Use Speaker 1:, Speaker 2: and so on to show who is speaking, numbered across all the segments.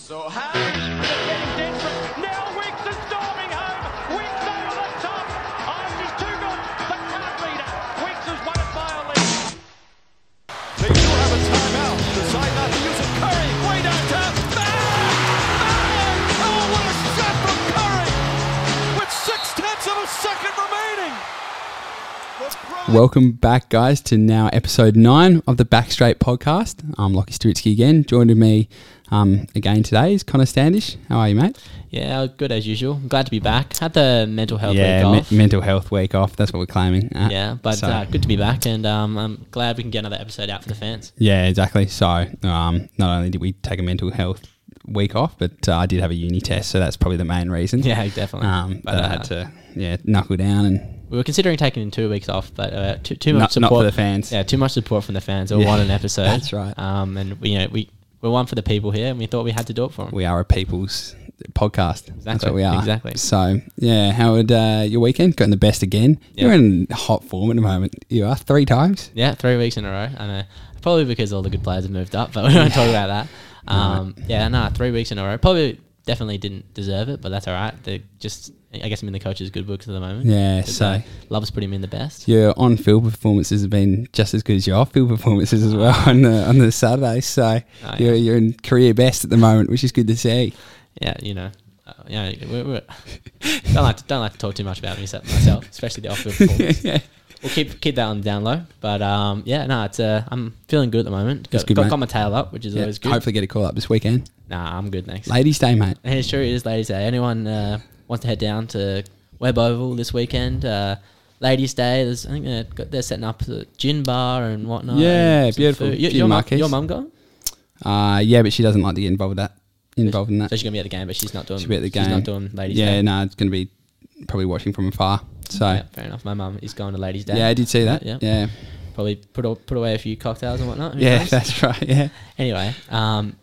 Speaker 1: So how defends Denson. Now Weeks is storming home. Weeks over the top. Holmes is too good. The card leader. Weeks has won it by a lead.
Speaker 2: They do have a timeout. Decide not to use it. Curry way downtown. Bang! Bang! Oh, what a shot from Curry! With six tenths of a second remaining.
Speaker 3: Welcome back, guys, to now episode nine of the Back Straight podcast. I'm Lockie Stewitsky again. Joining me um, again today is Connor Standish. How are you, mate?
Speaker 4: Yeah, good as usual. Glad to be back. Had the mental health week
Speaker 3: me-
Speaker 4: off.
Speaker 3: mental health week off. That's what we're claiming. Uh,
Speaker 4: yeah, but
Speaker 3: so-
Speaker 4: uh, good to be back, and um, I'm glad we can get another episode out for the fans.
Speaker 3: yeah, exactly. So, um, not only did we take a mental health week off, but uh, I did have a uni test, so that's probably the main reason.
Speaker 4: Yeah, definitely.
Speaker 3: um,
Speaker 4: But,
Speaker 3: that I
Speaker 4: uh,
Speaker 3: had to yeah knuckle down and
Speaker 4: We were considering taking two weeks off, but uh, too, too much
Speaker 3: Not-
Speaker 4: support
Speaker 3: not for the fans.
Speaker 4: Yeah, too much support from the fans. Or
Speaker 3: Yeah,
Speaker 4: one an episode.
Speaker 3: that's right.
Speaker 4: Um, and we, you know we we're one for the people here, and we thought we had to do it for them.
Speaker 3: we are a people's podcast. That's what
Speaker 4: Exactly,
Speaker 3: we are.
Speaker 4: exactly.
Speaker 3: So yeah, Howard, uh, your weekend gotten the best again.
Speaker 4: Yeah.
Speaker 3: You're in hot form at the moment. You are three times.
Speaker 4: Yeah, three weeks in a row. I know. Probably because all the good players have moved up, but we don't talk about that. Um, Yeah, nah, three weeks in a row. Probably definitely didn't deserve it, but that's all right. They just, I guess I'm in the coach's good books at the moment.
Speaker 3: Yeah,
Speaker 4: But,
Speaker 3: so-
Speaker 4: uh, Love's putting him in the best.
Speaker 3: Your on-field performances have been just as good as your off-field performances as well on the on the Saturday. So
Speaker 4: Oh, yeah.
Speaker 3: you're you're in career best at the moment, which is good to see.
Speaker 4: Yeah, you know. Uh, yeah, we're, we're don't like to don't like to talk too much about myself, myself especially the off-field performance. We'll keep keep that on the down low, but um, yeah, no, it's uh, I'm feeling good at the moment.
Speaker 3: That's
Speaker 4: Got,
Speaker 3: good,
Speaker 4: got,
Speaker 3: mate.
Speaker 4: got my tail up, which is
Speaker 3: Yeah,
Speaker 4: always good.
Speaker 3: Hopefully, get a call up this weekend.
Speaker 4: Nah, I'm good. Thanks.
Speaker 3: Ladies' Day, mate.
Speaker 4: And it sure is, ladies' day. Anyone uh, wants to head down to Web Oval this weekend? Uh, ladies' day. There's, I think they're, got, they're setting up a gin bar and whatnot.
Speaker 3: Yeah,
Speaker 4: and some
Speaker 3: beautiful.
Speaker 4: food. Your,
Speaker 3: Few
Speaker 4: your, mum,
Speaker 3: marquees.
Speaker 4: your mum gone?
Speaker 3: Uh, yeah, but she doesn't like to get involved with that. Involved in that.
Speaker 4: So she's gonna be at the game, but she's not doing.
Speaker 3: She'll be at the game.
Speaker 4: She's not doing ladies'
Speaker 3: yeah,
Speaker 4: day.
Speaker 3: no, it's going to be probably watching from afar. So
Speaker 4: Yeah, fair enough. My mum is going to ladies' day.
Speaker 3: yeah, I did see that.
Speaker 4: Yeah.
Speaker 3: yeah.
Speaker 4: Probably put a, put away a few cocktails and whatnot. who
Speaker 3: Yeah,
Speaker 4: knows?
Speaker 3: that's right. Yeah,
Speaker 4: anyway, um,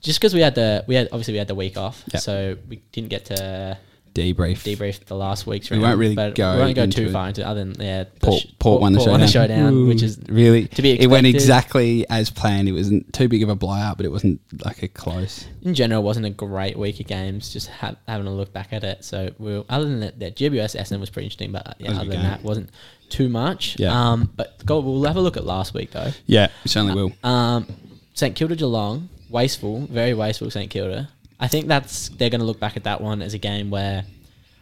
Speaker 4: just because we had the we had obviously we had the week off,
Speaker 3: Yeah.
Speaker 4: so we didn't get to
Speaker 3: debrief.
Speaker 4: debrief the last week's
Speaker 3: We
Speaker 4: round.
Speaker 3: won't really
Speaker 4: but
Speaker 3: go
Speaker 4: we won't go
Speaker 3: into
Speaker 4: too
Speaker 3: it.
Speaker 4: far into it other than yeah, the
Speaker 3: Port,
Speaker 4: sh-
Speaker 3: Port won the showdown, mm,
Speaker 4: won showdown, which is
Speaker 3: really
Speaker 4: to be
Speaker 3: It went
Speaker 4: expected.
Speaker 3: exactly as planned. It wasn't too big of a blowout, but it wasn't like a close.
Speaker 4: in general wasn't a great week of games. Just ha- having a look back at it, so we other than that, that GWS Essendon was pretty interesting, but uh,
Speaker 3: That
Speaker 4: yeah,
Speaker 3: was a
Speaker 4: other
Speaker 3: good
Speaker 4: than
Speaker 3: game.
Speaker 4: that, wasn't too much.
Speaker 3: Yeah.
Speaker 4: Um, but go, we'll have a look at last week though.
Speaker 3: Yeah, it certainly will.
Speaker 4: Um, St Kilda Geelong, wasteful, very wasteful St Kilda. I think that's they're going to look back at that one as a game where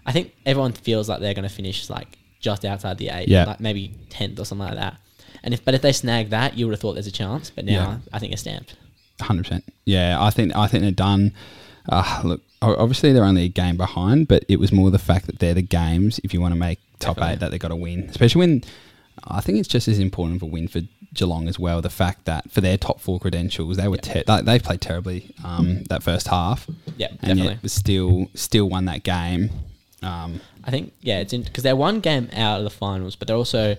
Speaker 4: I think everyone feels like they're going to finish like just outside the eight,
Speaker 3: Yeah.
Speaker 4: like maybe tenth or something like that. And if but if they snag that, you would have thought there's a chance. But now
Speaker 3: Yeah.
Speaker 4: I think it's stamped.
Speaker 3: Hundred percent. Yeah, I think I think they're done. Uh, look, o- obviously they're only a game behind, but it was more the fact that they're the games. If you want to make top
Speaker 4: Definitely.
Speaker 3: eight, that they got to win, especially when I think it's just as important of a win for Geelong as well. The fact that for their top four credentials, they were ter- they, they played terribly um, that first half.
Speaker 4: Yeah,
Speaker 3: and
Speaker 4: definitely.
Speaker 3: yet was still still won that game. Um,
Speaker 4: I think yeah, it's because they're one game out of the finals, but they're also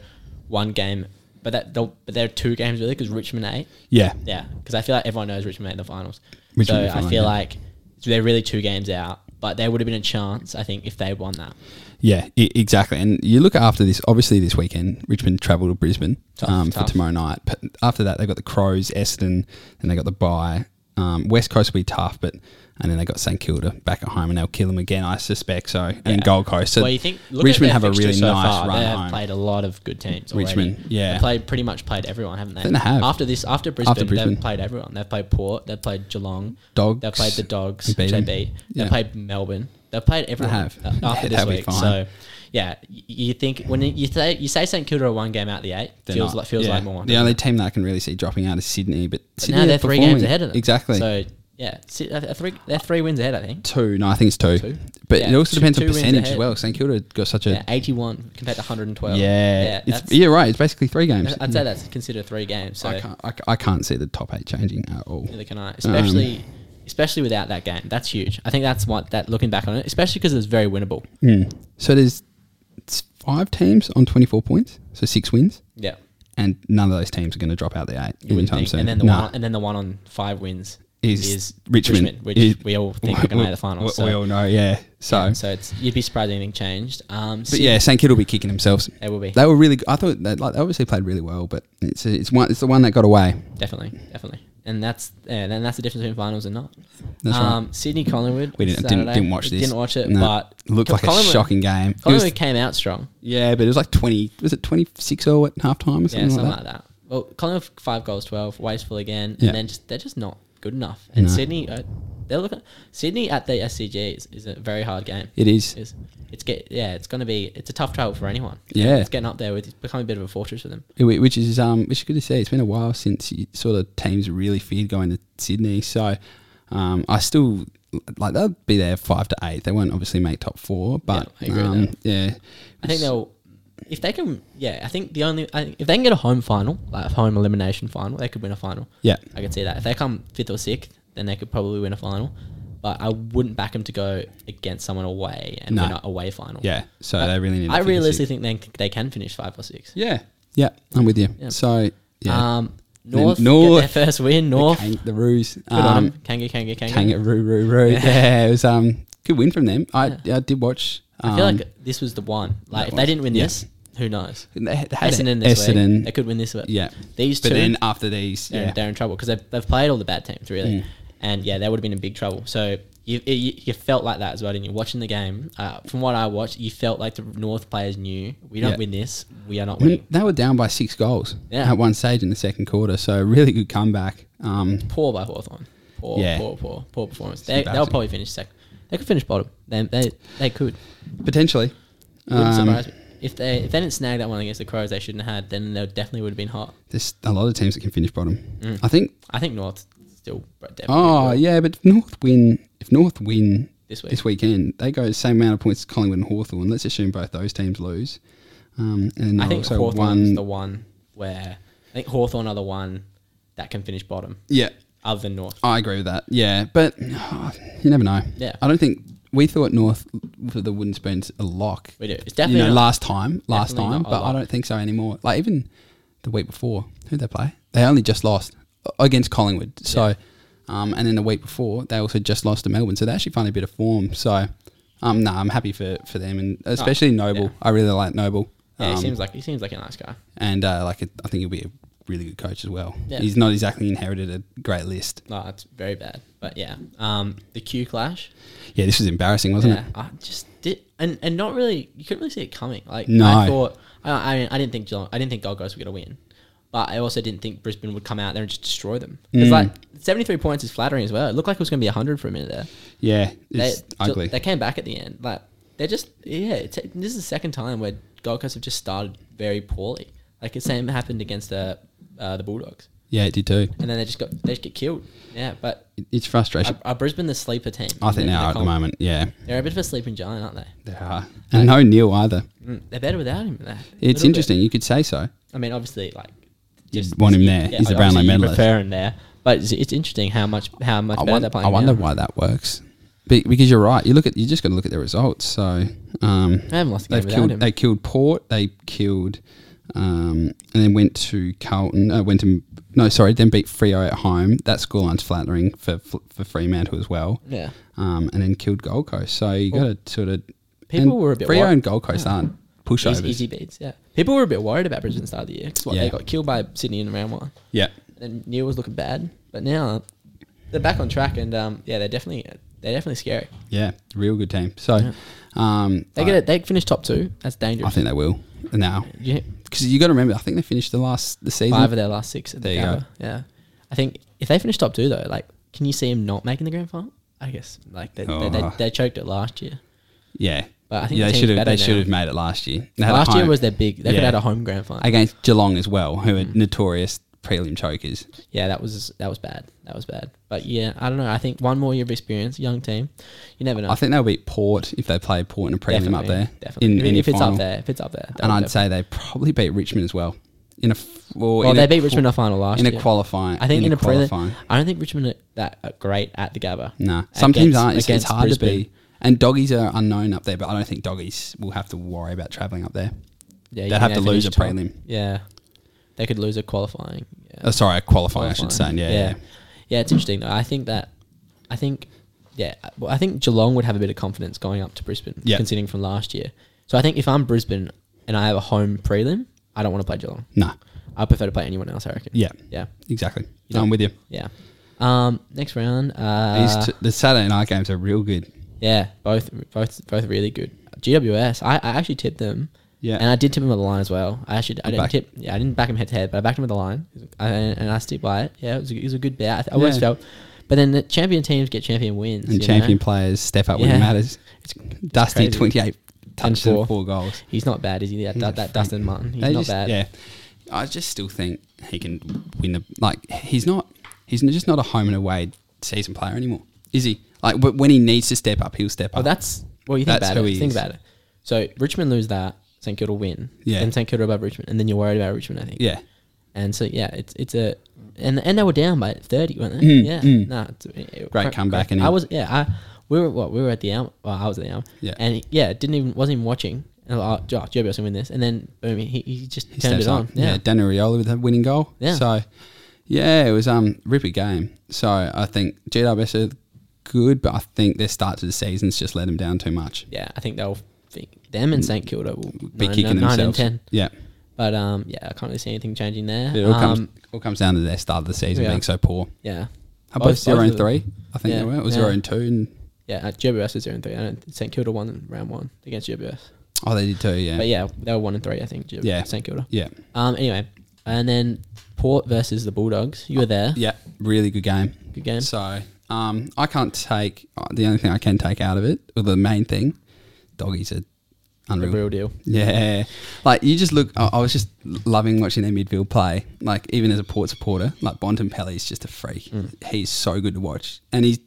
Speaker 4: one game. But that they'll- but they're two games really because Richmond are eight.
Speaker 3: yeah,
Speaker 4: Yeah, because I feel like everyone knows Richmond made the finals.
Speaker 3: Richmond
Speaker 4: so
Speaker 3: made the final,
Speaker 4: I feel
Speaker 3: yeah.
Speaker 4: like they're really two games out, but there would have been a chance, I think, if they won that.
Speaker 3: Yeah, I- exactly. And you look after this. Obviously, this weekend Richmond travel to Brisbane
Speaker 4: Tough,
Speaker 3: um,
Speaker 4: tough.
Speaker 3: for tomorrow night. But after that, they got the Crows, Essendon, and they got the bye. Um, West Coast will be tough, but and then they got St Kilda back at home, and they'll kill them again, I suspect. So and
Speaker 4: Yeah.
Speaker 3: Gold Coast. So
Speaker 4: well, you think look
Speaker 3: Richmond
Speaker 4: at
Speaker 3: have
Speaker 4: their
Speaker 3: a really
Speaker 4: fixtures so
Speaker 3: nice
Speaker 4: far.
Speaker 3: run
Speaker 4: They have
Speaker 3: home.
Speaker 4: played a lot of good teams. Already.
Speaker 3: Richmond, yeah.
Speaker 4: they played pretty much played everyone, haven't they?
Speaker 3: think they have.
Speaker 4: After this, after Brisbane,
Speaker 3: Brisbane.
Speaker 4: they've played everyone. They've played Port, they've played Geelong,
Speaker 3: Dogs.
Speaker 4: they've played the Dogs,
Speaker 3: And beat
Speaker 4: which
Speaker 3: them.
Speaker 4: they beat.
Speaker 3: Yeah.
Speaker 4: They played Melbourne. They've played everyone
Speaker 3: have.
Speaker 4: uh, after
Speaker 3: They'll
Speaker 4: this
Speaker 3: be
Speaker 4: week.
Speaker 3: fine.
Speaker 4: So, yeah, y- you think when you say you say St Kilda are one game out of the 8
Speaker 3: They're
Speaker 4: feels
Speaker 3: not-
Speaker 4: like feels
Speaker 3: yeah.
Speaker 4: like more.
Speaker 3: The only team that I can really see dropping out is Sydney, but,
Speaker 4: But
Speaker 3: Sydney
Speaker 4: now
Speaker 3: are
Speaker 4: they're three
Speaker 3: performing.
Speaker 4: games ahead of them.
Speaker 3: Exactly.
Speaker 4: So yeah, si- uh, three they're three wins ahead. I think.
Speaker 3: two, no, I think it's two.
Speaker 4: Two?
Speaker 3: But
Speaker 4: Yeah,
Speaker 3: it also
Speaker 4: two-
Speaker 3: depends
Speaker 4: two
Speaker 3: on
Speaker 4: wins
Speaker 3: percentage as
Speaker 4: ahead.
Speaker 3: well. St Kilda got such a
Speaker 4: Yeah, eighty-one compared to one hundred and twelve.
Speaker 3: yeah.
Speaker 4: yeah.
Speaker 3: it's,
Speaker 4: That's,
Speaker 3: you're right. It's basically three games.
Speaker 4: I'd say that's considered three games. So
Speaker 3: I can't. I, I can't see the top eight changing at all.
Speaker 4: neither can I. Especially,
Speaker 3: Um,
Speaker 4: especially without that game, that's huge. I think that's what that looking back on it, especially because it's very winnable.
Speaker 3: So there's it's five teams on 24 points, so six wins,
Speaker 4: Yeah.
Speaker 3: and none of those teams are going to drop out the eight
Speaker 4: You wouldn't
Speaker 3: anytime
Speaker 4: think.
Speaker 3: soon.
Speaker 4: And then the
Speaker 3: Nah.
Speaker 4: one, and then the one on five wins
Speaker 3: Is
Speaker 4: is,
Speaker 3: Richmond.
Speaker 4: which
Speaker 3: Is-
Speaker 4: we all think are going to make the finals.
Speaker 3: We, we
Speaker 4: so,
Speaker 3: all know, yeah. So,
Speaker 4: so it's you'd be surprised anything changed. Um,
Speaker 3: but yeah, St Kilda will be kicking themselves.
Speaker 4: They will be.
Speaker 3: They were really. g- I thought they like they obviously played really well, but it's it's one it's the one that got away.
Speaker 4: definitely, definitely. and that's yeah, then that's the difference between finals and not.
Speaker 3: That's right.
Speaker 4: um, Sydney Collingwood.
Speaker 3: We didn't didn't,
Speaker 4: Saturday.
Speaker 3: didn't watch this.
Speaker 4: Didn't watch it,
Speaker 3: No.
Speaker 4: but
Speaker 3: looked like a
Speaker 4: Collingwood-
Speaker 3: shocking game. It was-
Speaker 4: Collingwood came out strong.
Speaker 3: yeah, but it was like twenty. Was it twenty six or at half time or something,
Speaker 4: Yeah, something
Speaker 3: like that?
Speaker 4: like that. Well, Collingwood five goals, twelve wasteful again,
Speaker 3: Yeah.
Speaker 4: and then just they're just not good enough. And
Speaker 3: No.
Speaker 4: Sydney, uh, they're looking Sydney at the SCG is, is a very hard game.
Speaker 3: It is.
Speaker 4: It's, it's get yeah, it's gonna be it's a tough travel for anyone.
Speaker 3: Yeah.
Speaker 4: it's getting up there with it's becoming a bit of a fortress for them.
Speaker 3: Wh- which is um, which is good to see. It's been a while since you, sort of teams really feared going to Sydney. So um, I still like they'll be there five to eight. They won't obviously make top four, but
Speaker 4: I agree with
Speaker 3: um,
Speaker 4: that.
Speaker 3: yeah,
Speaker 4: I think they'll if they can yeah, I think the only I, if they can get a home final like a home elimination final, they could win a final.
Speaker 3: Yeah.
Speaker 4: I could see that if they come fifth or sixth, then they could probably win a final. But I wouldn't back them to go against someone away and
Speaker 3: No.
Speaker 4: win an away final.
Speaker 3: yeah. So they really need. to
Speaker 4: I
Speaker 3: finish
Speaker 4: realistically
Speaker 3: it.
Speaker 4: think they can, they can finish five or six.
Speaker 3: Yeah, yeah, I'm with you.
Speaker 4: Yeah.
Speaker 3: So yeah,
Speaker 4: Um,
Speaker 3: Then
Speaker 4: North,
Speaker 3: North-
Speaker 4: get their first win.
Speaker 3: the,
Speaker 4: North,
Speaker 3: can- the ruse.
Speaker 4: good on 'em.
Speaker 3: Um,
Speaker 4: Kanga, Kanga, Kanga.
Speaker 3: kangaroo, roo, roo. Yeah. it was um good win from them. I I did watch. Um,
Speaker 4: I feel like this was the one. Like if they
Speaker 3: was-
Speaker 4: didn't win
Speaker 3: yeah.
Speaker 4: this, who knows?
Speaker 3: they had
Speaker 4: Essendon this
Speaker 3: um, Essendon.
Speaker 4: week, they could win this week.
Speaker 3: yeah,
Speaker 4: these
Speaker 3: but
Speaker 4: two,
Speaker 3: then after these,
Speaker 4: they're,
Speaker 3: yeah, Mm.
Speaker 4: they're in trouble because they've, they've played all the bad teams really, and yeah, they would have been in big trouble. So you, you you felt like that as well, didn't you? Watching the game, uh, from what I watched, you felt like the North players knew we don't
Speaker 3: Yeah. Mm.
Speaker 4: win this, we are not
Speaker 3: I mean,
Speaker 4: winning.
Speaker 3: they were down by six goals
Speaker 4: Yeah.
Speaker 3: at one stage in the second quarter, so really good comeback. Um,
Speaker 4: Poor by Hawthorn. Poor,
Speaker 3: Yeah.
Speaker 4: poor, poor, poor performance. They, they'll
Speaker 3: embarrassing.
Speaker 4: probably finish second. They could finish bottom. They they, they could.
Speaker 3: potentially,
Speaker 4: Wouldn't
Speaker 3: Um,
Speaker 4: surprise me. If they if they didn't snag that one against the Crows, they shouldn't have had. Then they definitely would have been hot.
Speaker 3: there's a lot of teams that can finish bottom.
Speaker 4: Mm.
Speaker 3: I think.
Speaker 4: I think North still definitely.
Speaker 3: Oh
Speaker 4: will.
Speaker 3: yeah, but if North win. If North win
Speaker 4: This week.
Speaker 3: this weekend, they go the same amount of points as Collingwood and Hawthorn. Let's assume both those teams lose. Um, and
Speaker 4: I think
Speaker 3: also
Speaker 4: Hawthorn's
Speaker 3: one.
Speaker 4: the one where I think Hawthorn are the one that can finish bottom,
Speaker 3: yeah,
Speaker 4: other than North.
Speaker 3: I agree with that. Yeah, but oh, you never know.
Speaker 4: Yeah.
Speaker 3: I don't think we thought North for the wooden spoons a lock.
Speaker 4: We do. It's definitely
Speaker 3: you know
Speaker 4: not-
Speaker 3: last time, last
Speaker 4: definitely
Speaker 3: time,
Speaker 4: not a
Speaker 3: but I
Speaker 4: lock.
Speaker 3: don't think so anymore. Like even the week before, who would they play? They only just lost against Collingwood. So, um, and then the week before they also just lost to Melbourne. So they actually found a bit of form. So, um, no, I'm happy for for them and especially Noble.
Speaker 4: Oh, yeah.
Speaker 3: I really like Noble.
Speaker 4: Yeah, he
Speaker 3: Um,
Speaker 4: seems like he seems like a nice guy.
Speaker 3: and uh, like I think he'll be a really good coach as well.
Speaker 4: Yeah.
Speaker 3: He's not exactly inherited a great list.
Speaker 4: No, it's very bad, but yeah. Um, the Q clash.
Speaker 3: Yeah, this was embarrassing, wasn't
Speaker 4: yeah,
Speaker 3: it?
Speaker 4: I just did, and and not really. You couldn't really see it coming. Like
Speaker 3: No.
Speaker 4: I thought, I, I mean, I didn't think Geelong, I didn't think Gold Coast were going to win, but I also didn't think Brisbane would come out there and just destroy them. Because
Speaker 3: Mm.
Speaker 4: like seventy three points is flattering as well. It looked like it was going to be hundred for a minute there.
Speaker 3: Yeah,
Speaker 4: They,
Speaker 3: it's ugly.
Speaker 4: They came back at the end. Like they're just yeah. It's, this is the second time where Gold Coast have just started very poorly. Like the same happened against the uh, the Bulldogs,
Speaker 3: yeah, it did too.
Speaker 4: and then they just got they just get killed. Yeah, but
Speaker 3: It- It's frustration.
Speaker 4: are, are Brisbane the sleeper team?
Speaker 3: I, think
Speaker 4: They're-
Speaker 3: now
Speaker 4: they're
Speaker 3: at the
Speaker 4: called-
Speaker 3: moment, yeah,
Speaker 4: They're a bit of a sleeping giant, aren't they?
Speaker 3: they are, and no Neil either.
Speaker 4: Mm, they're better without him. Though.
Speaker 3: It's
Speaker 4: Little
Speaker 3: interesting. You could say so.
Speaker 4: bit. I mean, obviously, like
Speaker 3: You'd want him there. He's a Brownlow
Speaker 4: obviously you
Speaker 3: medalist.
Speaker 4: prefer him there, but it's, it's interesting how much how much
Speaker 3: I,
Speaker 4: better
Speaker 3: won-
Speaker 4: they're playing.
Speaker 3: I wonder
Speaker 4: now.
Speaker 3: why that works, Be- because you're right. You look at you just got to look at the results. So um,
Speaker 4: They haven't lost a game
Speaker 3: they've
Speaker 4: without
Speaker 3: killed.
Speaker 4: him.
Speaker 3: They killed Port. They killed, um, and then went to Carlton. Uh, went to no, sorry, then beat Frio at home. That scoreline's flattering for for Fremantle as well.
Speaker 4: Yeah.
Speaker 3: um, and then killed Gold Coast. So you got to sort of
Speaker 4: People
Speaker 3: and
Speaker 4: were a bit
Speaker 3: Freo
Speaker 4: wor-
Speaker 3: and Gold Coast aren't pushovers.
Speaker 4: Easy, easy beats. Yeah, people were a bit worried about Brisbane start of the year because
Speaker 3: Yeah.
Speaker 4: they got killed by Sydney in round one,
Speaker 3: Yeah,
Speaker 4: and Neil was looking bad. But now they're back on track, and um, yeah, they're definitely they're definitely scary.
Speaker 3: yeah, real good team. So um,
Speaker 4: They
Speaker 3: I,
Speaker 4: get it. They finish top two. That's dangerous.
Speaker 3: I think they will now.
Speaker 4: Yeah.
Speaker 3: Because you got to remember, I think they finished the last the season.
Speaker 4: five of their last six. At
Speaker 3: There
Speaker 4: the
Speaker 3: you go.
Speaker 4: Gabba. Yeah, I think if they finish top two though, like, can you see him not making the grand final? I guess like they they, they,
Speaker 3: Oh.
Speaker 4: they choked it last year.
Speaker 3: yeah,
Speaker 4: But I think
Speaker 3: yeah,
Speaker 4: the
Speaker 3: they
Speaker 4: team's
Speaker 3: should have
Speaker 4: better
Speaker 3: they
Speaker 4: now.
Speaker 3: should have made it last year. They had a
Speaker 4: Last year
Speaker 3: home-
Speaker 4: was their Mm. big. They could
Speaker 3: Yeah.
Speaker 4: have had a home grand final.
Speaker 3: against Geelong as well, who are notorious prelim chokers.
Speaker 4: yeah, that was that was bad. That was bad. But yeah, I don't know. I think one more year of experience, young team. You never know.
Speaker 3: I think they'll beat Port if they play Port in a prelim up there.
Speaker 4: Definitely.
Speaker 3: in
Speaker 4: if,
Speaker 3: any
Speaker 4: if it's
Speaker 3: final.
Speaker 4: up there, if it's up there,
Speaker 3: and I'd say they probably beat Richmond as well. In a f- or
Speaker 4: Well,
Speaker 3: in
Speaker 4: they
Speaker 3: a
Speaker 4: beat
Speaker 3: qu-
Speaker 4: Richmond in a final last
Speaker 3: in a
Speaker 4: year.
Speaker 3: qualifying.
Speaker 4: I think in, a,
Speaker 3: qualifying.
Speaker 4: prelim, I don't think Richmond are that are great at the Gabba.
Speaker 3: Nah, some teams
Speaker 4: Against-
Speaker 3: aren't. It's, it's
Speaker 4: against
Speaker 3: hard to
Speaker 4: Brisbane.
Speaker 3: be. And doggies are unknown up there, but I don't think doggies will have to worry about travelling up there.
Speaker 4: Yeah,
Speaker 3: They'd
Speaker 4: you
Speaker 3: have
Speaker 4: know,
Speaker 3: to lose
Speaker 4: finish
Speaker 3: a
Speaker 4: top.
Speaker 3: prelim.
Speaker 4: Yeah, they could lose a qualifying. Yeah.
Speaker 3: Oh, sorry, qualifying, I should say.
Speaker 4: Qualifying.
Speaker 3: Yeah, yeah.
Speaker 4: yeah, Yeah, It's interesting though. I think that, I think, yeah, well, I think Geelong would have a bit of confidence going up to Brisbane,
Speaker 3: Yeah.
Speaker 4: considering from last year. So I think if I'm Brisbane and I have a home prelim, I don't want to play Geelong.
Speaker 3: No.
Speaker 4: I prefer to play anyone else. I reckon.
Speaker 3: Yeah.
Speaker 4: Yeah.
Speaker 3: Exactly.
Speaker 4: You know-
Speaker 3: I'm with you.
Speaker 4: Yeah. Um, next round. Uh,
Speaker 3: These t- the Saturday night games are real good.
Speaker 4: yeah, both both both really good. GWS. I, I actually tipped them.
Speaker 3: Yeah.
Speaker 4: And I did tip him with the line as well. I actually I didn't
Speaker 3: back.
Speaker 4: tip. Yeah, I didn't back him head to head, but I backed him with the line, and, and I stick by it. Yeah, it was a, it was a good bet. I, th- I always
Speaker 3: Yeah.
Speaker 4: felt. But then the champion teams get champion wins.
Speaker 3: And
Speaker 4: you know?
Speaker 3: champion players step up when
Speaker 4: Yeah.
Speaker 3: it matters.
Speaker 4: It's-
Speaker 3: Dusty
Speaker 4: crazy.
Speaker 3: 28 touches and
Speaker 4: four.
Speaker 3: four. goals.
Speaker 4: He's not bad, is he? That, that, that Dustin Martin. He's
Speaker 3: They
Speaker 4: not
Speaker 3: just-
Speaker 4: bad.
Speaker 3: Yeah. I just still think he can win the like he's not he's just not a home and away season player anymore. Is he? Like but when he needs to step up, he'll step
Speaker 4: Well,
Speaker 3: up.
Speaker 4: Oh, that's well. You think
Speaker 3: That's
Speaker 4: about
Speaker 3: who
Speaker 4: it.
Speaker 3: he
Speaker 4: Think
Speaker 3: is.
Speaker 4: about it. So Richmond lose that, St Kilda win.
Speaker 3: Yeah.
Speaker 4: And St Kilda above Richmond, and then you're worried about Richmond. I think.
Speaker 3: yeah.
Speaker 4: And so yeah, it's it's a and and they were down by thirty, weren't they? yeah. Nah, it's, it- it-
Speaker 3: Mm, Great comeback, innit?
Speaker 4: I was yeah. I we were what we were at the Elm. Well, I was at the Elm.
Speaker 3: Yeah.
Speaker 4: And yeah, didn't even wasn't even watching. And I was like, oh, Joe Bell's gonna win this, and then boom, he, he just
Speaker 3: He
Speaker 4: turned
Speaker 3: steps
Speaker 4: it on.
Speaker 3: up. Yeah. Dan Danny with that winning goal.
Speaker 4: Yeah.
Speaker 3: So yeah, it was um ripper game. So I think GWS are good, but I think their start to the season's just let them down too much.
Speaker 4: Yeah, I think they'll think them and St Kilda will
Speaker 3: Mm. Be
Speaker 4: nine,
Speaker 3: kicking
Speaker 4: nine and
Speaker 3: themselves.
Speaker 4: ten.
Speaker 3: Yeah.
Speaker 4: But um, yeah, I can't really see anything changing there.
Speaker 3: It all comes
Speaker 4: Um,
Speaker 3: all comes down to their start of the season
Speaker 4: yeah.
Speaker 3: being so poor.
Speaker 4: yeah.
Speaker 3: How both zero
Speaker 4: of
Speaker 3: and
Speaker 4: them.
Speaker 3: three? I think
Speaker 4: Yeah,
Speaker 3: they were. Or
Speaker 4: yeah.
Speaker 3: zero and two and
Speaker 4: Yeah, uh, GWS was zero and three. I don't St Kilda won in round one against GWS.
Speaker 3: Oh they did too, yeah.
Speaker 4: But yeah, they were one and three, I think. GWS,
Speaker 3: Yeah.
Speaker 4: St Kilda.
Speaker 3: Yeah.
Speaker 4: Um. Anyway, and then Port versus the Bulldogs. You were there.
Speaker 3: Yeah. Really good game.
Speaker 4: Good game.
Speaker 3: So um I can't take uh, the only thing I can take out of it, or the main thing, doggies are
Speaker 4: The
Speaker 3: unreal.
Speaker 4: real deal.
Speaker 3: Yeah, like you just look. I, I was just loving watching their midfield play. Like even as a Port supporter, like Bontempelli is just a freak.
Speaker 4: Mm.
Speaker 3: He's so good to watch, and he's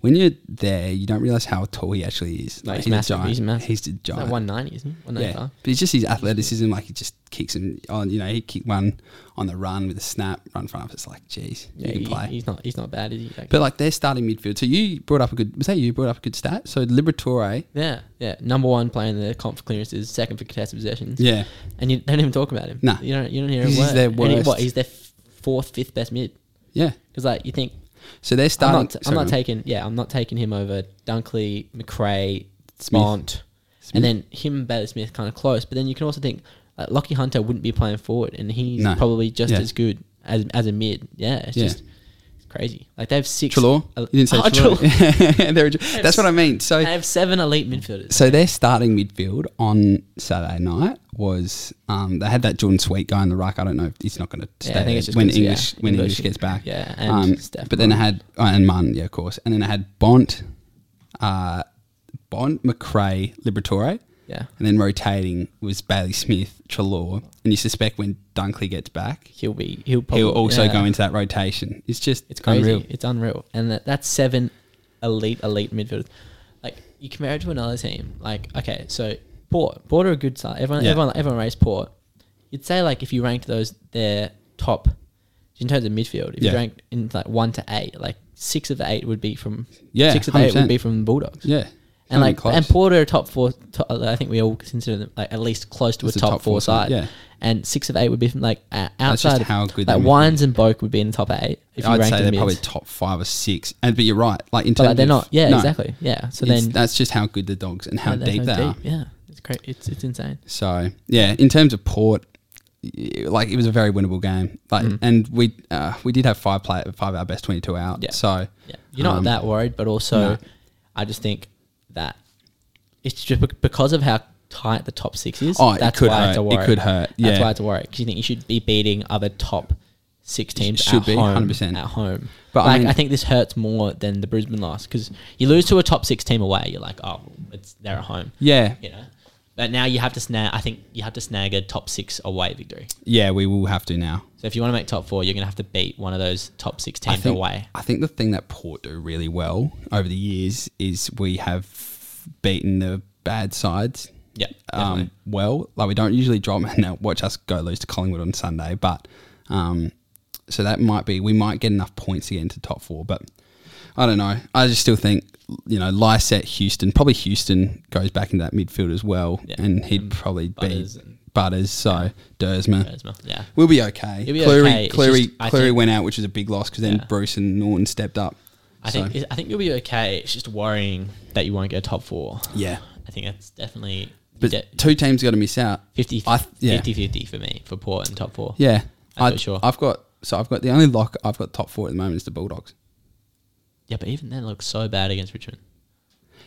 Speaker 3: when you're there, you don't realize how tall he actually is.
Speaker 4: Like,
Speaker 3: Like
Speaker 4: he's,
Speaker 3: he's, a
Speaker 4: massive.
Speaker 3: giant.
Speaker 4: He's massive.
Speaker 3: He's a
Speaker 4: It's
Speaker 3: giant.
Speaker 4: like one ninety, isn't he? One ninety
Speaker 3: yeah,
Speaker 4: five.
Speaker 3: but it's just his athleticism. Like he just kicks him on. You know, he kicked one on the run with a snap, run front up. It's like, geez,
Speaker 4: Yeah.
Speaker 3: you can
Speaker 4: he-
Speaker 3: play.
Speaker 4: He's not. He's not bad, is he? Like,
Speaker 3: but like they're starting midfield. So you brought up a good. Was that you brought up a good stat? So Liberatore.
Speaker 4: yeah. Yeah. Number one playing the comp for clearances, second for contested possessions.
Speaker 3: Yeah.
Speaker 4: And you don't even talk about him.
Speaker 3: Nah.
Speaker 4: You don't. You don't hear a
Speaker 3: He's
Speaker 4: word.
Speaker 3: their
Speaker 4: And he- what?
Speaker 3: worst.
Speaker 4: He's their f- fourth, fifth best mid.
Speaker 3: Yeah.
Speaker 4: Because like you think
Speaker 3: So they're
Speaker 4: I'm
Speaker 3: starting.
Speaker 4: not. I'm
Speaker 3: sorry,
Speaker 4: not
Speaker 3: man.
Speaker 4: taking. Yeah. I'm not taking him over Dunkley, McRae, Smont, and then him and Bailey Smith kind of close. But then you can also think like Lockie Hunter wouldn't be playing forward, and he's
Speaker 3: No.
Speaker 4: probably just
Speaker 3: Yeah.
Speaker 4: as good as as a mid. Yeah, it's
Speaker 3: Yeah.
Speaker 4: just it's crazy. Like they have six.
Speaker 3: Trelaw?
Speaker 4: el-
Speaker 3: You didn't say
Speaker 4: Oh,
Speaker 3: Trelaw.
Speaker 4: Trelaw.
Speaker 3: They're a j- That's what I mean.
Speaker 4: they
Speaker 3: So,
Speaker 4: have seven elite midfielders.
Speaker 3: so their starting midfield on Saturday night was um, they had that Jordan Sweet guy in the ruck. I don't know. if He's not going to stay
Speaker 4: I think
Speaker 3: there
Speaker 4: it's just
Speaker 3: when
Speaker 4: good to- yeah,
Speaker 3: English when
Speaker 4: English.
Speaker 3: English gets back. Um,
Speaker 4: Yeah, and Steph
Speaker 3: but then I
Speaker 4: Munn.
Speaker 3: had oh, and Munn, yeah, of course. And then I had Bont, uh, Bont McRae, Liberatore.
Speaker 4: Yeah.
Speaker 3: And then rotating was Bailey Smith, Trelaw, and you suspect when Dunkley gets back,
Speaker 4: He'll be. He'll probably.
Speaker 3: he'll also
Speaker 4: yeah.
Speaker 3: go into that rotation. It's just
Speaker 4: It's crazy.
Speaker 3: unreal.
Speaker 4: It's unreal. And that, that's seven elite, elite midfielders. Like you compare it to another team. Like okay, so Port, Port are a good side. Everyone,
Speaker 3: Yeah.
Speaker 4: everyone, everyone rates Port. You'd say like if you ranked those their top in terms of midfield, if
Speaker 3: Yeah.
Speaker 4: you ranked in like one to eight, like six of the eight would be from
Speaker 3: Yeah,
Speaker 4: six of the eight would
Speaker 3: 100%.
Speaker 4: be from the Bulldogs.
Speaker 3: Yeah.
Speaker 4: And
Speaker 3: Not even
Speaker 4: like
Speaker 3: close.
Speaker 4: and Port are top four. Top, I think we all consider them like at least close to a
Speaker 3: It's a
Speaker 4: top,
Speaker 3: top
Speaker 4: four
Speaker 3: four side,
Speaker 4: side.
Speaker 3: yeah.
Speaker 4: And six of eight would be from like uh, outside.
Speaker 3: That's just
Speaker 4: of-
Speaker 3: how good
Speaker 4: like
Speaker 3: their midfield
Speaker 4: Wines and Boke would be in the top eight. If you
Speaker 3: I'd
Speaker 4: ranked
Speaker 3: say
Speaker 4: the
Speaker 3: they're
Speaker 4: mids.
Speaker 3: probably top five or six. And but you're right, like in
Speaker 4: But
Speaker 3: terms
Speaker 4: like, they're
Speaker 3: of-
Speaker 4: not. Yeah,
Speaker 3: no,
Speaker 4: exactly. Yeah. So
Speaker 3: it's-
Speaker 4: then
Speaker 3: that's just how good the dogs and how
Speaker 4: yeah, that's
Speaker 3: deep
Speaker 4: how
Speaker 3: they are.
Speaker 4: Yeah, it's great. It's it's insane.
Speaker 3: So yeah, in terms of Port, y- like it was a very winnable game. Like
Speaker 4: Mm.
Speaker 3: and we uh, we did have five play five of our best twenty two out.
Speaker 4: Yeah.
Speaker 3: So
Speaker 4: Yeah, you're not
Speaker 3: um,
Speaker 4: that worried, but also
Speaker 3: no.
Speaker 4: I just think that it's just bec- because of how tight the top six is.
Speaker 3: Oh, it
Speaker 4: that's
Speaker 3: could
Speaker 4: why it's a
Speaker 3: hurt. It
Speaker 4: worry.
Speaker 3: could hurt,
Speaker 4: That's
Speaker 3: yeah.
Speaker 4: why it's a worry because you think you should be beating other top six teams.
Speaker 3: should
Speaker 4: at
Speaker 3: be,
Speaker 4: home,
Speaker 3: 100%.
Speaker 4: at home.
Speaker 3: But
Speaker 4: But
Speaker 3: I
Speaker 4: like, I,
Speaker 3: mean-
Speaker 4: think this hurts more than the Brisbane loss because you lose to a top six team away. You're like, oh, it's they're at home.
Speaker 3: Yeah.
Speaker 4: you know. But now you have to snag. I think you have to snag a top six away victory.
Speaker 3: Yeah, we will have to now.
Speaker 4: So if you want to make top four, you're going to have to beat one of those top six
Speaker 3: I
Speaker 4: teams
Speaker 3: think,
Speaker 4: away.
Speaker 3: I think the thing that Port do really well over the years is we have beaten the bad sides.
Speaker 4: Yeah, definitely.
Speaker 3: Um, well, like we don't usually drop and now watch us go lose to Collingwood on Sunday, but um, so that might be we might get enough points to get into top four, but I don't know. I just still think you know Lysette, Houston, probably Houston goes back into that midfield as well,
Speaker 4: Yeah.
Speaker 3: and he'd probably
Speaker 4: Butters
Speaker 3: be
Speaker 4: and-
Speaker 3: Butters, so Dersma.
Speaker 4: Tasman. Yeah.
Speaker 3: We'll be okay.
Speaker 4: You'll be
Speaker 3: Cleary,
Speaker 4: okay. It's
Speaker 3: Cleary,
Speaker 4: just- I
Speaker 3: Cleary
Speaker 4: think-
Speaker 3: went out, which was a big loss because then
Speaker 4: Yeah.
Speaker 3: Bruce and Norton stepped up.
Speaker 4: I
Speaker 3: So,
Speaker 4: think I think you'll be okay. It's just worrying that you won't go top four.
Speaker 3: Yeah.
Speaker 4: I think that's definitely
Speaker 3: but
Speaker 4: de-
Speaker 3: two teams got to miss out.
Speaker 4: 50,
Speaker 3: I th- yeah.
Speaker 4: 50 50 for me for Port and top four.
Speaker 3: Yeah.
Speaker 4: I'm
Speaker 3: I,
Speaker 4: not sure.
Speaker 3: I've got so I've got the only lock I've got top four at the moment is the Bulldogs
Speaker 4: yeah, but even then, it looks so bad against Richmond.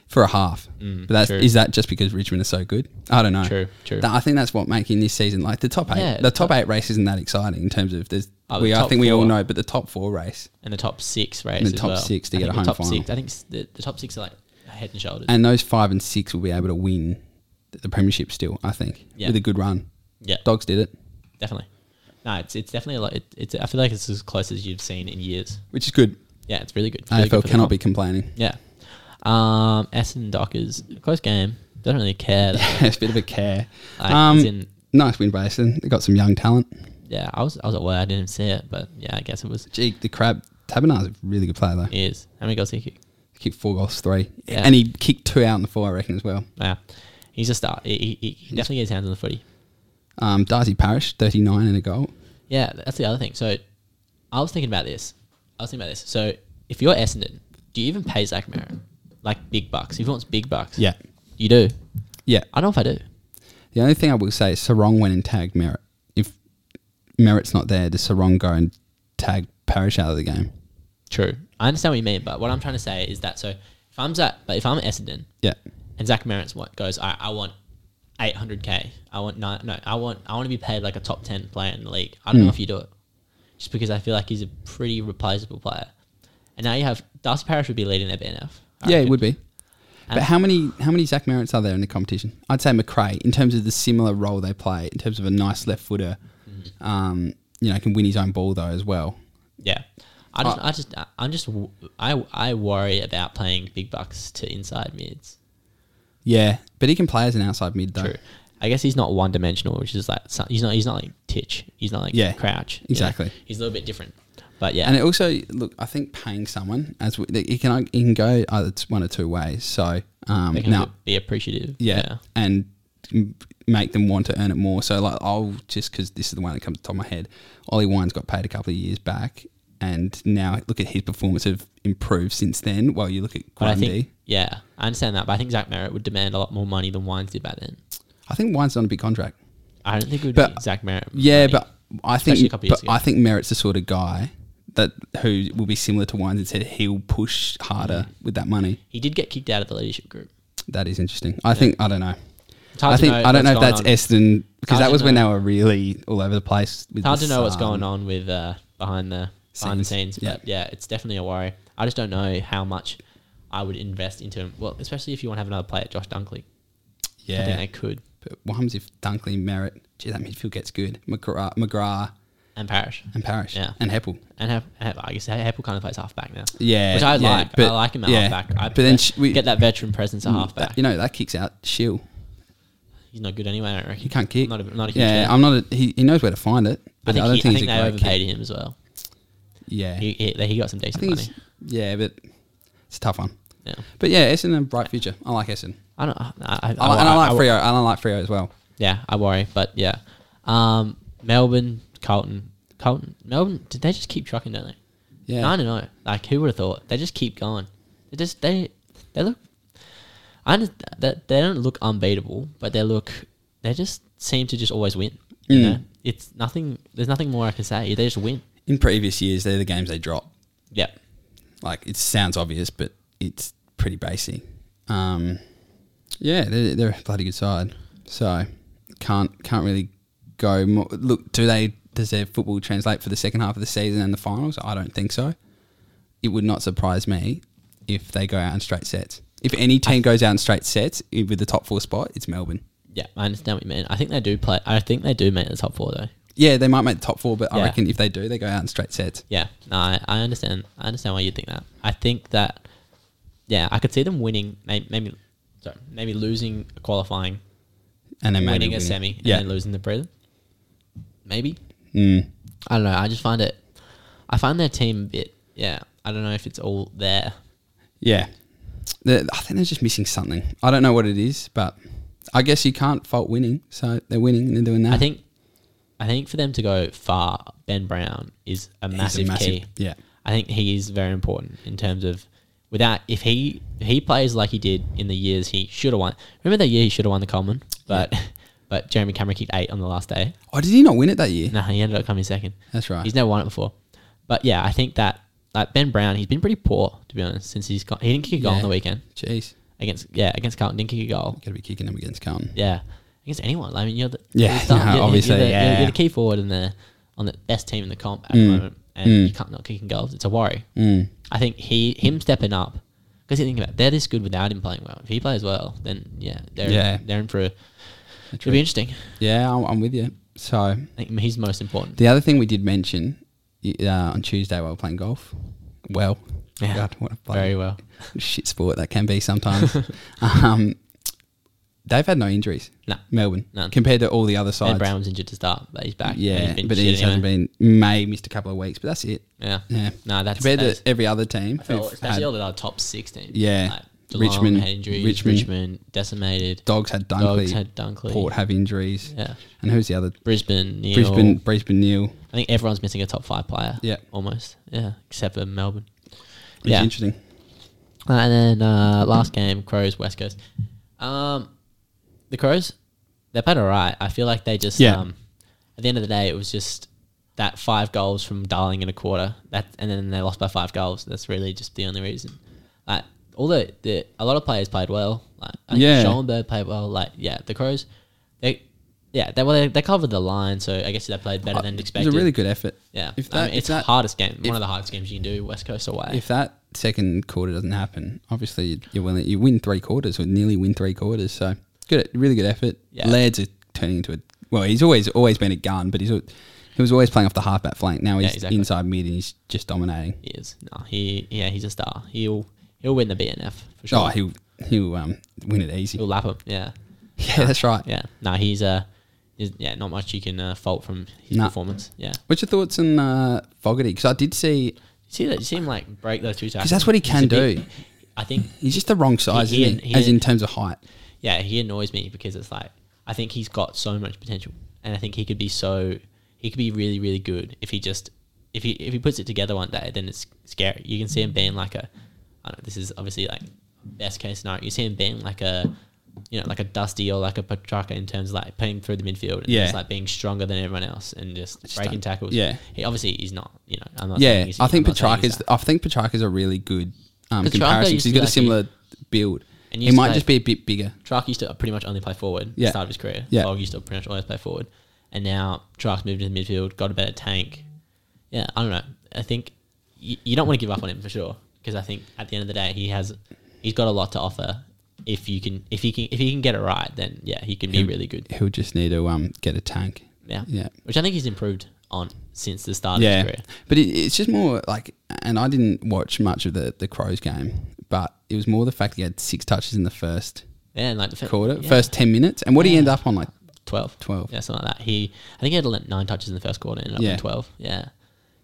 Speaker 3: for a half.
Speaker 4: Mm,
Speaker 3: but that's
Speaker 4: true.
Speaker 3: is that just because Richmond is so good? I don't know.
Speaker 4: True, true.
Speaker 3: That- I think that's what making this season like the top eight.
Speaker 4: Yeah,
Speaker 3: the
Speaker 4: the
Speaker 3: top,
Speaker 4: top-
Speaker 3: eight race isn't that exciting in terms of there's.
Speaker 4: Oh, the
Speaker 3: we I
Speaker 4: top
Speaker 3: think we all
Speaker 4: four.
Speaker 3: know, but the top four race
Speaker 4: And the top six race.
Speaker 3: the
Speaker 4: as
Speaker 3: top
Speaker 4: well.
Speaker 3: six to
Speaker 4: I
Speaker 3: get a
Speaker 4: think the
Speaker 3: home
Speaker 4: top
Speaker 3: final.
Speaker 4: Six, I think s- the, the top six are like head and shoulders.
Speaker 3: and those five and six will be able to win the- the premiership still. I think
Speaker 4: Yeah.
Speaker 3: with a good run.
Speaker 4: yeah,
Speaker 3: Dogs did it,
Speaker 4: definitely. No, it's it's definitely like it, it's. I feel like it's as close as you've seen in years.
Speaker 3: which is good.
Speaker 4: Yeah, it's really good. It's really good
Speaker 3: AFL
Speaker 4: for the
Speaker 3: cannot
Speaker 4: comp.
Speaker 3: be complaining.
Speaker 4: Yeah. Um, Essendon Dockers close game. Don't really care. though.
Speaker 3: it's a bit of a care.
Speaker 4: Like,
Speaker 3: um,
Speaker 4: as in-
Speaker 3: nice win by Essendon. They got some young talent.
Speaker 4: yeah, I was I was at work. I didn't see it, but yeah, I guess it was
Speaker 3: Gee, the crab Tabernard's a really good player though.
Speaker 4: is. How many goals did he kick?
Speaker 3: Kicked four goals, three,
Speaker 4: Yeah.
Speaker 3: and he kicked two out in the four, I reckon as well.
Speaker 4: Wow, he's a star. He, he, he definitely gets his hands on the footy.
Speaker 3: Um, Darcy Parish, thirty nine and a goal.
Speaker 4: Yeah, that's the other thing. So, I was thinking about this. I was thinking about this. So, if you're Essendon, do you even pay Zach Merritt like big bucks? If he wants big bucks,
Speaker 3: Yeah.
Speaker 4: you do.
Speaker 3: Yeah.
Speaker 4: I don't know if I do.
Speaker 3: The only thing I will say is Sarong went and tagged Merritt. If Merritt's not there, does Sarong go and tag Parish out of the game?
Speaker 4: True. I understand what you mean, but what I'm trying to say is that so if I'm Zach, but if I'm Essendon,
Speaker 3: Yeah.
Speaker 4: and Zach Merritt's what goes, I, I want 800k. I want no, no, I want I want to be paid like a top 10 player in the league. I
Speaker 3: Hmm.
Speaker 4: don't know if you do it, just because I feel like he's a pretty replaceable player. And now you have Darcy Parish would be leading their BNF. I
Speaker 3: yeah, it
Speaker 4: reckon.
Speaker 3: would be. But
Speaker 4: And-
Speaker 3: how many how many Zach Merritts are there in the competition? I'd say McRae in terms of the similar role they play, in terms of a nice left footer,
Speaker 4: Mm.
Speaker 3: um, you know, can win his own ball though as well.
Speaker 4: Yeah. I
Speaker 3: Uh,
Speaker 4: just, I just, I- I'm just, w- I, I worry about playing big bucks to inside mids.
Speaker 3: Yeah, but he can play as an outside mid though.
Speaker 4: True. I guess he's not one dimensional, which is like so- he's not, he's not like Titch, he's not like
Speaker 3: Yeah,
Speaker 4: Crouch. you know?
Speaker 3: exactly.
Speaker 4: He's a little bit different, but yeah,
Speaker 3: And it also look, I think paying someone as we, it can it can go either t- one or two ways. So um,
Speaker 4: they can
Speaker 3: now
Speaker 4: be appreciative.
Speaker 3: yeah, and m- make them want to earn it more. So like I'll just because this is the one that comes to the top of my head. Ollie Wine's got paid a couple of years back, and now look at his performance have improved since then. While you look at
Speaker 4: But I
Speaker 3: Grundy, I
Speaker 4: think, yeah, I understand that. But I think Zach Merritt would demand a lot more money than Wines did back then.
Speaker 3: Wine's on a big contract.
Speaker 4: I don't think it would
Speaker 3: But-
Speaker 4: be Zach Merritt.
Speaker 3: Yeah,
Speaker 4: money.
Speaker 3: but I
Speaker 4: Especially a
Speaker 3: think
Speaker 4: couple
Speaker 3: but
Speaker 4: years ago.
Speaker 3: I think Merritt's the sort of guy that who will be similar to Wines and said he'll push harder with that money.
Speaker 4: he did get kicked out of the leadership group.
Speaker 3: That is interesting. I think I don't know.
Speaker 4: It's hard
Speaker 3: I
Speaker 4: to
Speaker 3: think
Speaker 4: know
Speaker 3: I don't know if
Speaker 4: what's
Speaker 3: that's
Speaker 4: going on.
Speaker 3: Essendon because
Speaker 4: hard
Speaker 3: that
Speaker 4: to
Speaker 3: was when they
Speaker 4: know.
Speaker 3: were really all over the place. With
Speaker 4: It's hard
Speaker 3: the
Speaker 4: to know what's
Speaker 3: Sun.
Speaker 4: going on with uh, behind the behind the
Speaker 3: Scenes,
Speaker 4: scenes. But yeah. it's definitely a worry. I just don't know how much I would invest into him. Well, especially if you want to have another play at Josh Dunkley. I think
Speaker 3: Yeah,
Speaker 4: they could.
Speaker 3: but what happens if Dunkley, Merritt, gee, that midfield gets good. McGrath, McGrath
Speaker 4: And Parrish.
Speaker 3: and Parrish
Speaker 4: Yeah.
Speaker 3: and Heppel.
Speaker 4: And have, and have I guess Heppel kind of plays halfback now.
Speaker 3: Yeah,
Speaker 4: Which I
Speaker 3: yeah,
Speaker 4: like.
Speaker 3: but-
Speaker 4: I like him at
Speaker 3: yeah.
Speaker 4: halfback. I
Speaker 3: But then
Speaker 4: prefer-
Speaker 3: sh- we- Mm,
Speaker 4: get that veteran presence at halfback.
Speaker 3: That- you know that kicks out. Shill,
Speaker 4: He's not good anyway, I don't reckon.
Speaker 3: he can't kick.
Speaker 4: Not a, not a huge
Speaker 3: yeah,
Speaker 4: fan.
Speaker 3: I'm not. A, he, he knows where to find it.
Speaker 4: I
Speaker 3: But I,
Speaker 4: think,
Speaker 3: don't
Speaker 4: he,
Speaker 3: think he's
Speaker 4: I think they
Speaker 3: a great
Speaker 4: overpaid
Speaker 3: kick.
Speaker 4: him as well.
Speaker 3: Yeah,
Speaker 4: He, he, he got some
Speaker 3: I
Speaker 4: decent
Speaker 3: think
Speaker 4: money.
Speaker 3: he's, yeah, but it's a tough one.
Speaker 4: Yeah.
Speaker 3: But yeah, Essendon bright future. I like Essendon.
Speaker 4: I don't. I, I, I,
Speaker 3: I, like and I like
Speaker 4: I-
Speaker 3: Frio. I don't like Frio as well.
Speaker 4: Yeah, I worry, but yeah. Um, Melbourne, Carlton, Carlton, Melbourne. Did they just keep trucking? Don't they?
Speaker 3: Yeah,
Speaker 4: Nine and zero. Like who would have thought? They just keep going. They just they they look. I under- that they don't look unbeatable, but they look. They just seem to just always win. You
Speaker 3: Mm.
Speaker 4: know? It's nothing. There's nothing more I can say. They just win.
Speaker 3: in previous years, they're the games they drop.
Speaker 4: Yeah.
Speaker 3: Like it sounds obvious, but it's pretty basic. Um, yeah, they're, they're a bloody good side. So can't can't really go. More. Look, do they? Does their football translate for the second half of the season and the finals? I don't think so. It would not surprise me if they go out in straight sets. If any team goes out in straight sets i- with the top four spot, it's Melbourne.
Speaker 4: Yeah, I understand what you mean. I think they do play. I think they do make the top four though.
Speaker 3: Yeah, they might make the top four, but I
Speaker 4: Yeah.
Speaker 3: reckon if they do, they go out in straight sets.
Speaker 4: Yeah, no, I, I understand. I understand why you think that. I think that, yeah, I could see them winning, maybe, maybe sorry, maybe losing a qualifying,
Speaker 3: And then maybe
Speaker 4: winning a semi, and
Speaker 3: Yeah.
Speaker 4: then losing the prelim. Maybe
Speaker 3: Mm.
Speaker 4: I don't know. I just find it. I find their team a bit. Yeah, I don't know if it's all there.
Speaker 3: Yeah. They're, I think they're just missing something. I don't know what it is, but I guess you can't fault winning. So they're winning and they're doing that.
Speaker 4: I think, I think for them to go far, Ben Brown is a
Speaker 3: He's a
Speaker 4: massive, key.
Speaker 3: Yeah.
Speaker 4: I think he is very important in terms of without if he he plays like he did in the years he should have won. Remember that year he should have won the Coleman, but But Jeremy Cameron kicked eight on the last day.
Speaker 3: Oh, did he not win it that year?
Speaker 4: No, he ended up coming second.
Speaker 3: That's right.
Speaker 4: He's never won it before. But yeah, I think that like Ben Brown, he's been pretty poor to be honest since he's got, he didn't kick a goal
Speaker 3: Yeah.
Speaker 4: on the weekend
Speaker 3: Jeez,
Speaker 4: against yeah against Carlton didn't kick a goal.
Speaker 3: got to be kicking him against Carlton.
Speaker 4: Yeah, against anyone. I mean, you're the
Speaker 3: Yeah,
Speaker 4: you're the star-
Speaker 3: no,
Speaker 4: you're- you're-
Speaker 3: obviously,
Speaker 4: you're the, you're-
Speaker 3: yeah.
Speaker 4: you're the key forward in the on the best team in the comp at the moment, and you can't not kicking goals. It's a worry.
Speaker 3: Mm.
Speaker 4: I think he him stepping up because you think about it, they're just good without him playing well. If he plays well, then yeah, they're
Speaker 3: Yeah.
Speaker 4: they're in for. A, it'll
Speaker 3: right.
Speaker 4: be interesting.
Speaker 3: Yeah, I'm, I'm with you. So
Speaker 4: I think he's most important.
Speaker 3: the other thing we did mention y- uh, on Tuesday while we were playing golf, well,
Speaker 4: Yeah.
Speaker 3: God, what a bloody
Speaker 4: Very well.
Speaker 3: shit sport that can be sometimes. um, they've had no injuries.
Speaker 4: No.
Speaker 3: Melbourne
Speaker 4: None.
Speaker 3: compared to all the other sides.
Speaker 4: Ben Brown was injured to start, but he's back. and
Speaker 3: Yeah,
Speaker 4: he's been
Speaker 3: but
Speaker 4: shit
Speaker 3: he just hasn't
Speaker 4: anyway.
Speaker 3: been. May missed a couple of weeks, but that's it.
Speaker 4: Yeah.
Speaker 3: Yeah.
Speaker 4: No, that's-
Speaker 3: compared
Speaker 4: that's-
Speaker 3: to every other team.
Speaker 4: Felt-
Speaker 3: who've
Speaker 4: especially
Speaker 3: had-
Speaker 4: all the other top six teams.
Speaker 3: Yeah.
Speaker 4: Geelong
Speaker 3: Richmond-
Speaker 4: had injuries.
Speaker 3: Richmond-
Speaker 4: Richmond, decimated.
Speaker 3: dogs had Dunkley.
Speaker 4: Dogs had Dunkley.
Speaker 3: Port have injuries.
Speaker 4: Yeah.
Speaker 3: And who's the other?
Speaker 4: Brisbane, Neil.
Speaker 3: Brisbane. Brisbane Neil.
Speaker 4: I think everyone's missing a top five player.
Speaker 3: Yeah.
Speaker 4: almost. Yeah, except for Melbourne.
Speaker 3: Which
Speaker 4: yeah,
Speaker 3: is interesting.
Speaker 4: Uh, and then uh, last game, Crows West Coast. Um, the Crows, they played all right. I feel like they just
Speaker 3: Yeah.
Speaker 4: um, at the end of the day, it was just that five goals from Darling in a quarter. That and then they lost by five goals. That's really just the only reason. Like, although the, a lot of players played well, like I think
Speaker 3: Yeah.
Speaker 4: Schoenberg played well. Like yeah, the Crows, they. Yeah, they, well, they, they covered the line, so I guess they played better than
Speaker 3: Uh, It
Speaker 4: expected.
Speaker 3: was a really good effort.
Speaker 4: Yeah,
Speaker 3: If
Speaker 4: I
Speaker 3: that,
Speaker 4: mean,
Speaker 3: if
Speaker 4: it's the
Speaker 3: that,
Speaker 4: hardest game,
Speaker 3: if-
Speaker 4: one of the hardest games you can do, West Coast away.
Speaker 3: if that second quarter doesn't happen, obviously you win. You win three quarters or nearly win three quarters. So good, really good effort.
Speaker 4: Yeah.
Speaker 3: Laird's a- turning into a well. He's always always been a gun, but he's al- he was always playing off the halfback flank. Now he's
Speaker 4: Yeah, exactly.
Speaker 3: inside mid and he's just dominating.
Speaker 4: He is. No, he yeah, he's a star. He'll he'll win the BNF for sure.
Speaker 3: Oh, he'll he'll um, win it easy.
Speaker 4: he'll lap him. Yeah,
Speaker 3: yeah, that's right.
Speaker 4: yeah. No, he's uh, he's, yeah, not much you can uh, fault from his
Speaker 3: Nah.
Speaker 4: performance. Yeah.
Speaker 3: What's your thoughts on uh, Fogarty? Because I did see
Speaker 4: See that? You see him like break those two tackles.
Speaker 3: that's what he
Speaker 4: He's
Speaker 3: can
Speaker 4: a big-
Speaker 3: do.
Speaker 4: I think.
Speaker 3: he's just the wrong size,
Speaker 4: He- he
Speaker 3: isn't
Speaker 4: and-
Speaker 3: he?
Speaker 4: he
Speaker 3: As in
Speaker 4: and-
Speaker 3: terms of height.
Speaker 4: Yeah, he annoys me because it's like I think he's got so much potential, and I think he could be so he could be really really good if he just if he if he puts it together one day, then it's scary. You can see him being like a I don't know, this is obviously like best case scenario. You see him being like a you know like a Dusty or like a Petrarca in terms of like playing through the midfield and
Speaker 3: Yeah.
Speaker 4: just like being stronger than everyone else and just,
Speaker 3: just
Speaker 4: breaking
Speaker 3: don't-
Speaker 4: tackles.
Speaker 3: yeah.
Speaker 4: he obviously he's not. You know, I'm not. saying
Speaker 3: Yeah,
Speaker 4: he's-
Speaker 3: I think
Speaker 4: I'm not saying he's
Speaker 3: Petrarca's.
Speaker 4: that.
Speaker 3: I think Petrarca's a really good um,
Speaker 4: Petrarca
Speaker 3: comparison. 'cause
Speaker 4: used
Speaker 3: He's
Speaker 4: to be
Speaker 3: got a
Speaker 4: like
Speaker 3: similar build.
Speaker 4: And
Speaker 3: He
Speaker 4: used to
Speaker 3: might
Speaker 4: play-
Speaker 3: just be a bit bigger.
Speaker 4: Truck used to pretty much only play forward.
Speaker 3: Yeah.
Speaker 4: Yeah. Start of his career.
Speaker 3: Yeah.
Speaker 4: Yeah. Fogg used to pretty much always play forward, and now Truck's moved into the midfield. Got a better tank. Yeah, I don't know. I think you, you don't want to give up on him for sure because I think at the end of the day he has he's got a lot to offer. If you can, if he can, if he can get it right, then yeah, he can be really good.
Speaker 3: He'll just need to um, get a tank.
Speaker 4: Yeah,
Speaker 3: Yeah.
Speaker 4: Which I think he's improved on since the start of his
Speaker 3: Yeah,
Speaker 4: career.
Speaker 3: but it, it's just more like, and I didn't watch much of the the Crows game, but it was more the fact he had six touches in the first
Speaker 4: Yeah, and like the
Speaker 3: quarter, first ten minutes, and what did he end up on like?
Speaker 4: 12.
Speaker 3: 12.
Speaker 4: Yeah, something like that. He, I think he had like nine touches in the first quarter, ended up
Speaker 3: Yeah.
Speaker 4: on 12. Yeah.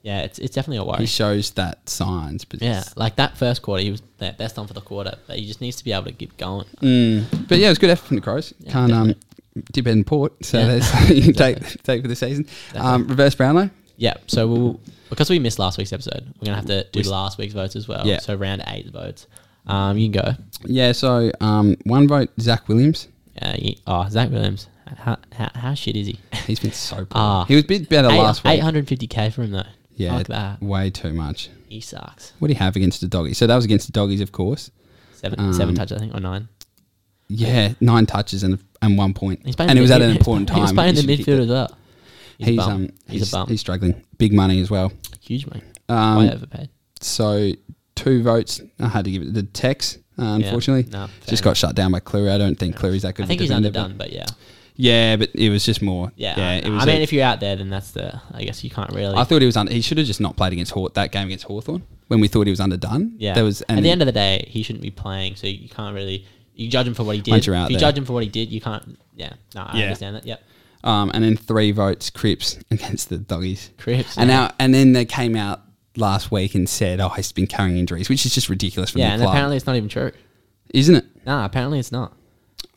Speaker 4: Yeah, it's, it's definitely a worry.
Speaker 3: He shows that signs, but
Speaker 4: Yeah, like that first quarter, he was their best on for the quarter, but he just needs to be able to keep going.
Speaker 3: Mm. But yeah, it was good effort from the Crows. Can't um, dip in port, so
Speaker 4: Yeah.
Speaker 3: there's something you can take take for the season. Um, reverse Brownlow.
Speaker 4: Yeah, so we'll because we missed last week's episode, we're gonna have to do
Speaker 3: We-
Speaker 4: last week's votes as well.
Speaker 3: Yeah.
Speaker 4: So round eight votes. Um, you can go.
Speaker 3: Yeah, so um, one vote Zach Williams.
Speaker 4: Uh, you, oh, Zach Williams, how, how, how shit is he?
Speaker 3: He's been so poor.
Speaker 4: Ah.
Speaker 3: he was a bit better last
Speaker 4: Eight
Speaker 3: week.
Speaker 4: hundred fifty k for him though.
Speaker 3: Yeah,
Speaker 4: Fuck that.
Speaker 3: way too much.
Speaker 4: He sucks.
Speaker 3: What do you have against the doggies? So that was against the doggies, of course.
Speaker 4: Seven,
Speaker 3: Um,
Speaker 4: seven touches, I think, or nine.
Speaker 3: Yeah, nine touches and and one point.
Speaker 4: He's playing
Speaker 3: And it
Speaker 4: in
Speaker 3: was
Speaker 4: the-
Speaker 3: at an important time.
Speaker 4: He was playing
Speaker 3: He
Speaker 4: in the
Speaker 3: should kick
Speaker 4: midfield
Speaker 3: it.
Speaker 4: as well.
Speaker 3: He's,
Speaker 4: a bum.
Speaker 3: um
Speaker 4: he's, a bum.
Speaker 3: He's struggling. Big money as well.
Speaker 4: huge man.
Speaker 3: Um,
Speaker 4: Way overpaid.
Speaker 3: So two votes. I had to give it the Tex. Uh,
Speaker 4: Yeah,
Speaker 3: unfortunately,
Speaker 4: no, fair
Speaker 3: just
Speaker 4: enough.
Speaker 3: got shut down by Cleary. I don't think Cleary's that good.
Speaker 4: I
Speaker 3: of a
Speaker 4: think he's
Speaker 3: defender, but-
Speaker 4: underdone, but yeah.
Speaker 3: Yeah, but it was just more.
Speaker 4: Yeah,
Speaker 3: it was
Speaker 4: I mean,
Speaker 3: a-
Speaker 4: if you're out there, then that's the. I guess you can't really.
Speaker 3: I thought he was under. He should have just not played against Haw- that game against Hawthorn when we thought he was underdone.
Speaker 4: yeah,
Speaker 3: there was
Speaker 4: at the end of the day, he shouldn't be playing, so you can't really. You judge him for what he did.
Speaker 3: Once you're out
Speaker 4: if you
Speaker 3: there.
Speaker 4: judge him for what he did, you can't. Yeah, no, I
Speaker 3: Yeah.
Speaker 4: understand that. Yep,
Speaker 3: um, and then three votes Crips against the doggies.
Speaker 4: Cripps.
Speaker 3: And
Speaker 4: yeah.
Speaker 3: now and then they came out last week and said, "Oh, he's been carrying injuries," which is just ridiculous from
Speaker 4: yeah,
Speaker 3: the
Speaker 4: and
Speaker 3: club,
Speaker 4: apparently it's not even true.
Speaker 3: isn't it?
Speaker 4: Nah, apparently it's not.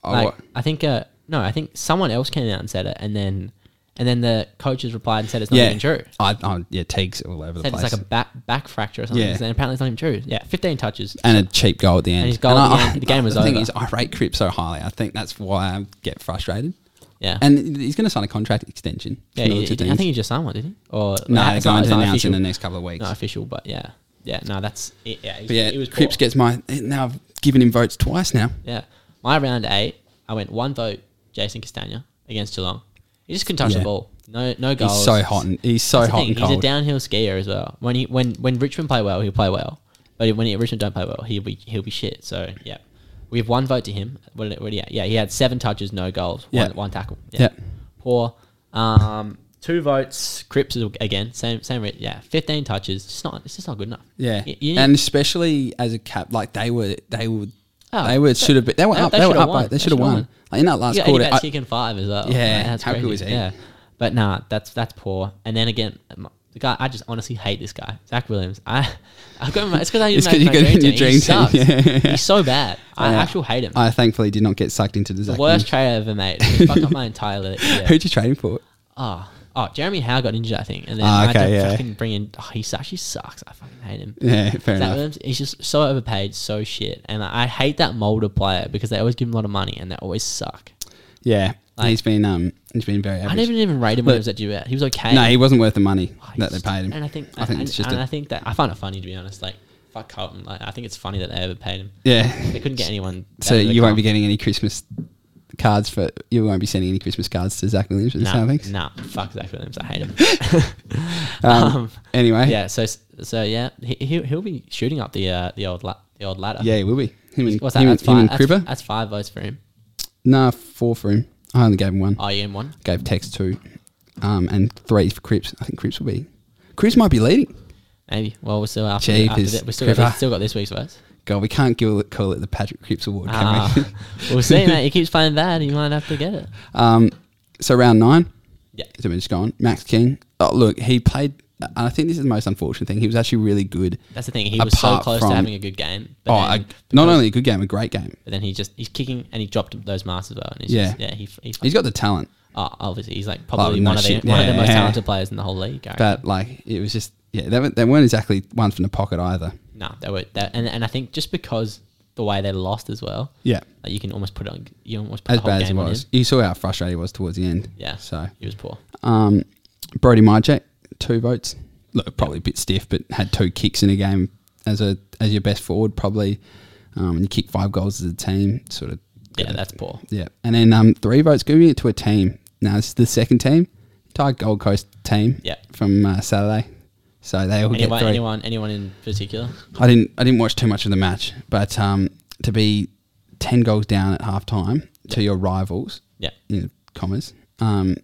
Speaker 3: Oh,
Speaker 4: Like,
Speaker 3: what-
Speaker 4: I think. Uh, no, I think someone else came out and said it, and then, and then the coaches replied and said it's not
Speaker 3: yeah,
Speaker 4: even true.
Speaker 3: I, I, yeah, Teague's all over the
Speaker 4: Said
Speaker 3: place,
Speaker 4: it's like a back back fracture or something.
Speaker 3: Yeah.
Speaker 4: And apparently it's not even true. Yeah, 15 touches.
Speaker 3: and a cheap goal at the end.
Speaker 4: his goal at the
Speaker 3: I-
Speaker 4: end, the game was
Speaker 3: thing
Speaker 4: over.
Speaker 3: is, I rate Crips so highly. I think that's why I get frustrated.
Speaker 4: Yeah.
Speaker 3: And he's going to sign a contract extension.
Speaker 4: Yeah,
Speaker 3: another
Speaker 4: he-
Speaker 3: two
Speaker 4: he- I
Speaker 3: things.
Speaker 4: think he just signed one, did he? Or
Speaker 3: no,
Speaker 4: it's
Speaker 3: they're going
Speaker 4: not-
Speaker 3: to
Speaker 4: it's not
Speaker 3: announce in
Speaker 4: official.
Speaker 3: the next couple of weeks.
Speaker 4: Not official, but yeah, yeah. No, that's it. Yeah,
Speaker 3: but yeah,
Speaker 4: it was
Speaker 3: Cripps
Speaker 4: poor.
Speaker 3: gets my. Now I've given him votes twice now.
Speaker 4: Yeah. My round eight, I went one vote Jason Castagna against Geelong. He just couldn't touch
Speaker 3: Yeah.
Speaker 4: the ball. No no goals.
Speaker 3: He's so hot and he's so
Speaker 4: That's the
Speaker 3: hot
Speaker 4: thing,
Speaker 3: and cold.
Speaker 4: He's a downhill skier as well. When he when when Richmond play well, he'll play well. But when he, Richmond don't play well, he'll be he'll be shit. So yeah. We have one vote to him. What did it, what did he, yeah, he had seven touches, no goals,
Speaker 3: Yeah.
Speaker 4: one, one tackle.
Speaker 3: Yeah.
Speaker 4: Poor. Um, two votes. Cripps is- again, same same. rate. Yeah, fifteen touches. It's not. It's just not good enough.
Speaker 3: Yeah,
Speaker 4: You- you-
Speaker 3: and especially as a cap, like they were, they were,
Speaker 4: Oh,
Speaker 3: they were should have been. They were
Speaker 4: they-
Speaker 3: up. They,
Speaker 4: they
Speaker 3: were
Speaker 4: should've
Speaker 3: up.
Speaker 4: won.
Speaker 3: Like, they
Speaker 4: They
Speaker 3: should have
Speaker 4: should've
Speaker 3: won.
Speaker 4: won.
Speaker 3: Like in that last
Speaker 4: yeah,
Speaker 3: quarter,
Speaker 4: He got
Speaker 3: I-
Speaker 4: chicken five as well.
Speaker 3: Yeah,
Speaker 4: Like, that's
Speaker 3: how good
Speaker 4: crazy.
Speaker 3: was he?
Speaker 4: Yeah, but nah, that's that's poor. And then again, m- the guy I just honestly hate this guy, Zach Williams. I I've got him, it's because I
Speaker 3: It's
Speaker 4: didn't
Speaker 3: 'cause you
Speaker 4: make my
Speaker 3: got him
Speaker 4: dream
Speaker 3: in your
Speaker 4: team. He
Speaker 3: dream
Speaker 4: sucks.
Speaker 3: team, yeah.
Speaker 4: He's so bad. I
Speaker 3: Yeah.
Speaker 4: actually hate him.
Speaker 3: I thankfully did not get sucked into the Zach
Speaker 4: Worst
Speaker 3: Wilson.
Speaker 4: trade I ever made. He Fucked up my entire league. Yeah.
Speaker 3: Who'd you trade him for?
Speaker 4: Oh, oh, Jeremy Howe got injured, I think, and then
Speaker 3: Ah,
Speaker 4: I had
Speaker 3: okay,
Speaker 4: to
Speaker 3: yeah.
Speaker 4: fucking bring in. Oh, he actually sucks. I fucking hate him.
Speaker 3: Yeah, fair
Speaker 4: Zach
Speaker 3: enough.
Speaker 4: Williams, he's just so overpaid, so shit, and I I hate that mold player because they always give him a lot of money and they always suck.
Speaker 3: Yeah,
Speaker 4: Like-
Speaker 3: he's been um, he's been very
Speaker 4: I
Speaker 3: average.
Speaker 4: didn't even rate him when
Speaker 3: Look-
Speaker 4: he was at Duet. He was okay.
Speaker 3: no, he wasn't worth the money
Speaker 4: Oh,
Speaker 3: that they
Speaker 4: he's-
Speaker 3: paid him.
Speaker 4: And I think
Speaker 3: I think it's just
Speaker 4: and
Speaker 3: a-
Speaker 4: I think that I find it funny to be honest. Like fuck Carlton. Like I think it's funny that they overpaid him.
Speaker 3: yeah.
Speaker 4: They couldn't get anyone.
Speaker 3: So
Speaker 4: better than
Speaker 3: you won't be
Speaker 4: Carlton.
Speaker 3: getting any Christmas cards for you won't be sending any Christmas cards to Zach Williams for this kind of things.
Speaker 4: nah, nah, fuck Zach Williams. I hate him.
Speaker 3: Um,
Speaker 4: um,
Speaker 3: anyway, yeah,
Speaker 4: yeah. So so yeah, he he'll, he'll be shooting up the uh, the old la- the old ladder.
Speaker 3: yeah, he will be. Him and,
Speaker 4: What's that?
Speaker 3: him, and-
Speaker 4: That's
Speaker 3: him
Speaker 4: five,
Speaker 3: and
Speaker 4: that's,
Speaker 3: Cribber.
Speaker 4: that's five votes for him.
Speaker 3: Nah, four for him. I only gave him one.
Speaker 4: I am one.
Speaker 3: gave Tex two, um, and three for Cripps. I think Cripps will be. Cripps might be leading.
Speaker 4: Maybe. Well, we're still after,
Speaker 3: Jeepers,
Speaker 4: after that. We still got,
Speaker 3: Cribber.
Speaker 4: we still got this week's votes.
Speaker 3: God, we can't give it, call it the Patrick Cripps Award, can
Speaker 4: Ah,
Speaker 3: we?
Speaker 4: we'll see, mate. He keeps playing bad. He might have to get it.
Speaker 3: Um, so round nine.
Speaker 4: Yeah.
Speaker 3: So we're just going. Max King. Oh, look, he played. And I think this is the most unfortunate thing. He was actually really good.
Speaker 4: That's the thing. He was so
Speaker 3: Apart
Speaker 4: close
Speaker 3: from-
Speaker 4: to having a good game.
Speaker 3: Oh,
Speaker 4: then
Speaker 3: a,
Speaker 4: because-
Speaker 3: not only a good game, a great game.
Speaker 4: But then he just he's kicking and he dropped those marks as well. And he's
Speaker 3: Yeah.
Speaker 4: yeah, just, yeah. He, he,
Speaker 3: He's got the talent,
Speaker 4: oh, obviously he's like probably
Speaker 3: no
Speaker 4: one of the
Speaker 3: shit,
Speaker 4: one of the most
Speaker 3: yeah.
Speaker 4: talented players in the whole league. I reckon.
Speaker 3: but like it was just yeah, they weren't, they weren't exactly ones from the pocket either.
Speaker 4: no, they were that, and and I think just because the way they lost as well,
Speaker 3: Yeah,
Speaker 4: like, you can almost put it on you almost put
Speaker 3: as
Speaker 4: the whole
Speaker 3: bad as it
Speaker 4: game on him.
Speaker 3: was, you saw how frustrated he was towards the end.
Speaker 4: Yeah,
Speaker 3: So
Speaker 4: he was poor.
Speaker 3: Um, Brody Majek, two votes. Look, probably a bit stiff, but had two kicks in a game as a as your best forward, probably. Um, and you kick five goals as a team, sort of.
Speaker 4: Yeah, that's poor.
Speaker 3: Yeah, and then um, three votes giving it to a team. Now this is the second team, entire Gold Coast team.
Speaker 4: Yeah.
Speaker 3: from uh, Saturday, so they all
Speaker 4: Anyone,
Speaker 3: get three.
Speaker 4: anyone, anyone in particular?
Speaker 3: I didn't I didn't watch too much of the match, but um, to be ten goals down at half time to your rivals,
Speaker 4: Yeah.
Speaker 3: in commas, um,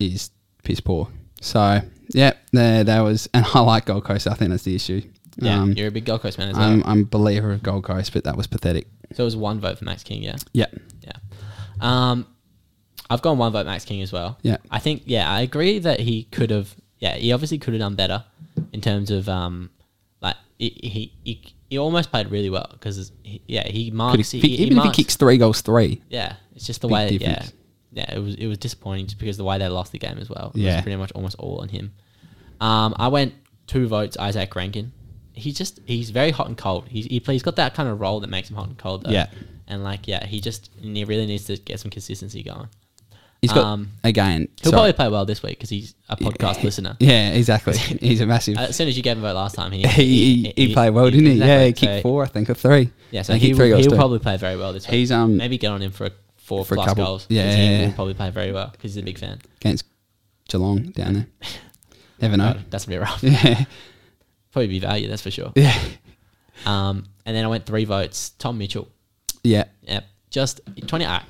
Speaker 3: is piss poor. So yeah, there that was, and I like Gold Coast. I think that's the issue.
Speaker 4: Yeah,
Speaker 3: um,
Speaker 4: you're a big Gold Coast man as well.
Speaker 3: I'm I'm a believer of Gold Coast, but that was pathetic.
Speaker 4: so it was one vote for Max King. Yeah.
Speaker 3: Yeah,
Speaker 4: Yeah. Um, I've gone one vote Max King as well.
Speaker 3: Yeah.
Speaker 4: I think, yeah, I agree that he could have, yeah, he obviously could have done better in terms of, um, like, he, he, he, he almost played really well because, yeah, he
Speaker 3: Could he-
Speaker 4: marks.
Speaker 3: if he-
Speaker 4: he,
Speaker 3: even if he
Speaker 4: marks-
Speaker 3: kicks three goals, three.
Speaker 4: Yeah. It's just the
Speaker 3: Big
Speaker 4: way,
Speaker 3: difference.
Speaker 4: yeah. Yeah, it was it was disappointing just because the way they lost the game as well. It
Speaker 3: Yeah.
Speaker 4: was pretty much almost all on him. Um, I went two votes Isaac Rankin. He's just he's very hot and cold. He's he play, he's got that kind of role that makes him hot and cold though.
Speaker 3: Yeah.
Speaker 4: And like yeah, he just he really needs to get some consistency going.
Speaker 3: He's got
Speaker 4: Um,
Speaker 3: again.
Speaker 4: He'll
Speaker 3: sorry.
Speaker 4: probably play well this week because he's a podcast listener. Uh,
Speaker 3: Yeah, exactly. He's a massive.
Speaker 4: As soon as you gave him a vote last time, he
Speaker 3: he, he, he played well, didn't he? Yeah, he
Speaker 4: exactly.
Speaker 3: kicked
Speaker 4: So-
Speaker 3: four, I think, or three.
Speaker 4: Yeah, so
Speaker 3: And
Speaker 4: he,
Speaker 3: kicked
Speaker 4: will, he'll
Speaker 3: too.
Speaker 4: probably play very well this week.
Speaker 3: He's, um,
Speaker 4: maybe get on him for a four
Speaker 3: for a
Speaker 4: plus
Speaker 3: couple-
Speaker 4: goals.
Speaker 3: yeah,
Speaker 4: 'cause
Speaker 3: yeah,
Speaker 4: he
Speaker 3: yeah.
Speaker 4: will probably play very well because he's a big fan.
Speaker 3: against Geelong down there. Never know.
Speaker 4: God, that's a bit rough.
Speaker 3: Yeah,
Speaker 4: probably be value, that's for sure.
Speaker 3: yeah,
Speaker 4: Um, and then I went three votes. Tom Mitchell.
Speaker 3: yeah.
Speaker 4: Yep. Just 28.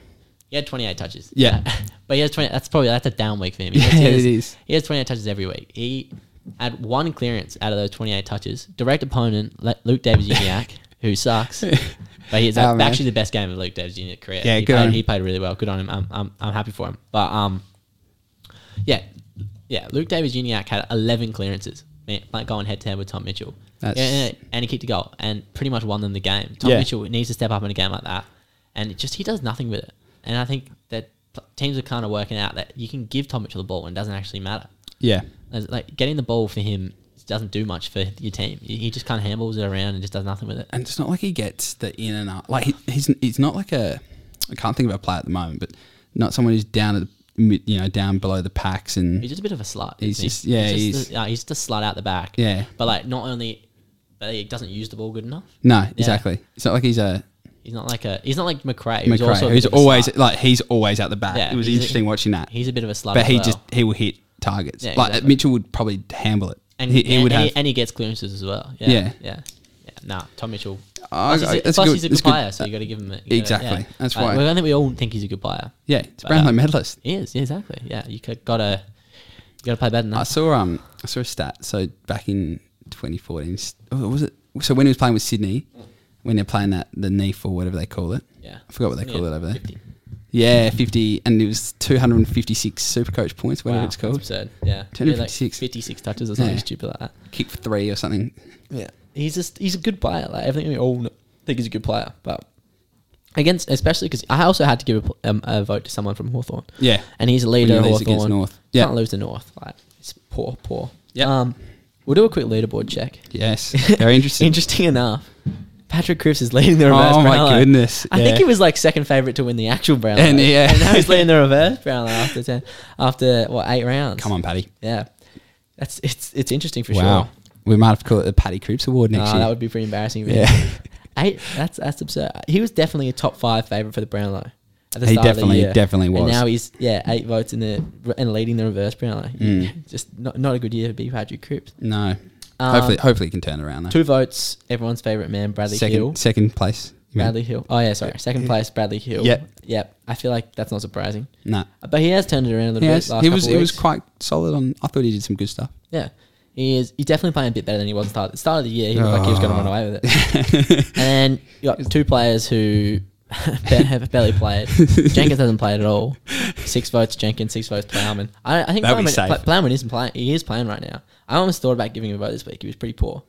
Speaker 4: He had 28 touches. Uh,
Speaker 3: Yeah.
Speaker 4: but he has 20. That's probably, that's a down week for him. He
Speaker 3: Yeah,
Speaker 4: has- he
Speaker 3: it
Speaker 4: has-
Speaker 3: is.
Speaker 4: He has 28 touches every week. He had one clearance out of those 28 touches. Direct opponent, Le- Luke Davis Uniac, who sucks. But he's
Speaker 3: Oh,
Speaker 4: a-
Speaker 3: man.
Speaker 4: actually the best game of Luke Davis Uniac's career.
Speaker 3: Yeah,
Speaker 4: he,
Speaker 3: good on
Speaker 4: played,
Speaker 3: him.
Speaker 4: he played really well. Good on him. I'm, I'm, I'm happy for him. But um, yeah, yeah. Luke Davis Uniac had 11 clearances, man, like going head to head with Tom Mitchell.
Speaker 3: That's-
Speaker 4: Yeah, yeah, and he kicked a goal and pretty much won them the game. Tom
Speaker 3: Yeah.
Speaker 4: Mitchell needs to step up in a game like that, and it just he does nothing with it. And I think that p- teams are kind of working out that you can give Tom Mitchell the ball and it doesn't actually matter.
Speaker 3: yeah.
Speaker 4: As- Like getting the ball for him doesn't do much for your team. He he just kind of handballs it around and just does nothing with it.
Speaker 3: And it's not like he gets the in and out. Like he, he's he's not like a. I can't think of a player at the moment, but not someone who's down at the, mid- you know down below the packs and
Speaker 4: He's just a bit of a slut.
Speaker 3: He's
Speaker 4: isn't he?
Speaker 3: just- yeah,
Speaker 4: He's
Speaker 3: he's-
Speaker 4: just, a, uh, he's just a slut out the back.
Speaker 3: Yeah.
Speaker 4: but like not only, but he doesn't use the ball good enough.
Speaker 3: no exactly. It's not like he's a
Speaker 4: He's not like a. He's not like McRae.
Speaker 3: McRae
Speaker 4: Who's also a
Speaker 3: who's
Speaker 4: bit of a
Speaker 3: always
Speaker 4: slut.
Speaker 3: like he's always at the back.
Speaker 4: Yeah,
Speaker 3: it was
Speaker 4: he's a-
Speaker 3: interesting watching that.
Speaker 4: He's a bit of a slut.
Speaker 3: but
Speaker 4: as
Speaker 3: he
Speaker 4: well.
Speaker 3: just he will hit targets.
Speaker 4: Yeah,
Speaker 3: like
Speaker 4: exactly.
Speaker 3: Mitchell would probably handle it.
Speaker 4: and
Speaker 3: he, he
Speaker 4: and-
Speaker 3: would
Speaker 4: and
Speaker 3: have.
Speaker 4: he, and he gets clearances as well. Yeah,
Speaker 3: Yeah.
Speaker 4: yeah, yeah. Nah, Tom Mitchell.
Speaker 3: I-
Speaker 4: Plus, he's
Speaker 3: I-
Speaker 4: a,
Speaker 3: that's
Speaker 4: plus
Speaker 3: good-
Speaker 4: he's a
Speaker 3: that's
Speaker 4: good
Speaker 3: good.
Speaker 4: buyer, so you got to give him. A, you gotta-
Speaker 3: Exactly.
Speaker 4: yeah.
Speaker 3: That's
Speaker 4: Like,
Speaker 3: why.
Speaker 4: well, I think we all think he's a good buyer.
Speaker 3: yeah, it's
Speaker 4: But,
Speaker 3: Brownlow
Speaker 4: uh,
Speaker 3: medalist.
Speaker 4: He is. Yeah, exactly. Yeah, you got to. You got to play better than
Speaker 3: I
Speaker 4: that.
Speaker 3: saw um I saw a stat. So back in 2014, s- oh, was it? So when he was playing with Sydney, when they're playing that the NEEF or whatever they call it.
Speaker 4: Yeah.
Speaker 3: I forgot what they call
Speaker 4: Yeah,
Speaker 3: it over there.
Speaker 4: 50.
Speaker 3: Yeah, 50, and it was 256 Supercoach points, whatever it's
Speaker 4: that's
Speaker 3: called.
Speaker 4: absurd. Yeah,
Speaker 3: Two
Speaker 4: Yeah, like
Speaker 3: 56.
Speaker 4: 56 touches or something
Speaker 3: Yeah.
Speaker 4: stupid like that.
Speaker 3: Kick for three or something.
Speaker 4: Yeah, he's just he's a good player. Like I think we all kn- think he's a good player, but against especially because I also had to give a, pl- um, a vote to someone from Hawthorn.
Speaker 3: Yeah.
Speaker 4: and he's a
Speaker 3: you
Speaker 4: leader. of
Speaker 3: lose against
Speaker 4: Hawthorn.
Speaker 3: North.
Speaker 4: You
Speaker 3: Yeah.
Speaker 4: can't lose to North. Like it's poor, poor.
Speaker 3: Yep.
Speaker 4: um, we'll do a quick leaderboard check.
Speaker 3: Yes, very interesting.
Speaker 4: Interesting enough. Patrick Cripps is leading the
Speaker 3: Oh
Speaker 4: reverse.
Speaker 3: my
Speaker 4: Brownlow.
Speaker 3: goodness,
Speaker 4: I think
Speaker 3: yeah.
Speaker 4: he was like second favorite to win the actual Brownlow,
Speaker 3: And, yeah.
Speaker 4: now he's leading the reverse Brownlow after ten, after what eight rounds?
Speaker 3: Come on, Paddy.
Speaker 4: yeah. That's it's it's interesting for
Speaker 3: wow,
Speaker 4: sure.
Speaker 3: we might have to call it the Paddy Cripps Award next
Speaker 4: Ah,
Speaker 3: year.
Speaker 4: that would be pretty embarrassing. if he
Speaker 3: Yeah.
Speaker 4: did. Eight, that's that's absurd. He was definitely a top five favorite for the Brownlow. At the
Speaker 3: He
Speaker 4: start of the
Speaker 3: definitely-
Speaker 4: year.
Speaker 3: definitely
Speaker 4: And
Speaker 3: was.
Speaker 4: now he's yeah eight votes in the and leading the reverse Brownlow.
Speaker 3: Mm.
Speaker 4: Just not not a good year to be Patrick Cripps.
Speaker 3: no,
Speaker 4: Um,
Speaker 3: hopefully, hopefully, he can turn it around though.
Speaker 4: Two votes, everyone's favorite man Bradley
Speaker 3: second,
Speaker 4: Hill.
Speaker 3: second place. You mean?
Speaker 4: Bradley Hill. Oh yeah, sorry. Second place Bradley Hill.
Speaker 3: Yep.
Speaker 4: Yep. I feel like that's not surprising.
Speaker 3: No,
Speaker 4: But he has turned it around a little
Speaker 3: yes,
Speaker 4: bit. Last
Speaker 3: he was
Speaker 4: couple
Speaker 3: he was
Speaker 4: weeks.
Speaker 3: quite solid on. I thought he did some good stuff.
Speaker 4: Yeah. He is he's definitely playing a bit better than he was at the start. At the start of the year, he looked like he was
Speaker 3: Ah.
Speaker 4: gonna run away with it. and then you got two players who ba- have barely played. Jenkins hasn't played at all. Six votes Jenkins, six votes Plowman. I, I think
Speaker 3: That'd be
Speaker 4: Plowman,
Speaker 3: safe.
Speaker 4: Pla- Plowman isn't playing he is playing right now. I almost thought about giving him a vote this week. He was pretty poor.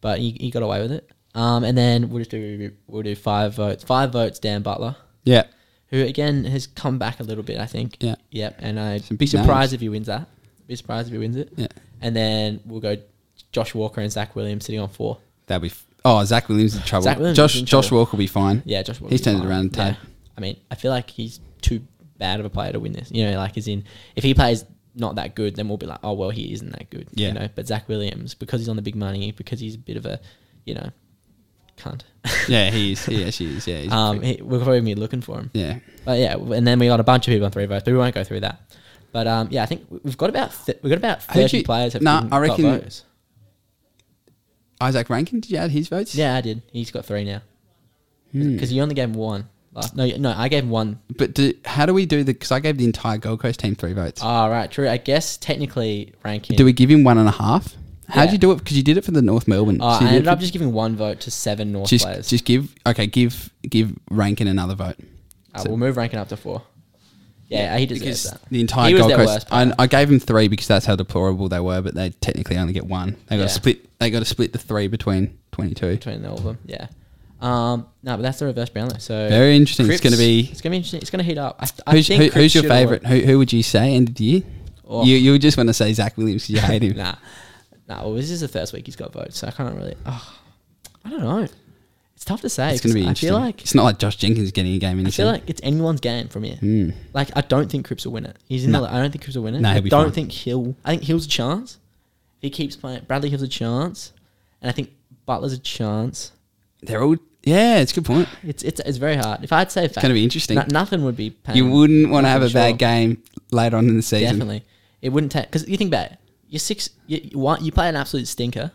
Speaker 4: But he, he got away with it. Um, and then we'll just do we'll do five votes. Five votes Dan Butler
Speaker 3: Yeah,
Speaker 4: who again has come back a little bit, I think.
Speaker 3: Yeah.
Speaker 4: Yep. And I'd
Speaker 3: Some
Speaker 4: be
Speaker 3: big names.
Speaker 4: surprised if he wins that. Be surprised if he wins it.
Speaker 3: Yeah.
Speaker 4: And then we'll go Josh Walker and Zach Williams sitting on four.
Speaker 3: that'd be. F- oh, Zach Williams in trouble.
Speaker 4: Zach Williams
Speaker 3: Josh
Speaker 4: is in
Speaker 3: Josh
Speaker 4: trouble.
Speaker 3: Walker will be fine.
Speaker 4: Yeah, Josh Walker.
Speaker 3: He's turned it
Speaker 4: fine.
Speaker 3: around.
Speaker 4: Yeah.
Speaker 3: Tad.
Speaker 4: I mean, I feel like he's too bad of a player to win this. You know, like as in if he plays not that good, then we'll be like, oh well, he isn't that good.
Speaker 3: Yeah.
Speaker 4: You know, but Zach Williams because he's on the big money, because he's a bit of a, you know, cunt.
Speaker 3: Yeah, he is. Yeah, she is. Yeah, he's a
Speaker 4: um,
Speaker 3: freak.
Speaker 4: he, we're probably gonna be looking for him.
Speaker 3: yeah.
Speaker 4: But yeah, and then we got a bunch of people on three votes, but we won't go through that. But um, yeah, I think we've got about th- we've got about
Speaker 3: Who'd
Speaker 4: thirty
Speaker 3: you-
Speaker 4: players. Have
Speaker 3: Nah,
Speaker 4: been-
Speaker 3: I
Speaker 4: got
Speaker 3: reckon-
Speaker 4: votes.
Speaker 3: Isaac Rankin, did you add his votes?
Speaker 4: Yeah, I did. He's got three now
Speaker 3: Hmm.
Speaker 4: because you only gave him one. Last, no, no, I gave him one.
Speaker 3: But do, how do we do the? Because I gave the entire Gold Coast team three votes.
Speaker 4: Ah, right, true. I guess technically ranking.
Speaker 3: do we give him one and a half? How'd
Speaker 4: Yeah.
Speaker 3: you do it? Because you did it for the North Melbourne.
Speaker 4: Oh,
Speaker 3: So you did
Speaker 4: I ended
Speaker 3: it
Speaker 4: up
Speaker 3: for-
Speaker 4: just giving one vote to seven North
Speaker 3: just
Speaker 4: players.
Speaker 3: just give okay give give Rankin another vote.
Speaker 4: Uh, we'll move ranking up to four. Yeah, he deserves
Speaker 3: Because
Speaker 4: that.
Speaker 3: the entire
Speaker 4: He was
Speaker 3: Gold
Speaker 4: their
Speaker 3: Coast,
Speaker 4: worst player.
Speaker 3: I, I gave them three because that's how deplorable they were. But they technically only get one. They got
Speaker 4: Yeah.
Speaker 3: to split. They got to split the three between twenty-two.
Speaker 4: between all of them. Yeah. Um, no, but that's the reverse Brownlow. So
Speaker 3: Very interesting. It's gonna
Speaker 4: Cripps-
Speaker 3: be-
Speaker 4: It's gonna be interesting. It's gonna heat up. I, I
Speaker 3: Who's,
Speaker 4: think
Speaker 3: who,
Speaker 4: Cripps
Speaker 3: who's your
Speaker 4: should've won.
Speaker 3: favorite? Who, who would you say end of the year?
Speaker 4: Oh.
Speaker 3: You you just want to say Zach Williams because you hate him.
Speaker 4: Nah, nah. Well, this is the first week he's got votes, so I can't really. Oh, I don't know. It's tough to say.
Speaker 3: It's gonna be
Speaker 4: 'cause I
Speaker 3: interesting.
Speaker 4: feel like
Speaker 3: it's not like Josh Jenkins getting a game in.
Speaker 4: I
Speaker 3: his
Speaker 4: feel
Speaker 3: team.
Speaker 4: like it's anyone's game from here. Like I don't think Cripps will win it. He's in
Speaker 3: No.
Speaker 4: the. I don't think Cripps will win it.
Speaker 3: No, Hmm. he'll
Speaker 4: I
Speaker 3: be
Speaker 4: don't
Speaker 3: fine.
Speaker 4: think he'll. I think Hill's a chance. If he keeps playing, Bradley Hill's a chance, and I think Butler's a chance.
Speaker 3: they're all yeah. It's a good point.
Speaker 4: It's it's it's very hard. If I had to say, it's
Speaker 3: gonna be interesting.
Speaker 4: nothing would be. Paying,
Speaker 3: You wouldn't want to have a
Speaker 4: nothing
Speaker 3: bad
Speaker 4: Um, sure.
Speaker 3: game later on in the season.
Speaker 4: Definitely, it wouldn't take because you think about it. You're six. You, you, want- you play an absolute stinker.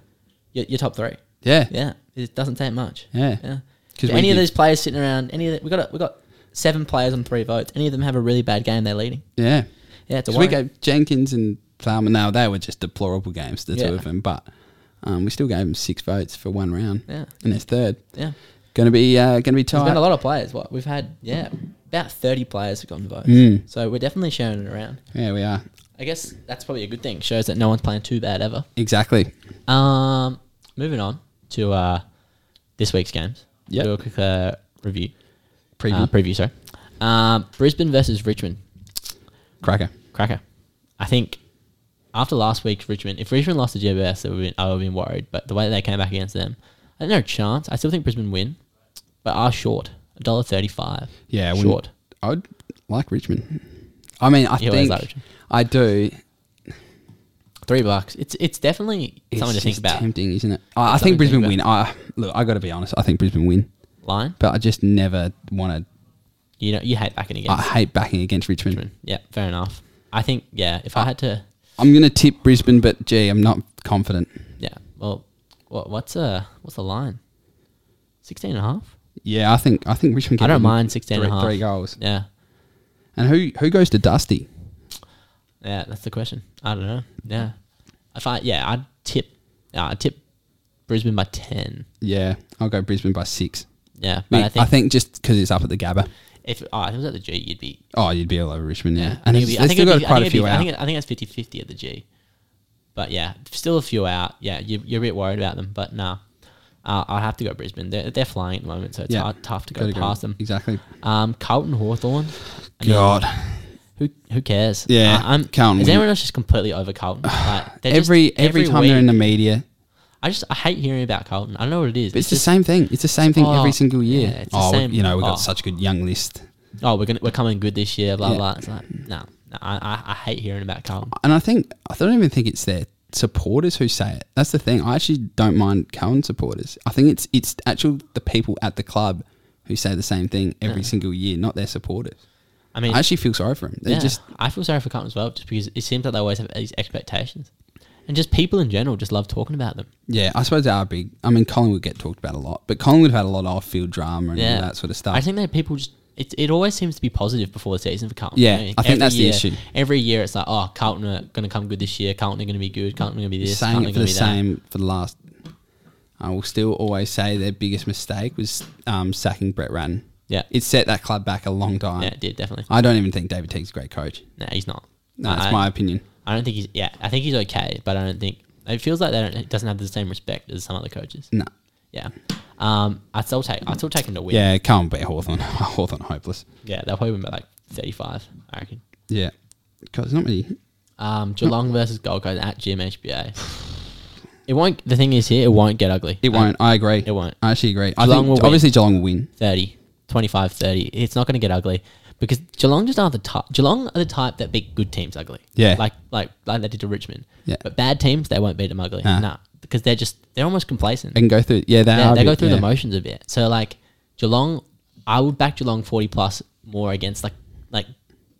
Speaker 4: You're, you're top three.
Speaker 3: Yeah.
Speaker 4: Yeah, it doesn't take much.
Speaker 3: Yeah.
Speaker 4: yeah.
Speaker 3: 'Cause
Speaker 4: Do
Speaker 3: we
Speaker 4: any of
Speaker 3: did-
Speaker 4: those players sitting around, any of the, we got a, we got seven players on three votes. Any of them have a really bad game, they're leading.
Speaker 3: Yeah.
Speaker 4: Yeah, it's a
Speaker 3: 'Cause we
Speaker 4: worry.
Speaker 3: gave Jenkins and Plowman. Now they were just deplorable games, the
Speaker 4: Yeah.
Speaker 3: two of them. But um, we still gave them six votes for one round.
Speaker 4: Yeah.
Speaker 3: and there's third.
Speaker 4: Yeah,
Speaker 3: Going to be uh, going to be
Speaker 4: there's
Speaker 3: tight.
Speaker 4: been a lot of players. What we've had, yeah, about thirty players have gotten votes.
Speaker 3: Mm.
Speaker 4: So we're definitely sharing it around.
Speaker 3: Yeah, we are
Speaker 4: I guess that's probably a good thing. Shows that no one's playing too bad ever.
Speaker 3: exactly.
Speaker 4: Um, moving on to uh, this week's games.
Speaker 3: Yep.
Speaker 4: do a quick uh, review.
Speaker 3: Preview.
Speaker 4: Uh, preview, sorry. Um, Brisbane versus Richmond.
Speaker 3: Cracker.
Speaker 4: Cracker. I think after last week's Richmond, if Richmond lost to GBS, I would have been, I would have been worried. But the way that they came back against them, I don't know, chance. I still think Brisbane win, but are short. $1.35.
Speaker 3: Yeah, I wouldn't-
Speaker 4: Short.
Speaker 3: I'd like Richmond. I mean, I
Speaker 4: You always
Speaker 3: think
Speaker 4: like Richmond.
Speaker 3: I do.
Speaker 4: Three bucks. It's it's definitely
Speaker 3: It's
Speaker 4: something to think
Speaker 3: just
Speaker 4: about.
Speaker 3: tempting, isn't it? I, I think
Speaker 4: something to
Speaker 3: Brisbane
Speaker 4: think
Speaker 3: win. I look. I got to be honest. I think Brisbane win,
Speaker 4: Line.
Speaker 3: but I just never want
Speaker 4: You know, you hate backing
Speaker 3: to. I
Speaker 4: against
Speaker 3: hate backing against Richmond.
Speaker 4: Richmond. Yeah, fair enough. I think yeah. If I had to,
Speaker 3: I'm gonna tip Brisbane, but gee, I'm not confident.
Speaker 4: yeah. Well, what, what's uh what's the line? 16 and a half?
Speaker 3: Yeah, I think I think Richmond.
Speaker 4: I
Speaker 3: can
Speaker 4: don't
Speaker 3: win
Speaker 4: mind 16
Speaker 3: three,
Speaker 4: and a half.
Speaker 3: three goals.
Speaker 4: Yeah.
Speaker 3: And who who goes to Dusty?
Speaker 4: Yeah, that's the question. I don't know. Yeah. If I yeah, I'd tip uh, I'd tip Brisbane by 10.
Speaker 3: Yeah, I'll go Brisbane by six.
Speaker 4: Yeah,
Speaker 3: I,
Speaker 4: but
Speaker 3: mean,
Speaker 4: I think
Speaker 3: just because it's up at the Gabba.
Speaker 4: if oh, if it was at the G, you'd be
Speaker 3: Oh, you'd be all over Richmond, yeah.
Speaker 4: I
Speaker 3: And
Speaker 4: think it'd
Speaker 3: it's,
Speaker 4: be- I
Speaker 3: they've
Speaker 4: think
Speaker 3: still
Speaker 4: it'd
Speaker 3: got
Speaker 4: be- I
Speaker 3: quite a
Speaker 4: think it'd be-
Speaker 3: few
Speaker 4: I
Speaker 3: out.
Speaker 4: think it- I think it's 50-50 at the G. But yeah, still a few out. Yeah, you, you're a bit worried about them, but nah. Uh, I'd have to go Brisbane. They're, they're flying at the moment, so it's
Speaker 3: Yeah.
Speaker 4: hard, tough to go
Speaker 3: Gotta go.
Speaker 4: past them.
Speaker 3: Exactly.
Speaker 4: Um, Carlton Hawthorn.
Speaker 3: God.
Speaker 4: Who who cares?
Speaker 3: Yeah,
Speaker 4: I- I'm
Speaker 3: Carlton
Speaker 4: Is
Speaker 3: win.
Speaker 4: anyone else just completely over Carlton? Like, they're just-
Speaker 3: Every, every time they're in the
Speaker 4: week-
Speaker 3: media,
Speaker 4: I just I hate hearing about Carlton. I don't know what it is.
Speaker 3: but it's, the same thing. It's the same thing
Speaker 4: Oh,
Speaker 3: every single year.
Speaker 4: yeah, it's the
Speaker 3: oh, we-
Speaker 4: same-
Speaker 3: you know, we've got
Speaker 4: oh.
Speaker 3: such a good young list.
Speaker 4: oh, we're gonna, we're coming good this year. Blah
Speaker 3: Yeah.
Speaker 4: blah. It's like no, no, I, I I hate hearing about Carlton.
Speaker 3: And I think, I don't even think it's their supporters who say it. That's the thing. I actually don't mind Cowan supporters. I think it's it's actual the people at the club who say the same thing every single year, not their supporters.
Speaker 4: I mean,
Speaker 3: I actually feel sorry for them. They
Speaker 4: yeah,
Speaker 3: just,
Speaker 4: I feel sorry for Carlton as well, just because it seems like they always have these expectations, and just people in general just love talking about them.
Speaker 3: yeah, I suppose they are big. I mean, Collingwood get talked about a lot, but Collingwood have had a lot of off field drama and
Speaker 4: Yeah,
Speaker 3: all that sort of stuff.
Speaker 4: I think that people just. It, it always seems to be positive before the season for Carlton.
Speaker 3: Yeah,
Speaker 4: you know?
Speaker 3: I think that's the
Speaker 4: year-
Speaker 3: issue.
Speaker 4: Every year it's like, oh, Carlton are going to come good this year. Carlton are going to be good. Carlton are going to be this.
Speaker 3: saying
Speaker 4: Carlton
Speaker 3: it
Speaker 4: are
Speaker 3: for
Speaker 4: going
Speaker 3: the
Speaker 4: to be that.
Speaker 3: same for the last. I will still always say their biggest mistake was um, sacking Brett Ratton.
Speaker 4: Yeah.
Speaker 3: it set that club back a long time.
Speaker 4: Yeah, it did definitely.
Speaker 3: I don't even think David Teague's a great coach.
Speaker 4: no, he's not.
Speaker 3: No, that's
Speaker 4: I-
Speaker 3: my opinion.
Speaker 4: I don't think he's. Yeah, I think he's okay, but I don't think it feels like they don't, it doesn't have the same respect as some other coaches.
Speaker 3: No,
Speaker 4: Yeah. Um, I'd still take. I'd still take him to win.
Speaker 3: yeah, can't beat Hawthorn. Hawthorn hopeless.
Speaker 4: Yeah, they'll probably win by like thirty-five. I reckon.
Speaker 3: Yeah, because there's not many.
Speaker 4: Um,
Speaker 3: Hmm.
Speaker 4: Geelong versus Gold Coast at Gym HBA. It won't. The thing is here, it won't get ugly.
Speaker 3: It won't. I agree.
Speaker 4: it won't.
Speaker 3: I actually agree. I
Speaker 4: Geelong will
Speaker 3: think
Speaker 4: win.
Speaker 3: obviously Geelong will win.
Speaker 4: 30, 25, 30. It's not going to get ugly because Geelong just aren't the type. Geelong are the type that beat good teams ugly.
Speaker 3: Yeah.
Speaker 4: Like like like they did to Richmond.
Speaker 3: Yeah.
Speaker 4: But bad teams, they won't beat them ugly.
Speaker 3: Nah.
Speaker 4: Nah, because they're just they're almost complacent.
Speaker 3: They can go through. Yeah, they
Speaker 4: Yeah,
Speaker 3: are
Speaker 4: they
Speaker 3: a
Speaker 4: go
Speaker 3: bit-
Speaker 4: through
Speaker 3: yeah.
Speaker 4: the motions a bit. So like Geelong, I would back Geelong forty plus more against like like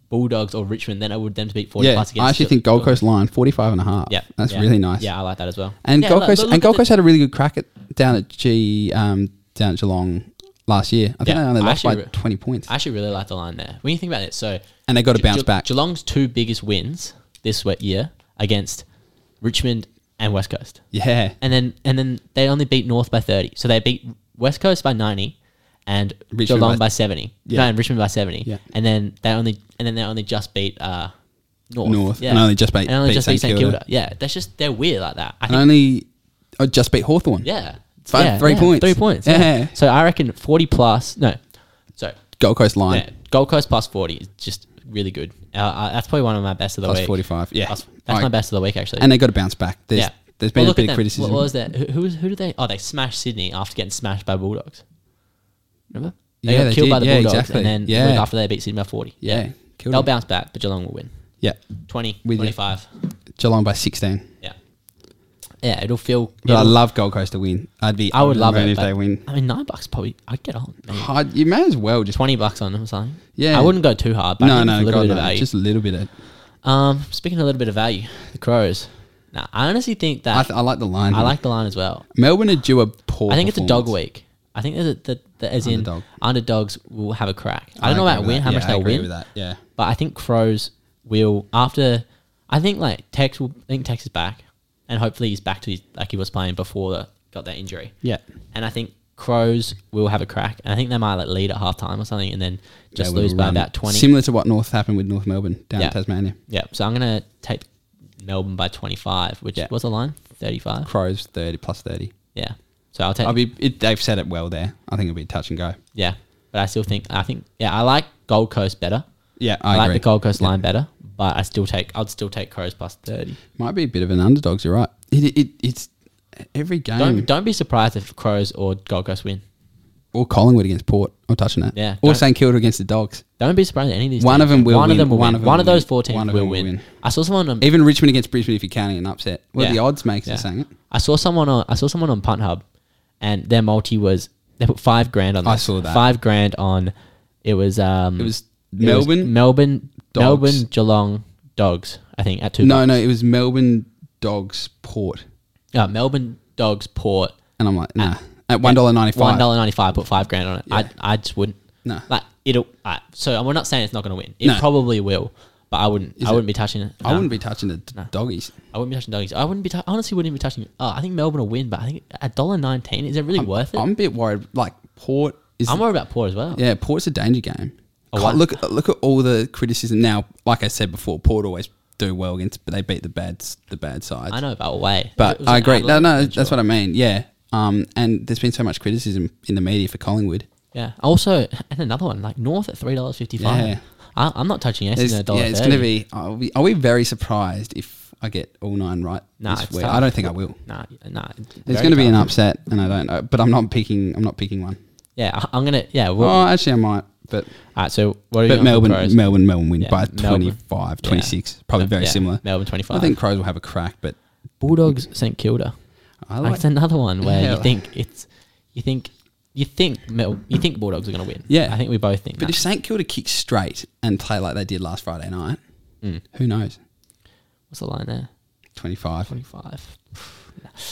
Speaker 4: Bulldogs or Richmond than I would them to beat forty
Speaker 3: Yeah,
Speaker 4: plus against.
Speaker 3: I actually
Speaker 4: Ge-
Speaker 3: think Gold
Speaker 4: Geelong.
Speaker 3: Coast line 45 and a half.
Speaker 4: Yeah,
Speaker 3: that's
Speaker 4: yeah.
Speaker 3: really nice.
Speaker 4: Yeah, I like that as well.
Speaker 3: And
Speaker 4: Yeah,
Speaker 3: Gold
Speaker 4: look-
Speaker 3: Coast
Speaker 4: look
Speaker 3: and
Speaker 4: at
Speaker 3: Gold
Speaker 4: the-
Speaker 3: Coast had a really good crack at down at G um, down at Geelong last year. I think
Speaker 4: Yeah,
Speaker 3: they only
Speaker 4: I
Speaker 3: lost by
Speaker 4: actually re-
Speaker 3: twenty points,
Speaker 4: I actually really like the line there. When you think about it, so
Speaker 3: and they got to
Speaker 4: Ge-
Speaker 3: bounce
Speaker 4: Ge-
Speaker 3: back.
Speaker 4: Geelong's two biggest wins this wet year against Richmond and West Coast,
Speaker 3: yeah,
Speaker 4: and then and then they only beat North by thirty. So they beat West Coast by ninety. And
Speaker 3: Richmond
Speaker 4: Geelong
Speaker 3: by-
Speaker 4: by, seventy,
Speaker 3: Yeah.
Speaker 4: no, and Richmond by seventy,
Speaker 3: Yeah.
Speaker 4: and then they only and then they only just beat uh, North,
Speaker 3: North, and only just beat-
Speaker 4: and only
Speaker 3: beat
Speaker 4: just beat
Speaker 3: St
Speaker 4: St
Speaker 3: Kilda.
Speaker 4: Kilda. Yeah, that's just they're weird like that. I
Speaker 3: and
Speaker 4: think
Speaker 3: only oh, just beat Hawthorn.
Speaker 4: Yeah.
Speaker 3: Five-
Speaker 4: yeah,
Speaker 3: three
Speaker 4: yeah,
Speaker 3: points.
Speaker 4: Three points.
Speaker 3: Yeah.
Speaker 4: Yeah. So I reckon 40 plus. No. So,
Speaker 3: Gold Coast line.
Speaker 4: yeah, Gold Coast plus 40 is just really good. Uh, uh, that's probably one of my best of the
Speaker 3: Plus
Speaker 4: week.
Speaker 3: 45, yeah.
Speaker 4: Plus- That's,
Speaker 3: Alright.
Speaker 4: my best of the week, actually.
Speaker 3: and they got to bounce back. There's, there's been a
Speaker 4: Well, look
Speaker 3: bit
Speaker 4: at
Speaker 3: of
Speaker 4: them.
Speaker 3: criticism.
Speaker 4: What, what was that? Who, who, was, who did they? Oh, they smashed Sydney after getting smashed by Bulldogs. Remember? They
Speaker 3: Yeah,
Speaker 4: got
Speaker 3: they
Speaker 4: killed by
Speaker 3: did.
Speaker 4: the
Speaker 3: Yeah,
Speaker 4: Bulldogs.
Speaker 3: exactly.
Speaker 4: And then the
Speaker 3: Yeah.
Speaker 4: week after they beat Sydney by 40.
Speaker 3: Yeah,
Speaker 4: They'll
Speaker 3: killed them.
Speaker 4: bounce back, but Geelong will win.
Speaker 3: yeah,
Speaker 4: 20,
Speaker 3: With you.
Speaker 4: 25.
Speaker 3: Geelong by sixteen.
Speaker 4: Yeah. Yeah, it'll feel.
Speaker 3: But I
Speaker 4: it'll-
Speaker 3: love Gold Coast to win. I'd be.
Speaker 4: I would
Speaker 3: I'd
Speaker 4: love it.
Speaker 3: if
Speaker 4: but-
Speaker 3: they win.
Speaker 4: I mean, nine bucks probably. I'd get on. maybe.
Speaker 3: Hard, you may as well just.
Speaker 4: Twenty bucks on them or something.
Speaker 3: Yeah.
Speaker 4: I wouldn't go too hard. But
Speaker 3: No, no,
Speaker 4: a little
Speaker 3: God,
Speaker 4: bit of
Speaker 3: no,
Speaker 4: value.
Speaker 3: just a little bit. Of,
Speaker 4: um, speaking of a little bit of value, the Crows. Now, I honestly think that
Speaker 3: I, th- I like the line.
Speaker 4: I like the line as well.
Speaker 3: Melbourne are due a poor.
Speaker 4: I think it's a dog
Speaker 3: performance.
Speaker 4: week. I think that the, the as in
Speaker 3: Underdog.
Speaker 4: underdogs will have a crack. I don't know
Speaker 3: agree
Speaker 4: about
Speaker 3: with
Speaker 4: win,
Speaker 3: that.
Speaker 4: how
Speaker 3: Yeah,
Speaker 4: much
Speaker 3: I
Speaker 4: they'll
Speaker 3: agree
Speaker 4: win,
Speaker 3: with that. Yeah,
Speaker 4: but I think Crows will after. I think like Tex will. I think Tex is back, and hopefully he's back to his, like he was playing before the, got that injury.
Speaker 3: yeah.
Speaker 4: and I think Crows will have a crack, and I think they might like lead at half time or something, and then just
Speaker 3: They will
Speaker 4: lose by
Speaker 3: run.
Speaker 4: about twenty.
Speaker 3: Similar to what North happened with North Melbourne down
Speaker 4: Yeah.
Speaker 3: in Tasmania.
Speaker 4: yeah, so I'm gonna take Melbourne by twenty five, which
Speaker 3: Yeah.
Speaker 4: was the line thirty five.
Speaker 3: Crows thirty plus thirty.
Speaker 4: Yeah, so I'll take.
Speaker 3: I'll be. It, they've said it well there. I think it'll be a touch and go.
Speaker 4: yeah, but I still think I think yeah I like Gold Coast better.
Speaker 3: Yeah, I,
Speaker 4: I, like
Speaker 3: agree.
Speaker 4: the Gold Coast line better, but I still take I'd still take Crows plus thirty.
Speaker 3: Might be a bit of an underdog. You're right. It, it, it's every game.
Speaker 4: Don't don't be surprised if Crows or Gold Coast win.
Speaker 3: or Collingwood against Port. I'm touching it.
Speaker 4: Yeah,
Speaker 3: Or
Speaker 4: don't-
Speaker 3: St Kilda against the Dogs.
Speaker 4: Don't be surprised. at Any of these.
Speaker 3: One
Speaker 4: teams.
Speaker 3: of them will
Speaker 4: One
Speaker 3: win,
Speaker 4: of them will
Speaker 3: one
Speaker 4: win.
Speaker 3: of them
Speaker 4: One of
Speaker 3: will
Speaker 4: those
Speaker 3: win,
Speaker 4: four teams
Speaker 3: one of
Speaker 4: will
Speaker 3: them will
Speaker 4: win.
Speaker 3: win.
Speaker 4: I saw someone on.
Speaker 3: Even Richmond against Brisbane, if you counting an upset. Well,
Speaker 4: Yeah.
Speaker 3: the odds makes
Speaker 4: Yeah.
Speaker 3: it saying it.
Speaker 4: I saw someone on. I saw someone on Punt Hub, and their multi was they put five grand on. This,
Speaker 3: I saw that.
Speaker 4: Five grand on. It was. Um.
Speaker 3: It was
Speaker 4: it was
Speaker 3: Melbourne.
Speaker 4: Melbourne.
Speaker 3: Dogs.
Speaker 4: Melbourne. Geelong. Dogs. I think at two.
Speaker 3: no,
Speaker 4: bucks.
Speaker 3: no, it was Melbourne Dogs Port,
Speaker 4: Uh, Melbourne. Dogs. Port.
Speaker 3: and I'm like, nah. At one dollar ninety
Speaker 4: Ah. One
Speaker 3: five.
Speaker 4: dollar ninety five. Put five grand on it.
Speaker 3: Yeah.
Speaker 4: I. I just wouldn't.
Speaker 3: No.
Speaker 4: Like it'll. I, so and we're not saying it's not going to win. It
Speaker 3: No.
Speaker 4: probably will, but I wouldn't. I
Speaker 3: it-
Speaker 4: wouldn't be touching it.
Speaker 3: I
Speaker 4: No.
Speaker 3: wouldn't be touching the d- doggies.
Speaker 4: I wouldn't be touching doggies. I wouldn't be. T- honestly, wouldn't even be touching. Oh, I think Melbourne will win, but I think a dollar nineteen is it really worth it?
Speaker 3: I'm
Speaker 4: I'm,
Speaker 3: a bit worried. Like Port is,
Speaker 4: worried about Port as well.
Speaker 3: yeah, Port's a danger game.
Speaker 4: A
Speaker 3: Can't-
Speaker 4: what?
Speaker 3: Look, look at all the criticism now. Like I said before, Port always do well against, but they beat the bad, the bad sides.
Speaker 4: I know about away,
Speaker 3: But I agree. No, no, that's what I mean. Yeah. Um, and there's been so much criticism in the media for Collingwood.
Speaker 4: yeah. Also, and another one like North at three dollars fifty five.
Speaker 3: Yeah.
Speaker 4: I I'm not touching
Speaker 3: There's-
Speaker 4: Essendon at a dollar.
Speaker 3: yeah, it's going to be. Are we, are we very surprised if I get all nine right
Speaker 4: Nah,
Speaker 3: this
Speaker 4: it's
Speaker 3: week?
Speaker 4: tough.
Speaker 3: I don't think I will.
Speaker 4: Nah, nah.
Speaker 3: It's going to be an upset, and I don't know. But I'm not picking. I'm not picking one.
Speaker 4: Yeah, I- I'm gonna. Yeah. Well,
Speaker 3: Oh, actually, I might. But
Speaker 4: all right. So what are you?
Speaker 3: but
Speaker 4: on for
Speaker 3: Melbourne,
Speaker 4: Crows?
Speaker 3: Melbourne, Melbourne win
Speaker 4: Yeah,
Speaker 3: by
Speaker 4: Melbourne.
Speaker 3: 25,
Speaker 4: Yeah.
Speaker 3: 26. Probably very
Speaker 4: Yeah,
Speaker 3: similar.
Speaker 4: Melbourne 25.
Speaker 3: I think Crows will have a crack, but
Speaker 4: Bulldogs St Kilda.
Speaker 3: I
Speaker 4: Like,
Speaker 3: like.
Speaker 4: it's another one where
Speaker 3: Yeah.
Speaker 4: you think it's, you think, you think Mel, you think Bulldogs are gonna win.
Speaker 3: Yeah.
Speaker 4: I think we both think.
Speaker 3: But
Speaker 4: that.
Speaker 3: if St Kilda kicks straight and play like they did last Friday night,
Speaker 4: Hmm.
Speaker 3: who knows?
Speaker 4: What's the line there?
Speaker 3: 25.
Speaker 4: Twenty five.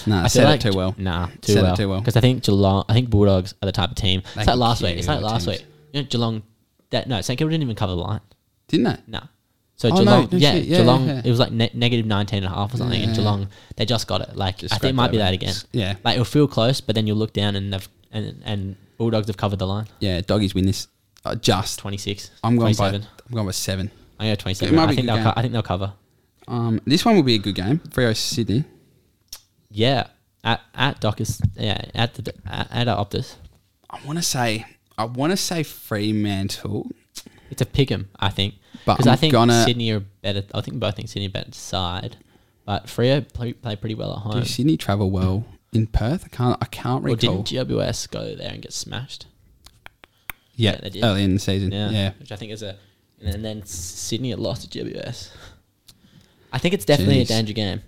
Speaker 3: No, I
Speaker 4: feel
Speaker 3: said
Speaker 4: like
Speaker 3: it too
Speaker 4: Ge-
Speaker 3: well.
Speaker 4: Nah, too
Speaker 3: Said it
Speaker 4: well.
Speaker 3: too well.
Speaker 4: Because I think Geelong, I think Bulldogs are the type of team.
Speaker 3: They
Speaker 4: it's like
Speaker 3: can
Speaker 4: last week. It's
Speaker 3: kill
Speaker 4: like last
Speaker 3: teams.
Speaker 4: week. You know, Geelong. That no, St Kilda didn't even cover the line.
Speaker 3: Didn't they?
Speaker 4: No. So
Speaker 3: Oh, no,
Speaker 4: Geelong,
Speaker 3: no
Speaker 4: yeah,
Speaker 3: shit, yeah,
Speaker 4: Geelong.
Speaker 3: yeah.
Speaker 4: It was like ne- negative nineteen and a half or something,
Speaker 3: Yeah.
Speaker 4: and Geelong they just got it. Like
Speaker 3: Just
Speaker 4: I think
Speaker 3: scraped
Speaker 4: it might be
Speaker 3: over.
Speaker 4: that again.
Speaker 3: Yeah.
Speaker 4: like it'll feel close, but then you look down and they've and and Bulldogs have covered the line.
Speaker 3: Yeah, doggies win this. Uh, just.
Speaker 4: Twenty six.
Speaker 3: I'm going by.
Speaker 4: 27.
Speaker 3: I'm going by seven.
Speaker 4: I'm going twenty
Speaker 3: It
Speaker 4: seven.
Speaker 3: might
Speaker 4: Oh, I
Speaker 3: be a
Speaker 4: think
Speaker 3: good
Speaker 4: they'll. Co-
Speaker 3: game.
Speaker 4: I think they'll cover.
Speaker 3: Um, this one will be a good game. Frio Sydney.
Speaker 4: Yeah. At at Dockers. Yeah. At the at, at our Optus.
Speaker 3: I want to say. I want to say Fremantle.
Speaker 4: It's a pick 'em, I think.
Speaker 3: But
Speaker 4: Because I
Speaker 3: I'm
Speaker 4: think
Speaker 3: gonna-
Speaker 4: Sydney are better. I think both think Sydney are better side, but Freo play, play pretty well at
Speaker 3: Do
Speaker 4: home.
Speaker 3: Sydney travel well in Perth? I can't. I can't
Speaker 4: Oh. Or
Speaker 3: recall.
Speaker 4: didn't GWS go there and get smashed?
Speaker 3: yeah,
Speaker 4: Yeah, they did.
Speaker 3: early in the season.
Speaker 4: Yeah,
Speaker 3: Yeah.
Speaker 4: which I think is a. And then Sydney had lost to GWS. I think it's definitely
Speaker 3: Jeez.
Speaker 4: a danger game.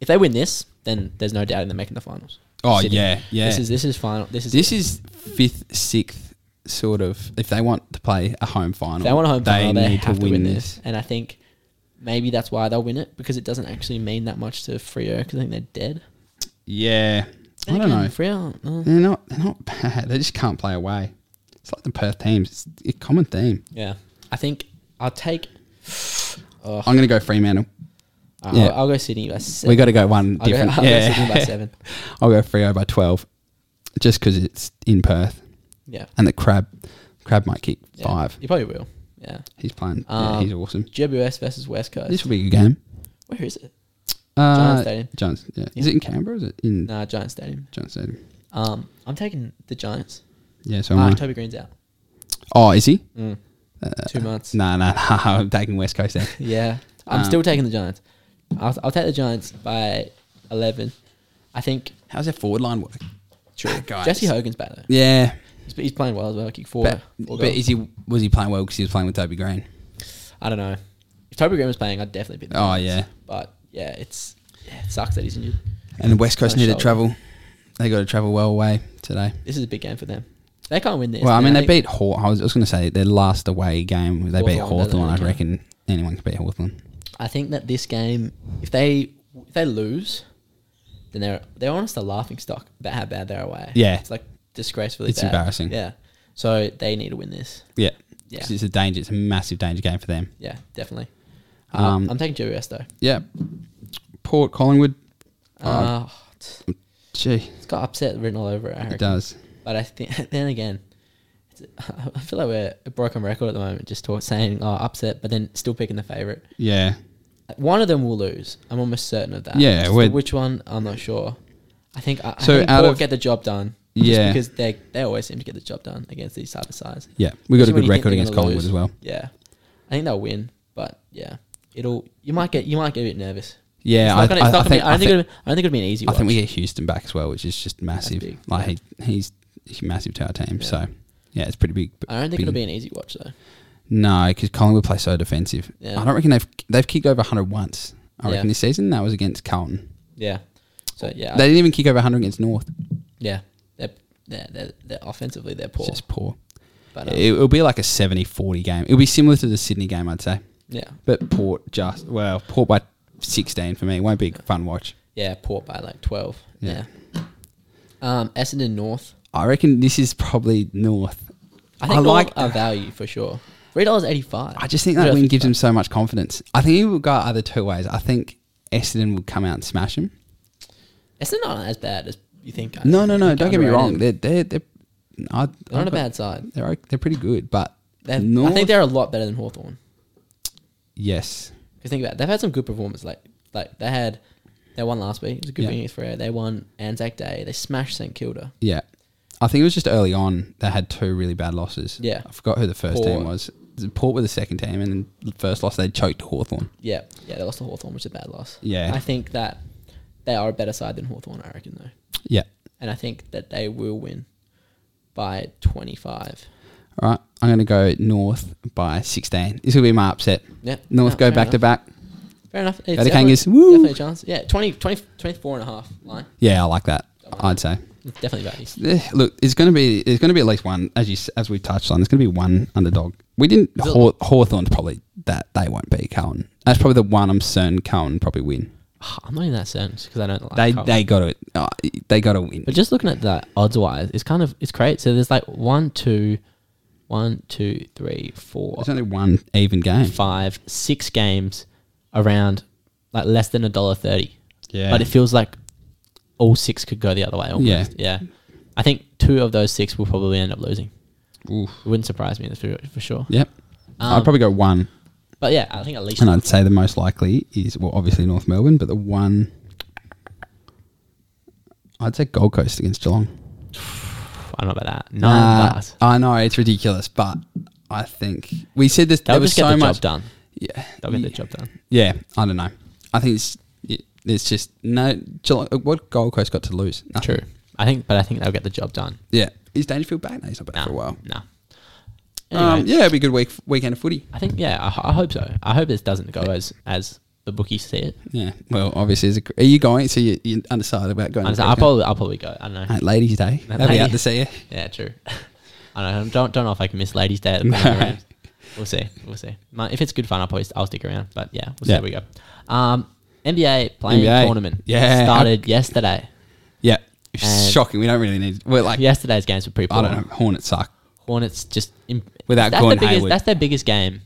Speaker 4: If they win this, then there's no doubt in them making the finals.
Speaker 3: Oh, yeah, yeah.
Speaker 4: This is this is final. This is
Speaker 3: This is fifth, sixth sort of. If they want to play a home final,
Speaker 4: If they want a home final, they
Speaker 3: need
Speaker 4: have to win this. And I think maybe that's why they'll win it because it doesn't actually mean that much to Freo because I think they're dead.
Speaker 3: Yeah. I don't know.
Speaker 4: Freo, uh,
Speaker 3: They're not. They're not bad. They just can't play away. It's like the Perth teams. It's a common theme.
Speaker 4: Yeah, I think I'll take.
Speaker 3: I'm gonna go Fremantle.
Speaker 4: Uh,
Speaker 3: Yeah.
Speaker 4: I'll, I'll go Sydney by seven.
Speaker 3: We got to go one
Speaker 4: I'll go-
Speaker 3: different.
Speaker 4: I'll go
Speaker 3: yeah.
Speaker 4: Sydney by seven.
Speaker 3: I'll go Frio by twelve, just because it's in Perth,
Speaker 4: yeah.
Speaker 3: and the crab, crab might kick
Speaker 4: yeah.
Speaker 3: five.
Speaker 4: You probably will. Yeah.
Speaker 3: He's playing. yeah,
Speaker 4: Um,
Speaker 3: he's awesome.
Speaker 4: GWS versus West Coast.
Speaker 3: This will be a good game.
Speaker 4: Where is it?
Speaker 3: Uh,
Speaker 4: Giants Stadium.
Speaker 3: Giants, yeah. Is
Speaker 4: Yeah.
Speaker 3: it in Canberra? Or is it in
Speaker 4: Nah, Giants Stadium.
Speaker 3: Giants Stadium?
Speaker 4: Um, I'm taking the Giants.
Speaker 3: Yeah. So
Speaker 4: Ah,
Speaker 3: am I.
Speaker 4: Toby Mm. Green's out.
Speaker 3: oh, is he?
Speaker 4: Two months.
Speaker 3: No, Um, no, no. I'm taking West Coast there.
Speaker 4: Yeah, I'm still taking the Giants. I'll, I'll take the Giants by eleven. I think
Speaker 3: How's their forward line work? True,
Speaker 4: Jesse Hogan's back though.
Speaker 3: Yeah,
Speaker 4: He's, he's playing well as well. Kick four.
Speaker 3: but,
Speaker 4: four
Speaker 3: but
Speaker 4: goals.
Speaker 3: is he was he playing well because he was playing with Toby Green?
Speaker 4: I don't know. If Toby Green was playing, I'd definitely pick the
Speaker 3: Oh,
Speaker 4: Giants.
Speaker 3: yeah.
Speaker 4: But yeah, it's yeah, it sucks that he's injured.
Speaker 3: And the West Coast
Speaker 4: Kinda
Speaker 3: need to
Speaker 4: shoulder.
Speaker 3: travel. They got to travel well away today.
Speaker 4: This is a big game for them. They can't win this.
Speaker 3: Well, I
Speaker 4: And
Speaker 3: mean, they
Speaker 4: think-
Speaker 3: beat Hawthorn. I was, I was going to say their last away game, they beat
Speaker 4: Hawthorn, don't they?
Speaker 3: Hawthorn. I
Speaker 4: Okay.
Speaker 3: reckon anyone can beat Hawthorn.
Speaker 4: I think that this game, if they if they lose, then they're they're honest a laughing stock about how bad they're away.
Speaker 3: Yeah.
Speaker 4: it's like disgracefully.
Speaker 3: It's
Speaker 4: bad.
Speaker 3: embarrassing.
Speaker 4: Yeah, so they need to win this.
Speaker 3: Yeah.
Speaker 4: Yeah.
Speaker 3: 'Cause It's a danger. It's a massive danger game for them.
Speaker 4: Yeah, definitely.
Speaker 3: Um,
Speaker 4: um, I'm taking GWS though.
Speaker 3: Yeah. Port Collingwood.
Speaker 4: Uh, it's
Speaker 3: Gee,
Speaker 4: it's got upset written all over it. I
Speaker 3: it
Speaker 4: reckon.
Speaker 3: does.
Speaker 4: But I think then again, it's- I feel like we're a broken record at the moment, just talk, saying oh upset, but then still picking the favorite.
Speaker 3: Yeah.
Speaker 4: One of them will lose. I'm almost certain of that.
Speaker 3: Yeah,
Speaker 4: Just
Speaker 3: we're-
Speaker 4: which one? I'm not sure. I think I,
Speaker 3: So
Speaker 4: I think
Speaker 3: out
Speaker 4: Port
Speaker 3: of-
Speaker 4: get the job done.
Speaker 3: Yeah.
Speaker 4: just because they they always seem to get the job done against these type of sides.
Speaker 3: Yeah. We got a
Speaker 4: Especially when
Speaker 3: good
Speaker 4: you think
Speaker 3: record
Speaker 4: they're
Speaker 3: against
Speaker 4: gonna
Speaker 3: Collingwood
Speaker 4: lose.
Speaker 3: as well.
Speaker 4: Yeah, I think they'll win, but yeah, it'll you might get you might get a bit nervous.
Speaker 3: Yeah,
Speaker 4: It's
Speaker 3: I,
Speaker 4: not gonna- it's
Speaker 3: I- I
Speaker 4: not gonna be-
Speaker 3: think,
Speaker 4: I don't think it'll be- I don't think it'll be an easy.
Speaker 3: I
Speaker 4: Watch.
Speaker 3: think we get Houston back as well, which is just massive.
Speaker 4: big,
Speaker 3: Like he, he's massive tower team. So yeah, it's pretty big.
Speaker 4: I don't think
Speaker 3: big-
Speaker 4: it'll be an easy watch though.
Speaker 3: No, because Collingwood play so defensive.
Speaker 4: Yeah.
Speaker 3: I don't reckon they've they've kicked over 100 once. I
Speaker 4: Yeah.
Speaker 3: reckon this season that was against Carlton.
Speaker 4: Yeah. So yeah, I-
Speaker 3: They didn't even kick over 100 against North.
Speaker 4: yeah. They're, they're, they're, they're offensively they're poor,
Speaker 3: It's just poor.
Speaker 4: but um,
Speaker 3: It, will be like a 70-40 game. It'll be similar to the Sydney game, I'd say.
Speaker 4: yeah,
Speaker 3: But Port just well, Port by 16 for me. Won't be a fun watch.
Speaker 4: yeah, poor by like twelve. Yeah.
Speaker 3: Yeah.
Speaker 4: Um, Essendon North.
Speaker 3: I reckon this is probably North.
Speaker 4: I think
Speaker 3: I like-
Speaker 4: a value for sure. Three dollars eighty five.
Speaker 3: I just think that win gives them so much confidence. I think it will go either two ways. I think Essendon will come out and smash them.
Speaker 4: Essendon aren't as bad as you think. I
Speaker 3: No,
Speaker 4: think.
Speaker 3: no,
Speaker 4: I
Speaker 3: no.
Speaker 4: think
Speaker 3: Don't get me
Speaker 4: underrated.
Speaker 3: wrong. They're they're they're, I,
Speaker 4: They're on a bad side.
Speaker 3: They're o- they're pretty good, but
Speaker 4: They've- I
Speaker 3: North-
Speaker 4: think they're a lot better than Hawthorn.
Speaker 3: yes,
Speaker 4: Because think about it, they've had some good performances. Like like they had they won last week. It was a good
Speaker 3: Yeah.
Speaker 4: win against Freo. They won Anzac Day. They smashed St Kilda.
Speaker 3: yeah. I think it was just early on they had two really bad losses.
Speaker 4: Yeah.
Speaker 3: I forgot who the first
Speaker 4: Port.
Speaker 3: team was. The Port were the second team, and then the first loss they choked to Hawthorn.
Speaker 4: Yeah, yeah, they lost to Hawthorn, which is a bad loss.
Speaker 3: Yeah.
Speaker 4: I think that they are a better side than Hawthorn, I reckon though.
Speaker 3: Yeah.
Speaker 4: And I think that they will win by twenty five.
Speaker 3: All right, I'm going to go North by 16. This will be my upset.
Speaker 4: Yep.
Speaker 3: North
Speaker 4: No,
Speaker 3: go
Speaker 4: fair
Speaker 3: back to
Speaker 4: enough.
Speaker 3: back.
Speaker 4: Fair enough. It's
Speaker 3: the
Speaker 4: definitely-
Speaker 3: Kangas. Woo!
Speaker 4: Definitely a chance. Yeah, 20, 20, 24 and a half line.
Speaker 3: Yeah, I like that.
Speaker 4: Don't mind.
Speaker 3: I'd say.
Speaker 4: It's definitely value.
Speaker 3: Eh, Look, it's going to be it's going to be at least one as you s- as we touched on. There's going to be one underdog. We didn't
Speaker 4: it-
Speaker 3: Haw- Hawthorne's probably that they won't beat Carlton. That's probably the one I'm certain Carlton probably win.
Speaker 4: I'm not in that sense because I don't like
Speaker 3: They
Speaker 4: Carlton.
Speaker 3: they got to uh, they got to win.
Speaker 4: But just looking at that odds wise, it's kind of it's great. So there's like one, two, one, two, three, four,
Speaker 3: There's only one even game.
Speaker 4: five, six games around like less than a dollar thirty.
Speaker 3: Yeah.
Speaker 4: But it feels like all six could go the other way almost. Yeah.
Speaker 3: Yeah.
Speaker 4: I think two of those six will probably end up losing.
Speaker 3: Oof.
Speaker 4: It wouldn't surprise me that's for, for sure.
Speaker 3: Yep.
Speaker 4: Um,
Speaker 3: I'd probably go one,
Speaker 4: But yeah, I think at least
Speaker 3: and I'd say the most likely is well, obviously North Melbourne, but the one I'd say Gold Coast against Geelong.
Speaker 4: I don't know about that. Nine
Speaker 3: Uh,
Speaker 4: bars.
Speaker 3: I know it's ridiculous, but I think we said this.
Speaker 4: They'll
Speaker 3: there was
Speaker 4: just get
Speaker 3: so
Speaker 4: the
Speaker 3: much
Speaker 4: job done.
Speaker 3: Yeah,
Speaker 4: They'll get
Speaker 3: yeah.
Speaker 4: the job done.
Speaker 3: Yeah, I don't know. I think it's it- it's just no. Geelong, uh, what Gold Coast got to lose? Nothing.
Speaker 4: True. I think but I think they'll get the job done.
Speaker 3: Yeah, is Dangerfield back? No, he's not back
Speaker 4: Nah,
Speaker 3: for a while.
Speaker 4: Nah.
Speaker 3: Um, yeah, it'd be a good week weekend of footy.
Speaker 4: I think yeah. I, I hope so. I hope this doesn't go as as the bookies see it.
Speaker 3: Yeah. Well, obviously, is it, are you going? So you you undecided about going?
Speaker 4: I
Speaker 3: to the
Speaker 4: will
Speaker 3: weekend?
Speaker 4: probably I'll probably go. I don't know.
Speaker 3: Hey, Ladies' Day.
Speaker 4: That
Speaker 3: They'll be out
Speaker 4: lady-
Speaker 3: to see you.
Speaker 4: Yeah, true. I don't know. Don't don't know if I can miss Ladies Day. At the
Speaker 3: No.
Speaker 4: Penrith Rams. We'll see. We'll see. My, if it's good fun, I'll probably I'll stick around. But yeah, we'll see
Speaker 3: Yeah.
Speaker 4: how we go. Um, NBA playing
Speaker 3: NBA.
Speaker 4: tournament.
Speaker 3: Yeah.
Speaker 4: started yesterday.
Speaker 3: Yeah.
Speaker 4: And-
Speaker 3: Shocking. We don't really need. We're like
Speaker 4: Yesterday's games were pretty poor.
Speaker 3: I don't know. Hornets suck.
Speaker 4: Hornets just im-
Speaker 3: Without
Speaker 4: that's
Speaker 3: Gordon
Speaker 4: the biggest,
Speaker 3: Hayward.
Speaker 4: That's their biggest game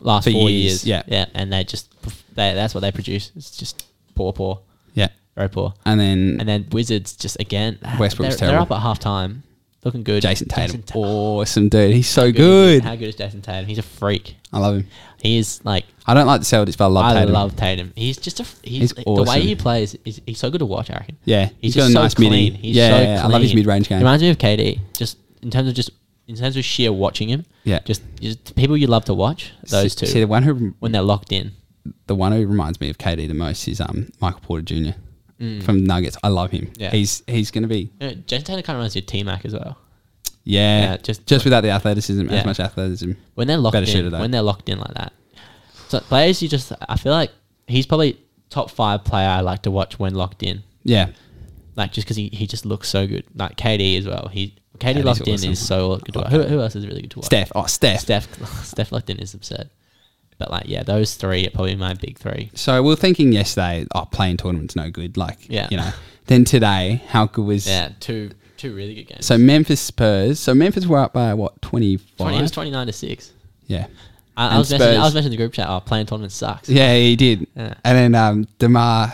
Speaker 4: last
Speaker 3: For
Speaker 4: four
Speaker 3: years,
Speaker 4: years.
Speaker 3: yeah.
Speaker 4: yeah, and they just they, that's what they produce. It's just poor, poor,
Speaker 3: Yeah.
Speaker 4: very poor.
Speaker 3: And then
Speaker 4: And then Wizards just again.
Speaker 3: Westbrook
Speaker 4: they're,
Speaker 3: was
Speaker 4: They're
Speaker 3: terrible.
Speaker 4: up at half time, looking good.
Speaker 3: Jason Tatum.
Speaker 4: Ta-
Speaker 3: Awesome dude. He's so
Speaker 4: is he?
Speaker 3: good.
Speaker 4: How good is Jason Tatum? He's a freak.
Speaker 3: I love him.
Speaker 4: He is like
Speaker 3: I don't like the Celtics, but I love
Speaker 4: I
Speaker 3: Tatum.
Speaker 4: love Tatum. He's just a f- he's,
Speaker 3: He's
Speaker 4: the way
Speaker 3: awesome.
Speaker 4: he plays. Is, he's so good to watch. I reckon.
Speaker 3: Yeah, he's
Speaker 4: he's, just
Speaker 3: got a
Speaker 4: so
Speaker 3: nice
Speaker 4: clean.
Speaker 3: midi.
Speaker 4: He's
Speaker 3: Yeah,
Speaker 4: so
Speaker 3: yeah, yeah. I love his
Speaker 4: clean.
Speaker 3: mid-range game.
Speaker 4: Reminds me of KD. Just in terms of just in terms of sheer watching him.
Speaker 3: Yeah.
Speaker 4: just, just people you love to watch. Those
Speaker 3: See-
Speaker 4: two
Speaker 3: See the one who
Speaker 4: when they're locked in.
Speaker 3: the one who reminds me of KD the most is um Michael Porter Jr. from Nuggets. I love him.
Speaker 4: Mm. Yeah.
Speaker 3: He's he's gonna be
Speaker 4: You know, Uh, Jason Tatum kind of reminds you of T Mac as well.
Speaker 3: yeah,
Speaker 4: Yeah, just-
Speaker 3: just just without the athleticism
Speaker 4: Yeah.
Speaker 3: as much athleticism.
Speaker 4: when they're locked
Speaker 3: Better
Speaker 4: in,
Speaker 3: shooter, though.
Speaker 4: when they're locked in like that. So players, you just I feel like he's probably top five player I like to watch when locked in,
Speaker 3: Yeah,
Speaker 4: like just because he, he just looks so good. Like KD as well. He KD
Speaker 3: KD's
Speaker 4: locked in
Speaker 3: awesome.
Speaker 4: is so good. To watch. Oh, Who, who else is really good to watch?
Speaker 3: Steph. Oh Steph.
Speaker 4: Steph Steph locked in is absurd. But like yeah, those three are probably my big three.
Speaker 3: So we were thinking yesterday, oh, playing tournaments no good. Like
Speaker 4: Yeah.
Speaker 3: you know. Then today, how good was
Speaker 4: Yeah, two two really good games.
Speaker 3: so Memphis Spurs. So Memphis were up by what twenty
Speaker 4: Twenty it
Speaker 3: five?
Speaker 4: was twenty nine to six.
Speaker 3: Yeah.
Speaker 4: I, I
Speaker 3: And
Speaker 4: was messaging, I
Speaker 3: Spurs.
Speaker 4: was messaging the group chat. Oh, playing tournament sucks.
Speaker 3: Yeah, he did.
Speaker 4: Yeah.
Speaker 3: And then um Demar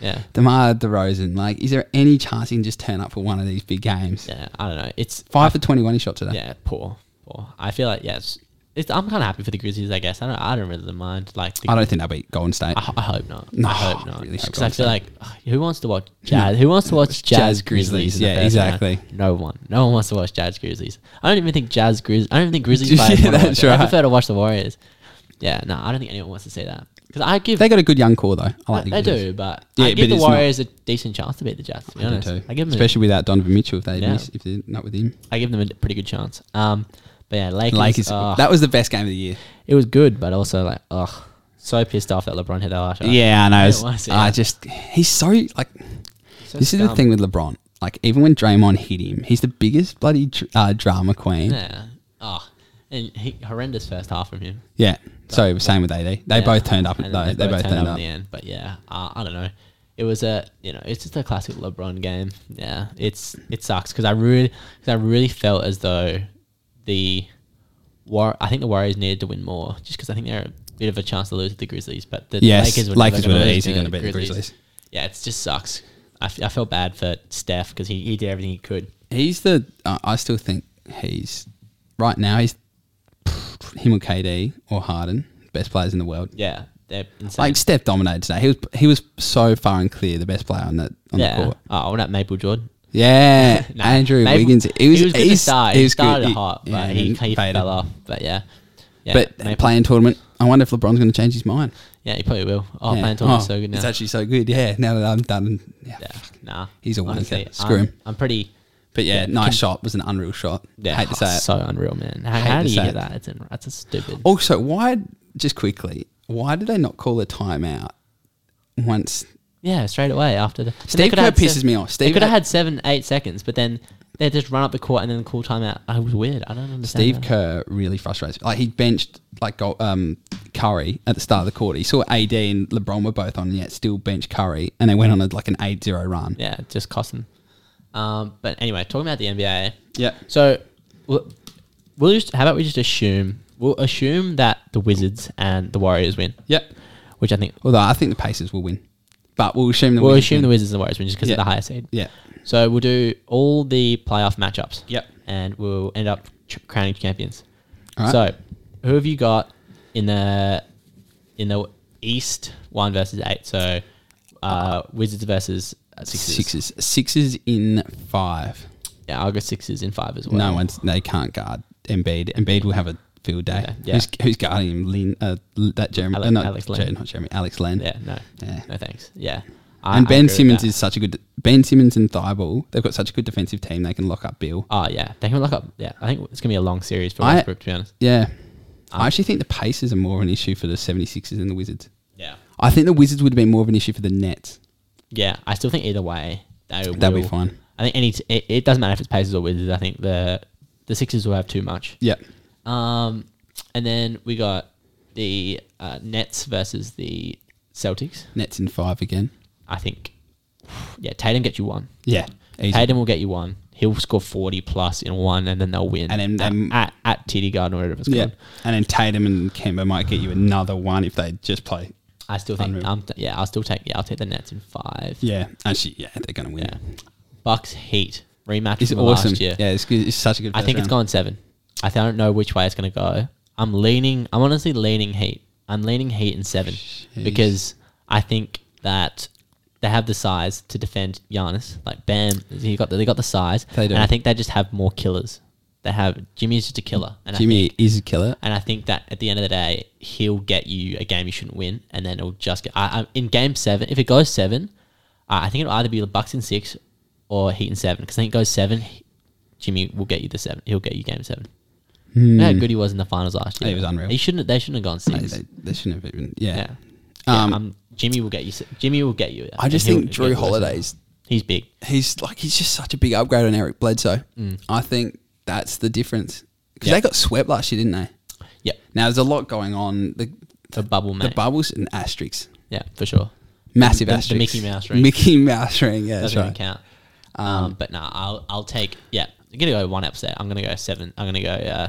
Speaker 4: yeah.
Speaker 3: Demar Derozan. Like, is there any chance he can just turn up for one of these big games?
Speaker 4: Yeah, I don't know. It's
Speaker 3: Five for twenty one he shot today.
Speaker 4: yeah, poor, poor. I feel like yes, it's, I'm kind of happy for the Grizzlies. I guess I don't. I don't really mind. Like the,
Speaker 3: I
Speaker 4: I,
Speaker 3: don't think that'll beat Golden State.
Speaker 4: ho- I hope not.
Speaker 3: No,
Speaker 4: I hope not.
Speaker 3: really hope
Speaker 4: Because I feel
Speaker 3: not.
Speaker 4: like ugh, who wants to watch Jazz? Who wants to watch Jazz,
Speaker 3: Jazz Grizzlies,
Speaker 4: Grizzlies? in the
Speaker 3: yeah,
Speaker 4: first round?
Speaker 3: exactly.
Speaker 4: No one. No one wants to watch Jazz Grizzlies. I don't even think Jazz Grizz. I don't even think Grizzlies.
Speaker 3: Yeah,
Speaker 4: players wanna watch
Speaker 3: that's
Speaker 4: it. I
Speaker 3: right.
Speaker 4: prefer to watch the Warriors. Yeah, no, I don't think anyone wants to see that. Because I give
Speaker 3: They got a good young core though. I like the
Speaker 4: they
Speaker 3: Grizzlies.
Speaker 4: do, but
Speaker 3: Yeah,
Speaker 4: I
Speaker 3: but
Speaker 4: give the
Speaker 3: it's not-
Speaker 4: Warriors a decent chance to beat the Jets. To be
Speaker 3: I do
Speaker 4: honest,
Speaker 3: too.
Speaker 4: I give them
Speaker 3: especially without Donovan Mitchell if they
Speaker 4: Yeah.
Speaker 3: miss, if they're not with him.
Speaker 4: a, I give them a pretty good chance. Um, but yeah, Lakers.
Speaker 3: Lakers.
Speaker 4: oh,
Speaker 3: that was the best game of the year.
Speaker 4: it was good, but also like, oh, so pissed off that LeBron hit that last shot.
Speaker 3: Uh, Yeah, I know.
Speaker 4: It was, yeah.
Speaker 3: I just he's so like.
Speaker 4: So
Speaker 3: this is the
Speaker 4: scum.
Speaker 3: thing with LeBron. Like even when Draymond hit him, he's the biggest bloody dr- uh, drama queen. Yeah.
Speaker 4: Yeah. Oh, and he, horrendous first half from him.
Speaker 3: Sorry, it was same with AD. They
Speaker 4: Yeah.
Speaker 3: both turned up.
Speaker 4: And
Speaker 3: Though. They, both turned up.
Speaker 4: in the end. But yeah, uh, I don't know. It was a you know it's just a classic LeBron game. Yeah, it's it sucks because I really cause I really felt as though the war I think the Warriors needed to win more just because I think they're a bit of a chance to lose to the Grizzlies. But the
Speaker 3: Yes,
Speaker 4: Lakers were,
Speaker 3: Lakers
Speaker 4: never gonna
Speaker 3: were
Speaker 4: lose
Speaker 3: easily
Speaker 4: to
Speaker 3: gonna beat the Grizzlies.
Speaker 4: Yeah, it just sucks. I, f- I felt bad for Steph because he, he did everything he could.
Speaker 3: He's the. Uh, I still think he's right now. He's him or KD or Harden, best players in the world.
Speaker 4: Yeah, they're insane.
Speaker 3: Like Steph dominated today. He was he was so far and clear the best player on that on
Speaker 4: yeah.
Speaker 3: the court.
Speaker 4: Oh, and that Maple Jordan.
Speaker 3: Yeah,
Speaker 4: Nah,
Speaker 3: Andrew
Speaker 4: maybe-
Speaker 3: Wiggins. He was,
Speaker 4: he was good to
Speaker 3: he's-
Speaker 4: start.
Speaker 3: He
Speaker 4: He,
Speaker 3: was
Speaker 4: started
Speaker 3: good. He-
Speaker 4: hot,
Speaker 3: yeah,
Speaker 4: but he,
Speaker 3: and
Speaker 4: he
Speaker 3: faded.
Speaker 4: fell off. But yeah, yeah
Speaker 3: But
Speaker 4: maybe-
Speaker 3: playing tournament, I wonder if LeBron's going to change his mind.
Speaker 4: Yeah, he probably will. Oh,
Speaker 3: Yeah.
Speaker 4: playing tournament's
Speaker 3: Oh,
Speaker 4: so good now.
Speaker 3: It's actually so good. Yeah, now that I'm done. Yeah.
Speaker 4: yeah, nah,
Speaker 3: He's a wanker.
Speaker 4: honestly,
Speaker 3: Screw
Speaker 4: I'm-
Speaker 3: him.
Speaker 4: I'm pretty.
Speaker 3: But yeah,
Speaker 4: Yeah,
Speaker 3: nice
Speaker 4: can-
Speaker 3: shot. Was an unreal shot.
Speaker 4: Yeah,
Speaker 3: hate to say
Speaker 4: oh,
Speaker 3: it.
Speaker 4: so unreal, man. How,
Speaker 3: Hate
Speaker 4: how
Speaker 3: to
Speaker 4: do you
Speaker 3: say
Speaker 4: get
Speaker 3: it.
Speaker 4: that? It's in, that's a stupid.
Speaker 3: also, why? Just quickly, why did they not call a timeout once?
Speaker 4: Yeah, straight away after the. and they
Speaker 3: Steve
Speaker 4: coulda had
Speaker 3: Kerr pisses
Speaker 4: seven-
Speaker 3: me off. Steve
Speaker 4: they could have
Speaker 3: had-
Speaker 4: had seven, eight seconds, but then they just run up the court and then call timeout. I was weird. I don't understand.
Speaker 3: Steve
Speaker 4: that.
Speaker 3: Kerr really frustrates. me. Like he benched like go- um, Curry at the start of the quarter. He saw AD and LeBron were both on, and yet still benched Curry, and they went on a, like an 8-0 run.
Speaker 4: Yeah, just cost them. Um, but anyway, talking about the NBA.
Speaker 3: Yeah.
Speaker 4: So, we'll, we'll just how about we just assume we'll assume that the Wizards and the Warriors win.
Speaker 3: Yep.
Speaker 4: Which I think
Speaker 3: Although I think the Pacers will win, but we'll assume the
Speaker 4: we'll
Speaker 3: Wizards
Speaker 4: assume the
Speaker 3: win.
Speaker 4: Wizards and the Warriors win just because
Speaker 3: Yeah.
Speaker 4: of the higher seed.
Speaker 3: Yeah.
Speaker 4: So we'll do all the playoff matchups.
Speaker 3: Yep.
Speaker 4: And we'll end up ch- crowning champions.
Speaker 3: All right.
Speaker 4: So, who have you got in the in the East one versus eight? So, uh, Wizards versus uh, Sixers.
Speaker 3: Sixes. Sixes in five.
Speaker 4: Yeah, I'll go Sixers in five as well.
Speaker 3: No one's. They can't guard Embiid. Embiid will have a field day.
Speaker 4: Yeah.
Speaker 3: Who's, who's guarding him? Lin, uh, L- that Jeremy.
Speaker 4: Ale-
Speaker 3: uh, not,
Speaker 4: Alex
Speaker 3: Alex
Speaker 4: Len.
Speaker 3: Jeremy, not Jeremy. Alex Len.
Speaker 4: Yeah, no,
Speaker 3: Yeah.
Speaker 4: no thanks. Yeah, I-
Speaker 3: And
Speaker 4: I agree
Speaker 3: Ben
Speaker 4: with
Speaker 3: Simmons
Speaker 4: that.
Speaker 3: is such a good. Ben Simmons and Thibault. They've got such a good defensive team. They can lock up Bill.
Speaker 4: Oh yeah, they can look up. Yeah, I think it's gonna be a long series for
Speaker 3: I-
Speaker 4: Westbrook. to be honest.
Speaker 3: Yeah. I actually think the Pacers are more of an issue for the 76ers than the Wizards.
Speaker 4: Yeah.
Speaker 3: I think the Wizards would have been more of an issue for the Nets.
Speaker 4: Yeah, I still think either way they will.
Speaker 3: They'll be fine.
Speaker 4: I think any. T- it, it doesn't matter if it's Pacers or Wizards. I think the the Sixers will have too much.
Speaker 3: Yeah.
Speaker 4: Um, and then we got the uh, Nets versus the Celtics.
Speaker 3: Nets in five again.
Speaker 4: I think. Yeah, Tatum gets you one.
Speaker 3: Yeah. Easy.
Speaker 4: Tatum will get you one. He'll score forty plus in one, and then they'll win.
Speaker 3: And then-
Speaker 4: at,
Speaker 3: then-
Speaker 4: at, at TD Garden or whatever it's called.
Speaker 3: Yeah. And then Tatum and Kemba might get you another one if they just play.
Speaker 4: I still think.
Speaker 3: Unreal.
Speaker 4: Um, t- yeah, I'll still take. Yeah, I'll take the Nets in five.
Speaker 3: Yeah. Actually, yeah, they're going to win.
Speaker 4: Yeah. Bucks Heat rematch
Speaker 3: It's
Speaker 4: from the
Speaker 3: awesome.
Speaker 4: last year.
Speaker 3: Yeah, it's, good. it's such a good.
Speaker 4: I
Speaker 3: first
Speaker 4: think it's
Speaker 3: round.
Speaker 4: gone seven. I th- I don't know which way it's going to go. I'm leaning. I'm honestly leaning Heat. I'm leaning Heat in seven because I think that they have the size to defend Giannis. Like Bam, he got the, they got the size.
Speaker 3: They do.
Speaker 4: And I think they just have more killers. They have Jimmy's just a killer. And I
Speaker 3: Jimmy
Speaker 4: think,
Speaker 3: is a killer.
Speaker 4: and I think that at the end of the day, he'll get you a game you shouldn't win, and then it'll just get. I, I, in game seven, if it goes seven, uh, I think it'll either be the Bucks in six or Heat in seven. Because I think it goes seven, he- Jimmy will get you the seven. He'll get you game seven. Look how good he was in the finals last
Speaker 3: Hmm.
Speaker 4: year.
Speaker 3: He was unreal.
Speaker 4: He shouldn't. They shouldn't have gone
Speaker 3: They,
Speaker 4: six.
Speaker 3: they, they shouldn't have even. Yeah.
Speaker 4: yeah.
Speaker 3: Um,
Speaker 4: yeah um, Jimmy will get you. se- Jimmy will get you.
Speaker 3: I just
Speaker 4: and he'll
Speaker 3: think
Speaker 4: get
Speaker 3: Drew
Speaker 4: worse.
Speaker 3: Holiday's.
Speaker 4: He's big.
Speaker 3: He's like he's just such a big upgrade on Eric Bledsoe. I think that's the difference because
Speaker 4: Mm. Yeah.
Speaker 3: they got swept last year, didn't they?
Speaker 4: Yeah.
Speaker 3: Now there's a lot going on. The
Speaker 4: The bubble
Speaker 3: the
Speaker 4: man.
Speaker 3: bubbles and asterisks,
Speaker 4: yeah, for sure.
Speaker 3: massive
Speaker 4: The- the
Speaker 3: asterisks.
Speaker 4: Mickey Mouse ring.
Speaker 3: Mickey Mouse ring. Yeah, that's
Speaker 4: doesn't even
Speaker 3: right.
Speaker 4: count. Um, but nah, I'll I'll take yeah. I'm gonna go one upset. I'm gonna go seven. I'm gonna go uh,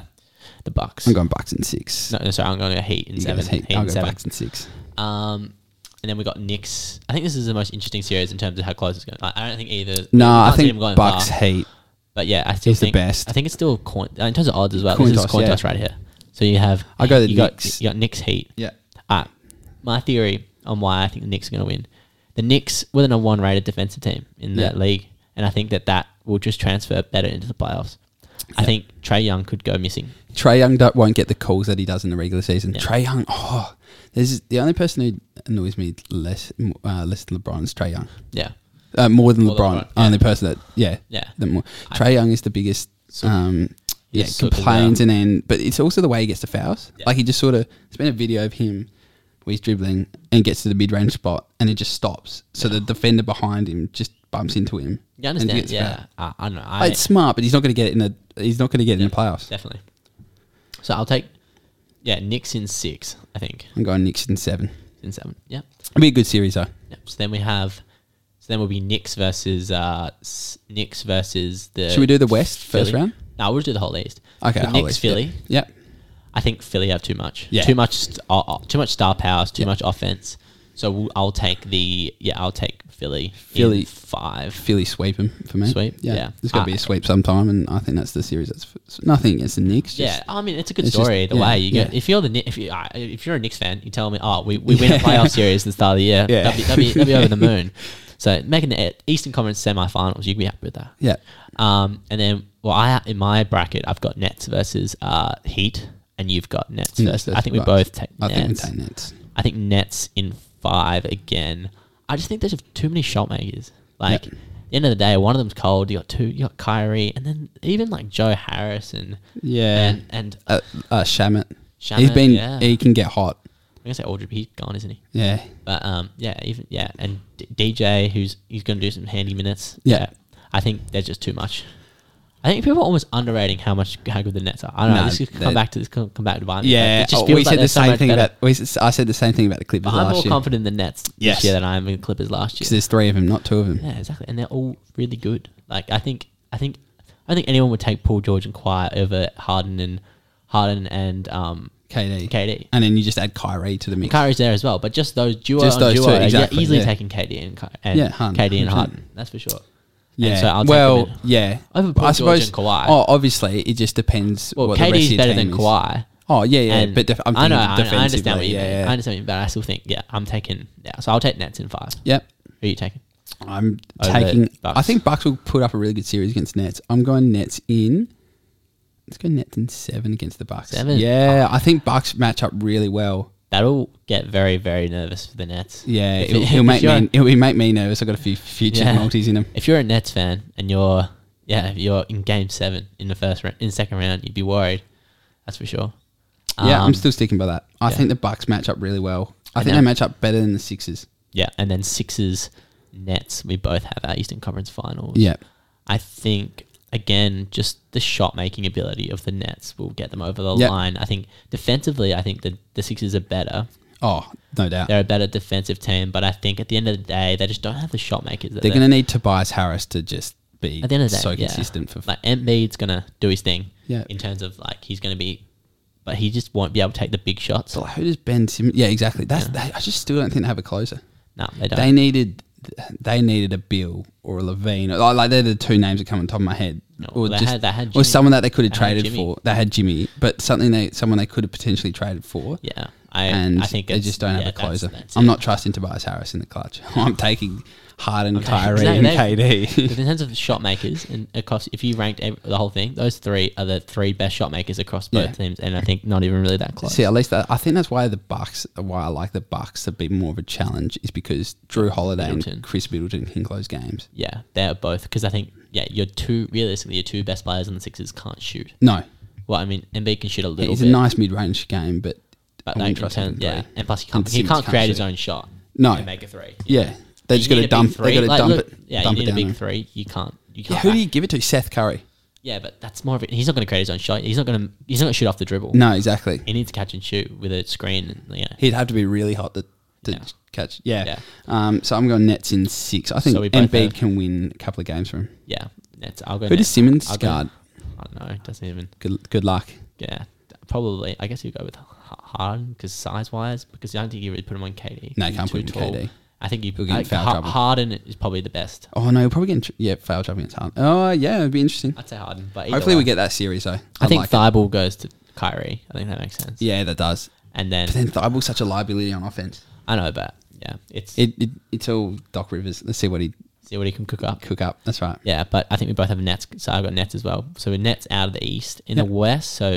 Speaker 4: the Bucks.
Speaker 3: I'm going Bucks and six.
Speaker 4: No, no, sorry, I'm going to Heat in
Speaker 3: You
Speaker 4: seven.
Speaker 3: guys hate-
Speaker 4: Heat in
Speaker 3: I'll go
Speaker 4: seven.
Speaker 3: Bucks and six.
Speaker 4: Um, and then we got Knicks. I think this is the most interesting series in terms of how close it's going. I, I don't think either.
Speaker 3: No,
Speaker 4: I
Speaker 3: I
Speaker 4: can't see them
Speaker 3: think
Speaker 4: going
Speaker 3: Bucks
Speaker 4: far.
Speaker 3: hate.
Speaker 4: But yeah, I still
Speaker 3: is the
Speaker 4: think
Speaker 3: best.
Speaker 4: I think it's still coin uh, in terms of odds as well.
Speaker 3: Coin
Speaker 4: this is
Speaker 3: toss,
Speaker 4: coin
Speaker 3: yeah.
Speaker 4: toss right here. So you have
Speaker 3: I go the
Speaker 4: you got
Speaker 3: Knicks.
Speaker 4: you got Knicks Heat.
Speaker 3: Yeah.
Speaker 4: Alright, Ah, my theory on why I think the Knicks are going to win. The Knicks were the number one rated defensive team in that
Speaker 3: Yeah.
Speaker 4: league, and I think that that will just transfer better into the playoffs. I think Trey Young could go missing.
Speaker 3: Trey Young do- won't get the calls that he does in the regular season.
Speaker 4: Yeah.
Speaker 3: Trey Young, oh, this is the only person who annoys me less uh, less than LeBron is Trey Young.
Speaker 4: Yeah.
Speaker 3: Uh, more than
Speaker 4: More than
Speaker 3: LeBron,
Speaker 4: LeBron, yeah.
Speaker 3: only person that yeah
Speaker 4: Yeah.
Speaker 3: The more, Trey Young is the biggest. um, yeah,
Speaker 4: sort of,
Speaker 3: complains and then, but it's also the way he gets the fouls. Like he just sort of. It's been a video of him where he's dribbling and gets to the mid range spot and it just stops. So the defender behind him just bumps into him.
Speaker 4: You
Speaker 3: and
Speaker 4: understand?
Speaker 3: gets the
Speaker 4: Yeah.
Speaker 3: foul.
Speaker 4: I, I don't know.
Speaker 3: Like,
Speaker 4: I,
Speaker 3: it's smart, but he's not going to get it in the. He's not going to get it in the playoffs.
Speaker 4: Definitely. So I'll take, yeah, Knicks in six, I think,
Speaker 3: I'm going Knicks in seven.
Speaker 4: in seven. Yeah.
Speaker 3: It'll be a good series though.
Speaker 4: Yep. So then we have, so then we'll be Knicks versus uh s- Knicks versus the.
Speaker 3: Should we do the West first
Speaker 4: Philly.
Speaker 3: round?
Speaker 4: No, we'll do the whole East.
Speaker 3: Okay,
Speaker 4: The
Speaker 3: I'll
Speaker 4: Knicks
Speaker 3: list it.
Speaker 4: Philly.
Speaker 3: Yep.
Speaker 4: I think Philly have too much.
Speaker 3: Yeah.
Speaker 4: Too much. St- uh, uh, too much star powers. Too
Speaker 3: Yeah.
Speaker 4: much offense. So we'll, I'll take the yeah. I'll take Philly.
Speaker 3: Philly.
Speaker 4: in five.
Speaker 3: Philly sweep him for me.
Speaker 4: Sweep, yeah.
Speaker 3: There's got to be
Speaker 4: Ah.
Speaker 3: a sweep sometime, and I think that's the series. That's f- nothing against the Knicks.
Speaker 4: Yeah,
Speaker 3: Just,
Speaker 4: I mean it's a good
Speaker 3: it's
Speaker 4: story
Speaker 3: just-
Speaker 4: either
Speaker 3: yeah,
Speaker 4: way. You get,
Speaker 3: yeah.
Speaker 4: if you're the Kni- if you uh, if you're a Knicks fan, you tell me, oh, we, we win a playoff series at the start of the year.
Speaker 3: Yeah.
Speaker 4: that'd be, that'd be, that'd be over the moon. So making the E, Eastern Conference semifinals, you'd be happy with that.
Speaker 3: Yeah.
Speaker 4: Um, and then well, I in my bracket, I've got Nets versus uh, Heat, and you've got Nets.
Speaker 3: Knicks
Speaker 4: versus, I
Speaker 3: versus
Speaker 4: think we
Speaker 3: Bucks.
Speaker 4: both take.
Speaker 3: I
Speaker 4: Nets.
Speaker 3: think we take Nets.
Speaker 4: I think Nets in five again. I just think there's too many shot makers. Like
Speaker 3: Yep.
Speaker 4: at the end of the day, one of them's cold. You got two. You got Kyrie, and then even like Joe Harris and
Speaker 3: Yeah.
Speaker 4: and, and
Speaker 3: Uh, uh, Shamit. He's
Speaker 4: Shamit,
Speaker 3: been.
Speaker 4: yeah.
Speaker 3: He can get hot.
Speaker 4: I'm gonna say Aldridge. but He's gone, isn't he?
Speaker 3: Yeah.
Speaker 4: But um, yeah, even yeah, and D- DJ who's he's gonna do some handy minutes.
Speaker 3: Yeah.
Speaker 4: I think they're just too much. I think people are almost underrating how much how good the Nets are. I don't know.
Speaker 3: No,
Speaker 4: This could come
Speaker 3: they're-
Speaker 4: back to this. Come come back to bite me. Like,
Speaker 3: Yeah.
Speaker 4: it just
Speaker 3: oh,
Speaker 4: feels
Speaker 3: we
Speaker 4: like
Speaker 3: said
Speaker 4: they're
Speaker 3: the
Speaker 4: so
Speaker 3: same
Speaker 4: much
Speaker 3: thing
Speaker 4: better.
Speaker 3: about. We, s- I said the same thing about the Clippers
Speaker 4: But I'm more
Speaker 3: last year.
Speaker 4: confident in the Nets
Speaker 3: Yes.
Speaker 4: this year than I am in the Clippers last year.
Speaker 3: There's three of them, not two of them.
Speaker 4: Yeah, exactly. And they're all really good. Like I think I think I don't think anyone would take Paul George and Kawhi over Harden and Harden and um
Speaker 3: KD.
Speaker 4: KD.
Speaker 3: And then you just add Kyrie to the mix.
Speaker 4: Kyrie's there as well, but just those duo
Speaker 3: Just
Speaker 4: on
Speaker 3: those
Speaker 4: duo,
Speaker 3: two,
Speaker 4: are yeah,
Speaker 3: exactly,
Speaker 4: easily
Speaker 3: yeah.
Speaker 4: taking KD and, Ky- and
Speaker 3: Yeah, hun-
Speaker 4: KD and
Speaker 3: 100%.
Speaker 4: Harden. That's for sure. And
Speaker 3: Yeah.
Speaker 4: so I'll take
Speaker 3: well,
Speaker 4: them in.
Speaker 3: yeah.
Speaker 4: Over Paul
Speaker 3: I
Speaker 4: George
Speaker 3: suppose.
Speaker 4: and Kawhi.
Speaker 3: Oh, obviously, it just depends.
Speaker 4: Well,
Speaker 3: what the rest of
Speaker 4: KD's
Speaker 3: your
Speaker 4: better
Speaker 3: team
Speaker 4: than
Speaker 3: is.
Speaker 4: Kawhi.
Speaker 3: Oh yeah, yeah.
Speaker 4: and-
Speaker 3: but def- I'm
Speaker 4: I
Speaker 3: thinking
Speaker 4: know, I know, I understand what
Speaker 3: defensively,
Speaker 4: you
Speaker 3: yeah,
Speaker 4: mean. I
Speaker 3: yeah.
Speaker 4: understand what you mean, but I still think yeah, I'm taking yeah. So I'll take Nets in five.
Speaker 3: Yep.
Speaker 4: Who are you taking?
Speaker 3: I'm
Speaker 4: Over
Speaker 3: taking.
Speaker 4: Bucks.
Speaker 3: I think Bucks will put up a really good series against Nets. I'm going Nets in. Let's go Nets in seven against the Bucks.
Speaker 4: Seven?
Speaker 3: Yeah, I think Bucks match up really well.
Speaker 4: That'll get very very nervous for the Nets.
Speaker 3: Yeah,
Speaker 4: If-
Speaker 3: it'll,
Speaker 4: if
Speaker 3: it'll make
Speaker 4: you're-
Speaker 3: me. It'll make me nervous. I've got a few future
Speaker 4: Yeah.
Speaker 3: multis in them.
Speaker 4: If you're a Nets fan and you're yeah, if you're in game seven in the first round, in second round, you'd be worried. That's for sure.
Speaker 3: Yeah,
Speaker 4: Um,
Speaker 3: I'm still sticking by that. I
Speaker 4: yeah.
Speaker 3: think the Bucks match up really well. I,
Speaker 4: I
Speaker 3: think
Speaker 4: know.
Speaker 3: they match up better than the Sixers.
Speaker 4: yeah, and then sixes, Nets. We both have our Eastern Conference Finals.
Speaker 3: Yeah.
Speaker 4: I think again, just the shot making ability of the Nets will get them over the
Speaker 3: Yeah.
Speaker 4: line. I think defensively, I think the the Sixers are better.
Speaker 3: Oh, no doubt.
Speaker 4: They're a better defensive team, but I think at the end of the day, they just don't have the shot makers. That
Speaker 3: They're going to need Tobias Harris to just be
Speaker 4: at the end of the day,
Speaker 3: so
Speaker 4: yeah.
Speaker 3: consistent for.
Speaker 4: like Embiid's gonna do his thing.
Speaker 3: Yeah.
Speaker 4: In terms of like he's gonna be, but he just won't be able to take the big shots.
Speaker 3: so like, who does Ben Simmons? Yeah, exactly. That's. I just still don't think they have a closer.
Speaker 4: No, they don't.
Speaker 3: They needed they needed a Bill or a Levine. Or, like they're the two names that come on top of my head.
Speaker 4: No,
Speaker 3: or
Speaker 4: they had- they had Jimmy.
Speaker 3: or someone that they could have
Speaker 4: They had
Speaker 3: traded
Speaker 4: Jimmy.
Speaker 3: for. They had Jimmy, but something they someone they could have potentially traded for.
Speaker 4: yeah, I
Speaker 3: And
Speaker 4: I think
Speaker 3: they
Speaker 4: it's-
Speaker 3: just don't
Speaker 4: yeah,
Speaker 3: have a
Speaker 4: that's-
Speaker 3: closer.
Speaker 4: that's
Speaker 3: I'm
Speaker 4: it.
Speaker 3: not trusting Tobias Harris in the clutch. I'm taking Harden, Kyrie,
Speaker 4: Exactly,
Speaker 3: and
Speaker 4: they-
Speaker 3: KD.
Speaker 4: in terms of shot makers and across, if you ranked ev the whole thing, those three are the three best shot makers across both
Speaker 3: Yeah.
Speaker 4: teams, and I think not even really that close.
Speaker 3: See, at least that, I think that's why the Bucks, why I like the Bucks to be more of a challenge, is because Drew Holiday
Speaker 4: Middleton.
Speaker 3: and Chris Middleton can close games.
Speaker 4: yeah, they're both because I think yeah, your two realistically your two best players on the Sixers can't shoot.
Speaker 3: No,
Speaker 4: Well, I mean, Embiid can shoot a little
Speaker 3: it's
Speaker 4: bit,
Speaker 3: a nice mid-range game, but,
Speaker 4: but
Speaker 3: I
Speaker 4: like
Speaker 3: wouldn't
Speaker 4: in
Speaker 3: trust him
Speaker 4: terms,
Speaker 3: to
Speaker 4: yeah,
Speaker 3: three.
Speaker 4: and plus he can't,
Speaker 3: And
Speaker 4: he
Speaker 3: Simmons
Speaker 4: can't
Speaker 3: can't
Speaker 4: create his
Speaker 3: shoot.
Speaker 4: own shot.
Speaker 3: No.
Speaker 4: and make a three.
Speaker 3: Yeah, they just
Speaker 4: You
Speaker 3: got to
Speaker 4: need a big
Speaker 3: dump. They
Speaker 4: three.
Speaker 3: got to
Speaker 4: Like,
Speaker 3: dump
Speaker 4: look,
Speaker 3: it.
Speaker 4: Yeah,
Speaker 3: dump
Speaker 4: you
Speaker 3: it
Speaker 4: need a
Speaker 3: down
Speaker 4: big
Speaker 3: there.
Speaker 4: three. You can't. You
Speaker 3: Yeah,
Speaker 4: can't.
Speaker 3: who do you give it to? Seth Curry.
Speaker 4: yeah, but that's more of it. He's not going to create his own shot. He's not going to. He's not going to shoot off the dribble.
Speaker 3: No, exactly.
Speaker 4: He needs to catch and shoot with a screen. And, yeah.
Speaker 3: He'd have to be really hot to, to
Speaker 4: Yeah.
Speaker 3: catch. Yeah.
Speaker 4: Yeah.
Speaker 3: Um, so I'm going Nets in six. I think
Speaker 4: So we both
Speaker 3: Embiid
Speaker 4: have-
Speaker 3: can win a couple of games for him.
Speaker 4: yeah. That's. I'll go.
Speaker 3: Who does
Speaker 4: next.
Speaker 3: Simmons
Speaker 4: I'll go-
Speaker 3: guard?
Speaker 4: I don't know. Doesn't even.
Speaker 3: Good, good luck.
Speaker 4: Yeah. Probably. I guess you go with Ha- Harden because size wise, because I don't think you really put him on KD.
Speaker 3: No,
Speaker 4: He's
Speaker 3: can't
Speaker 4: too
Speaker 3: put him on KD.
Speaker 4: I think you
Speaker 3: He'll get in
Speaker 4: like,
Speaker 3: foul
Speaker 4: Ha-
Speaker 3: trouble.
Speaker 4: Harden is probably the best.
Speaker 3: Oh no, he'll probably get in tr- yeah foul trouble against Harden. Oh yeah, it'd be interesting.
Speaker 4: I'd say Harden, but either
Speaker 3: Hopefully we
Speaker 4: way.
Speaker 3: get that series though.
Speaker 4: I think
Speaker 3: like it.
Speaker 4: Thibault goes to Kyrie. I think that makes sense.
Speaker 3: yeah, that does.
Speaker 4: And then
Speaker 3: But then Thibault's such a liability on offense.
Speaker 4: I know, but yeah, it's
Speaker 3: It, it it's all Doc Rivers. Let's see what he
Speaker 4: see what he can cook up.
Speaker 3: Cook up. That's right.
Speaker 4: Yeah, but I think we both have Nets, so I've got Nets as well. So we're Nets out of the East. In
Speaker 3: Yep.
Speaker 4: the West, so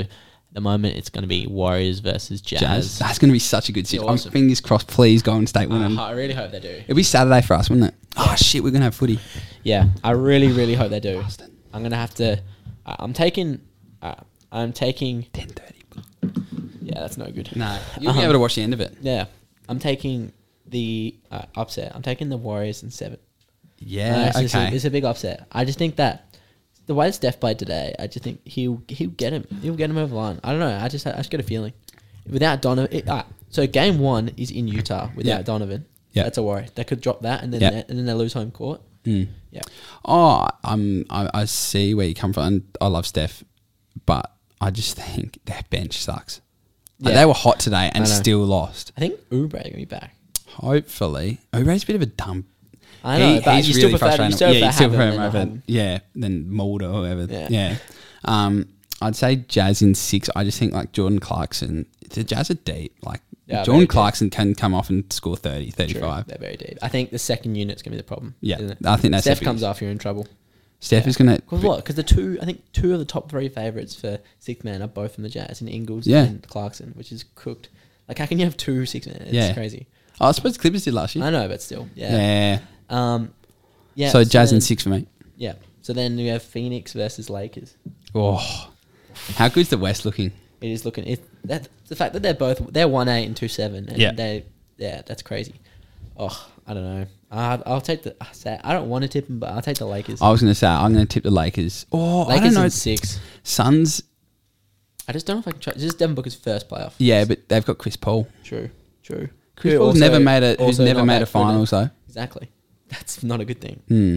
Speaker 4: at the moment it's going to be Warriors versus Jazz.
Speaker 3: Jazz. That's going to be such a good series. I'm
Speaker 4: awesome. Uh-huh.
Speaker 3: fingers crossed. Please Golden State win.
Speaker 4: I,
Speaker 3: them.
Speaker 4: ho- I really hope they do.
Speaker 3: It'll be Saturday for us, wouldn't it? Oh shit, we're gonna have footy.
Speaker 4: Yeah, I really, really hope they do. I'm gonna have to. I I'm taking. Uh, I'm taking.
Speaker 3: Ten thirty.
Speaker 4: Yeah, that's no good.
Speaker 3: No, you'll be
Speaker 4: Um,
Speaker 3: able to watch the end of it.
Speaker 4: Yeah, I'm taking the uh, upset. I'm taking the Warriors in seven. Uh,
Speaker 3: Yeah.
Speaker 4: it's, just a-
Speaker 3: okay.
Speaker 4: it's a big upset. I just think that the way Steph played today, I just think he'll he'll get him. He'll get him over the line. I don't know. I just I just get a feeling without Donovan. It, uh, so game one is in Utah without
Speaker 3: Yeah.
Speaker 4: Donovan.
Speaker 3: Yeah.
Speaker 4: that's a worry. They could drop that and then
Speaker 3: Yeah.
Speaker 4: they- and then they lose home court.
Speaker 3: Mm.
Speaker 4: Yeah,
Speaker 3: Oh, I'm. I, I see where you come from. And I love Steph, but I just think their bench sucks. Like,
Speaker 4: Yeah.
Speaker 3: they were hot today and
Speaker 4: I know.
Speaker 3: still lost.
Speaker 4: I think Oubre gonna be back.
Speaker 3: Hopefully, Ubre's a bit of a dumb.
Speaker 4: I know, but you still prefer you still
Speaker 3: yeah,
Speaker 4: prefer
Speaker 3: you still
Speaker 4: having
Speaker 3: prefer him
Speaker 4: him than not
Speaker 3: over.
Speaker 4: having him.
Speaker 3: Yeah, then Mulder or whoever.
Speaker 4: Yeah.
Speaker 3: Yeah. Um, I'd say Jazz in six. I just think like Jordan Clarkson. The Jazz are deep. Like
Speaker 4: Yeah, very
Speaker 3: Jordan
Speaker 4: deep.
Speaker 3: Clarkson can come off and score 30,
Speaker 4: True,
Speaker 3: 35.
Speaker 4: They're very deep. I think the second unit's gonna be the problem.
Speaker 3: Yeah,
Speaker 4: isn't it?
Speaker 3: I think that's
Speaker 4: Steph
Speaker 3: the
Speaker 4: comes
Speaker 3: biggest-
Speaker 4: off, you're in trouble.
Speaker 3: Steph is gonna.
Speaker 4: Because what? Because the two, I think two of the top three favorites for six man are both from the Jazz and Ingles
Speaker 3: Yeah.
Speaker 4: and Clarkson, which is cooked. Like, how can you have two six men? It's
Speaker 3: Yeah.
Speaker 4: crazy.
Speaker 3: Oh, I suppose Clippers did last year.
Speaker 4: I know, but still, yeah.
Speaker 3: yeah.
Speaker 4: Um, yeah.
Speaker 3: So Jazz
Speaker 4: then-
Speaker 3: in six for me.
Speaker 4: Yeah. So then we have Phoenix versus Lakers.
Speaker 3: Oh, how good's the West looking?
Speaker 4: It is looking. It, that the fact that they're both they're one eight and two seven. And
Speaker 3: Yeah.
Speaker 4: They yeah, that's crazy. Oh, I don't know. I, I'll take the. I say I don't want to tip them, but I'll take the Lakers.
Speaker 3: I was going to say I'm going to tip the Lakers. Oh, I
Speaker 4: Lakers
Speaker 3: don't know.
Speaker 4: in six.
Speaker 3: Suns,
Speaker 4: I just don't know if I can try. This is Devin Booker's first playoff.
Speaker 3: yeah, but they've got Chris Paul.
Speaker 4: True. True.
Speaker 3: Chris
Speaker 4: Who
Speaker 3: Paul's
Speaker 4: also-
Speaker 3: never made a who's
Speaker 4: also
Speaker 3: never
Speaker 4: not
Speaker 3: made
Speaker 4: that
Speaker 3: a
Speaker 4: good eh? at-
Speaker 3: finals though.
Speaker 4: Exactly. That's not a good thing.
Speaker 3: Hmm.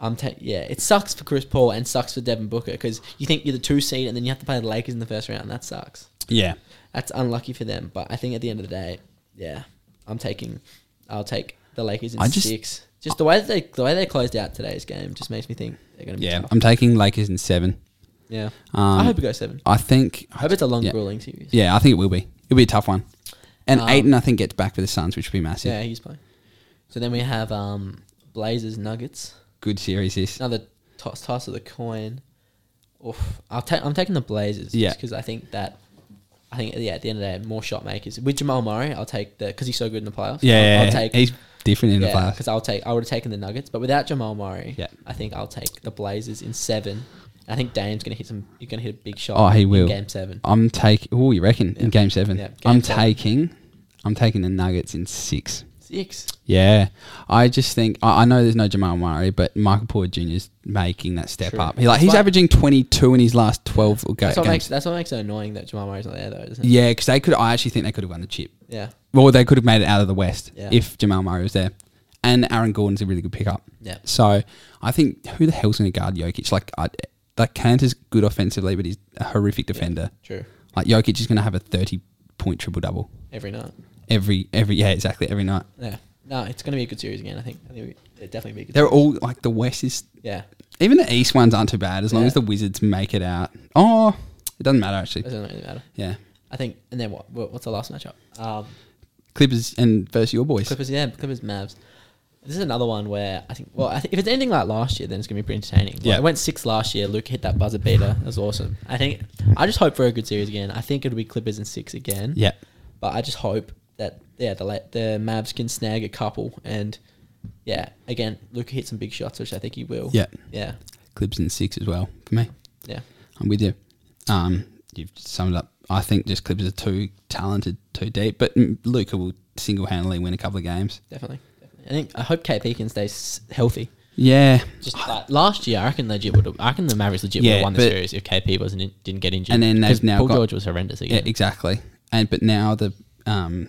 Speaker 4: I'm ta- yeah, it sucks for Chris Paul and sucks for Devin Booker because you think you're the two seed and then you have to play the Lakers in the first round. That sucks.
Speaker 3: Yeah,
Speaker 4: That's unlucky for them. But I think at the end of the day, yeah, I'm taking, I'll take the Lakers in
Speaker 3: I just-
Speaker 4: six. Just the way that they the way they closed out today's game just makes me think they're gonna be
Speaker 3: yeah.
Speaker 4: tough.
Speaker 3: I'm taking Lakers in seven.
Speaker 4: yeah.
Speaker 3: Um,
Speaker 4: I hope it goes seven.
Speaker 3: I think.
Speaker 4: I hope it's a long
Speaker 3: yeah.
Speaker 4: grueling series.
Speaker 3: Yeah, I think it will be. It'll be a tough one. And
Speaker 4: Um,
Speaker 3: Aiton, I think, gets back for the Suns, which would be massive.
Speaker 4: Yeah, he's playing. So then we have um, Blazers Nuggets.
Speaker 3: Good series this.
Speaker 4: another toss toss of the coin. Oof. I'll take. I'm taking the Blazers.
Speaker 3: Yeah.
Speaker 4: Because I think that. I think yeah. At the end of the day, more shot makers with Jamal Murray. I'll take the because he's so good in the playoffs.
Speaker 3: Yeah,
Speaker 4: I'll,
Speaker 3: yeah,
Speaker 4: I'll
Speaker 3: yeah.
Speaker 4: take.
Speaker 3: he's different in the playoffs.
Speaker 4: because I'll take. I would have taken the Nuggets, but without Jamal Murray,
Speaker 3: Yeah.
Speaker 4: I think I'll take the Blazers in seven. I think Dame's gonna hit some. You're gonna hit a big shot.
Speaker 3: Oh, he
Speaker 4: in
Speaker 3: will.
Speaker 4: Game seven.
Speaker 3: I'm taking. Oh, you reckon
Speaker 4: Yeah.
Speaker 3: in Game Seven?
Speaker 4: Yeah, game
Speaker 3: I'm
Speaker 4: seven.
Speaker 3: taking. I'm taking the Nuggets in six.
Speaker 4: Six.
Speaker 3: Yeah, I just think I, I know there's no Jamal Murray, but Michael Porter Jr. is making that step
Speaker 4: True.
Speaker 3: up. He, like
Speaker 4: That's
Speaker 3: he's
Speaker 4: why-
Speaker 3: averaging 22 in his last 12 ga-
Speaker 4: That's what
Speaker 3: games.
Speaker 4: makes. That's what makes it annoying that Jamal Murray's not there though, isn't it?
Speaker 3: yeah, because they could. I actually think they could have won the chip,
Speaker 4: Yeah.
Speaker 3: or they could have made it out of the West
Speaker 4: Yeah.
Speaker 3: if Jamal Murray was there. And Aaron Gordon's a really good pickup.
Speaker 4: Yeah.
Speaker 3: So I think who the hell's going to guard Jokic? Like, I, like Cantor's good offensively, but he's a horrific defender.
Speaker 4: True.
Speaker 3: Like Jokic is going to have a 30 point triple double
Speaker 4: Every night.
Speaker 3: every every yeah exactly every night.
Speaker 4: Yeah. No, it's gonna be a good series again. I think. I think it definitely be a good.
Speaker 3: They're all like the West is
Speaker 4: yeah.
Speaker 3: Even the East ones aren't too bad as long
Speaker 4: Yeah.
Speaker 3: as the Wizards make it out. Oh, it doesn't matter actually.
Speaker 4: It doesn't really matter.
Speaker 3: Yeah,
Speaker 4: I think, and then what? what- What's the last matchup? Um,
Speaker 3: Clippers and versus your boys.
Speaker 4: Clippers, yeah, Clippers, Mavs. This is another one where I think, well, I think if it's anything like last year, then it's gonna be pretty entertaining. Like,
Speaker 3: Yeah.
Speaker 4: it went six last year. Luke hit that buzzer beater. That was awesome. I think. I just hope for a good series again. I think it'll be Clippers and six again.
Speaker 3: Yeah,
Speaker 4: But I just hope that yeah, the la- the Mavs can snag a couple and yeah, again, Luke hit some big shots, which I think he will.
Speaker 3: Yeah.
Speaker 4: Yeah.
Speaker 3: Clippers in six as well for me.
Speaker 4: Yeah.
Speaker 3: I'm with you. Um, you've summed up. I think just Clippers are too talented, too deep. But Luca will single handedly win a couple of games.
Speaker 4: Definitely. definitely. I think I hope KP can stay s- healthy.
Speaker 3: Yeah,
Speaker 4: Just like last year, I reckon legit would. have I reckon the Mavericks legit would
Speaker 3: Yeah,
Speaker 4: have won the
Speaker 3: but-
Speaker 4: series if KP wasn't in, didn't get injured.
Speaker 3: And then they've
Speaker 4: 'Cause
Speaker 3: now
Speaker 4: Paul
Speaker 3: got-
Speaker 4: George was horrendous
Speaker 3: yeah,
Speaker 4: again.
Speaker 3: exactly. And but now the um,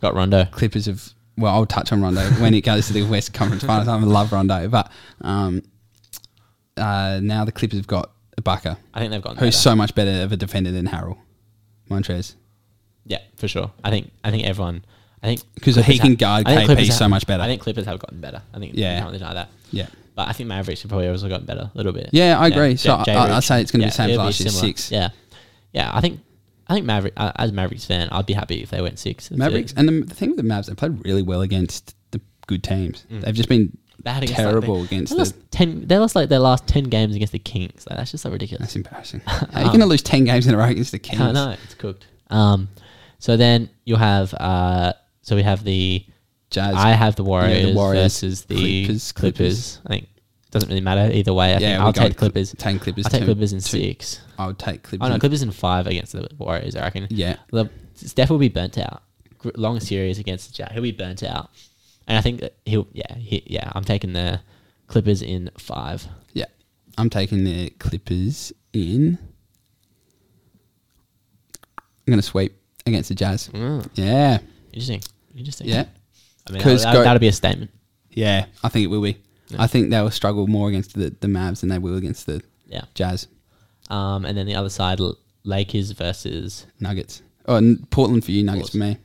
Speaker 4: got Rondo.
Speaker 3: Clippers have. Well, I'll touch on Rondo when it goes to the West Conference Finals. I love Rondo, but um, uh, now the Clippers have got Ibaka.
Speaker 4: I think they've gotten
Speaker 3: who's
Speaker 4: Who's
Speaker 3: so much better of a defender than Harrell Montrez
Speaker 4: yeah for sure. I think I think everyone. I think
Speaker 3: 'Cause he
Speaker 4: Clippers
Speaker 3: can
Speaker 4: have-
Speaker 3: guard
Speaker 4: I think
Speaker 3: KP
Speaker 4: Clippers
Speaker 3: so
Speaker 4: have-
Speaker 3: much better.
Speaker 4: I think Clippers have gotten better. I think
Speaker 3: Yeah.
Speaker 4: yeah, can't deny that.
Speaker 3: Yeah.
Speaker 4: but I think Mavericks have probably also gotten better a little bit.
Speaker 3: Yeah, I agree. So I- I'd
Speaker 4: Rich.
Speaker 3: say it's gonna be the same as
Speaker 4: it'll
Speaker 3: last year,
Speaker 4: similar.
Speaker 3: six.
Speaker 4: Yeah, yeah. I think I think Maverick uh, as Mavericks fan, I'd be happy if they went six. That's it.
Speaker 3: Mavericks. And the, the thing with the Mavs, they played really well against the good teams. They've just been
Speaker 4: Mm. bad against
Speaker 3: terrible
Speaker 4: like, the-
Speaker 3: against
Speaker 4: they lost
Speaker 3: the-
Speaker 4: ten. They lost like their last ten games against the Kings. Like, that's just so ridiculous.
Speaker 3: That's embarrassing. How are you going to lose 10 games in a row against the Kings?
Speaker 4: I know it's cooked. Um, so then you'll have uh, so we have the
Speaker 3: Jazz.
Speaker 4: I have the Warriors,
Speaker 3: Warriors,
Speaker 4: versus the
Speaker 3: Clippers,
Speaker 4: Clippers,
Speaker 3: Clippers.
Speaker 4: I think doesn't really matter either way.
Speaker 3: Yeah,
Speaker 4: I think
Speaker 3: we
Speaker 4: I'll
Speaker 3: go
Speaker 4: take
Speaker 3: Clip-
Speaker 4: Clippers.
Speaker 3: take Clippers
Speaker 4: I'll take
Speaker 3: two-
Speaker 4: Clippers in
Speaker 3: two.
Speaker 4: six.
Speaker 3: I would take Clippers.
Speaker 4: Oh no, Clippers in five against the Warriors. I reckon.
Speaker 3: Yeah.
Speaker 4: The- Steph will be burnt out. Gr- Long series against the Jack, he'll be burnt out. And I think that he'll yeah he, yeah I'm taking the Clippers in five.
Speaker 3: Yeah. I'm taking the Clippers in. I'm going to sweep against the Jazz.
Speaker 4: Mm.
Speaker 3: Yeah.
Speaker 4: Interesting. Interesting.
Speaker 3: Yeah.
Speaker 4: I mean,
Speaker 3: 'Cause
Speaker 4: that,
Speaker 3: go-
Speaker 4: that, will be a statement.
Speaker 3: Yeah. I think it will be. I think they will struggle more against the, the Mavs than they will against the
Speaker 4: Yeah.
Speaker 3: Jazz
Speaker 4: Um, and then the other side, L- Lakers versus.
Speaker 3: Nuggets. Oh, n- Portland for you, Nuggets for me.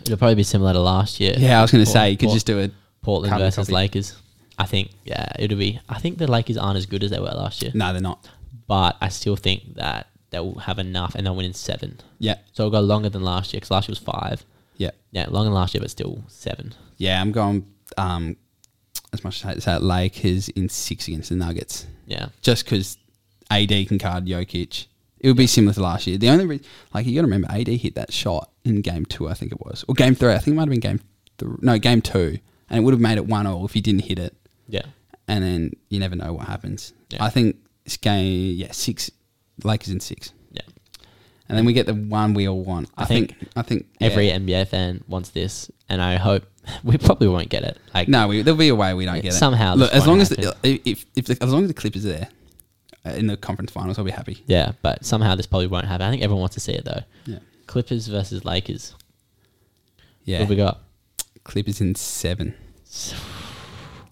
Speaker 4: It'll probably be similar to last year.
Speaker 3: Yeah, I was going to
Speaker 4: Port-
Speaker 3: say, you could
Speaker 4: Port-
Speaker 3: just do it.
Speaker 4: Portland
Speaker 3: carbon
Speaker 4: versus
Speaker 3: copy.
Speaker 4: Lakers. I think yeah, it'll be. I think the Lakers aren't as good as they were last year,
Speaker 3: No, they're not.
Speaker 4: but I still think that they'll have enough and they'll win in seven.
Speaker 3: Yeah.
Speaker 4: So it'll go longer than last year because last year was five.
Speaker 3: Yeah.
Speaker 4: Yeah, longer than last year, but still seven.
Speaker 3: Yeah, I'm going um, as much as I hate to say it, Lakers in six against the Nuggets.
Speaker 4: Yeah,
Speaker 3: Just because AD can card Jokic. It would be similar to last year. The only re- like you got to remember, AD hit that shot in game two, I think it was, or game three. I think it might have been game th- no game two, and it would have made it one all if he didn't hit it.
Speaker 4: yeah,
Speaker 3: And then you never know what happens.
Speaker 4: Yeah.
Speaker 3: I think this game, yeah, six Lakers in six,
Speaker 4: yeah.
Speaker 3: and then we get the one we all want. I,
Speaker 4: I
Speaker 3: think,
Speaker 4: think
Speaker 3: I think
Speaker 4: Every e-,
Speaker 3: yeah.
Speaker 4: NBA fan wants this, and I hope we probably won't get it. Like
Speaker 3: No, we, there'll be a way we don't
Speaker 4: Yeah,
Speaker 3: get it
Speaker 4: somehow
Speaker 3: Look,
Speaker 4: this
Speaker 3: as long
Speaker 4: won't
Speaker 3: as the, if if the, as long as the Clippers are there uh, in the conference finals, I'll be happy.
Speaker 4: Yeah, but somehow this probably won't happen. I think everyone wants to see it though.
Speaker 3: Yeah.
Speaker 4: Clippers versus Lakers.
Speaker 3: Yeah,
Speaker 4: What we got?
Speaker 3: Clippers in seven.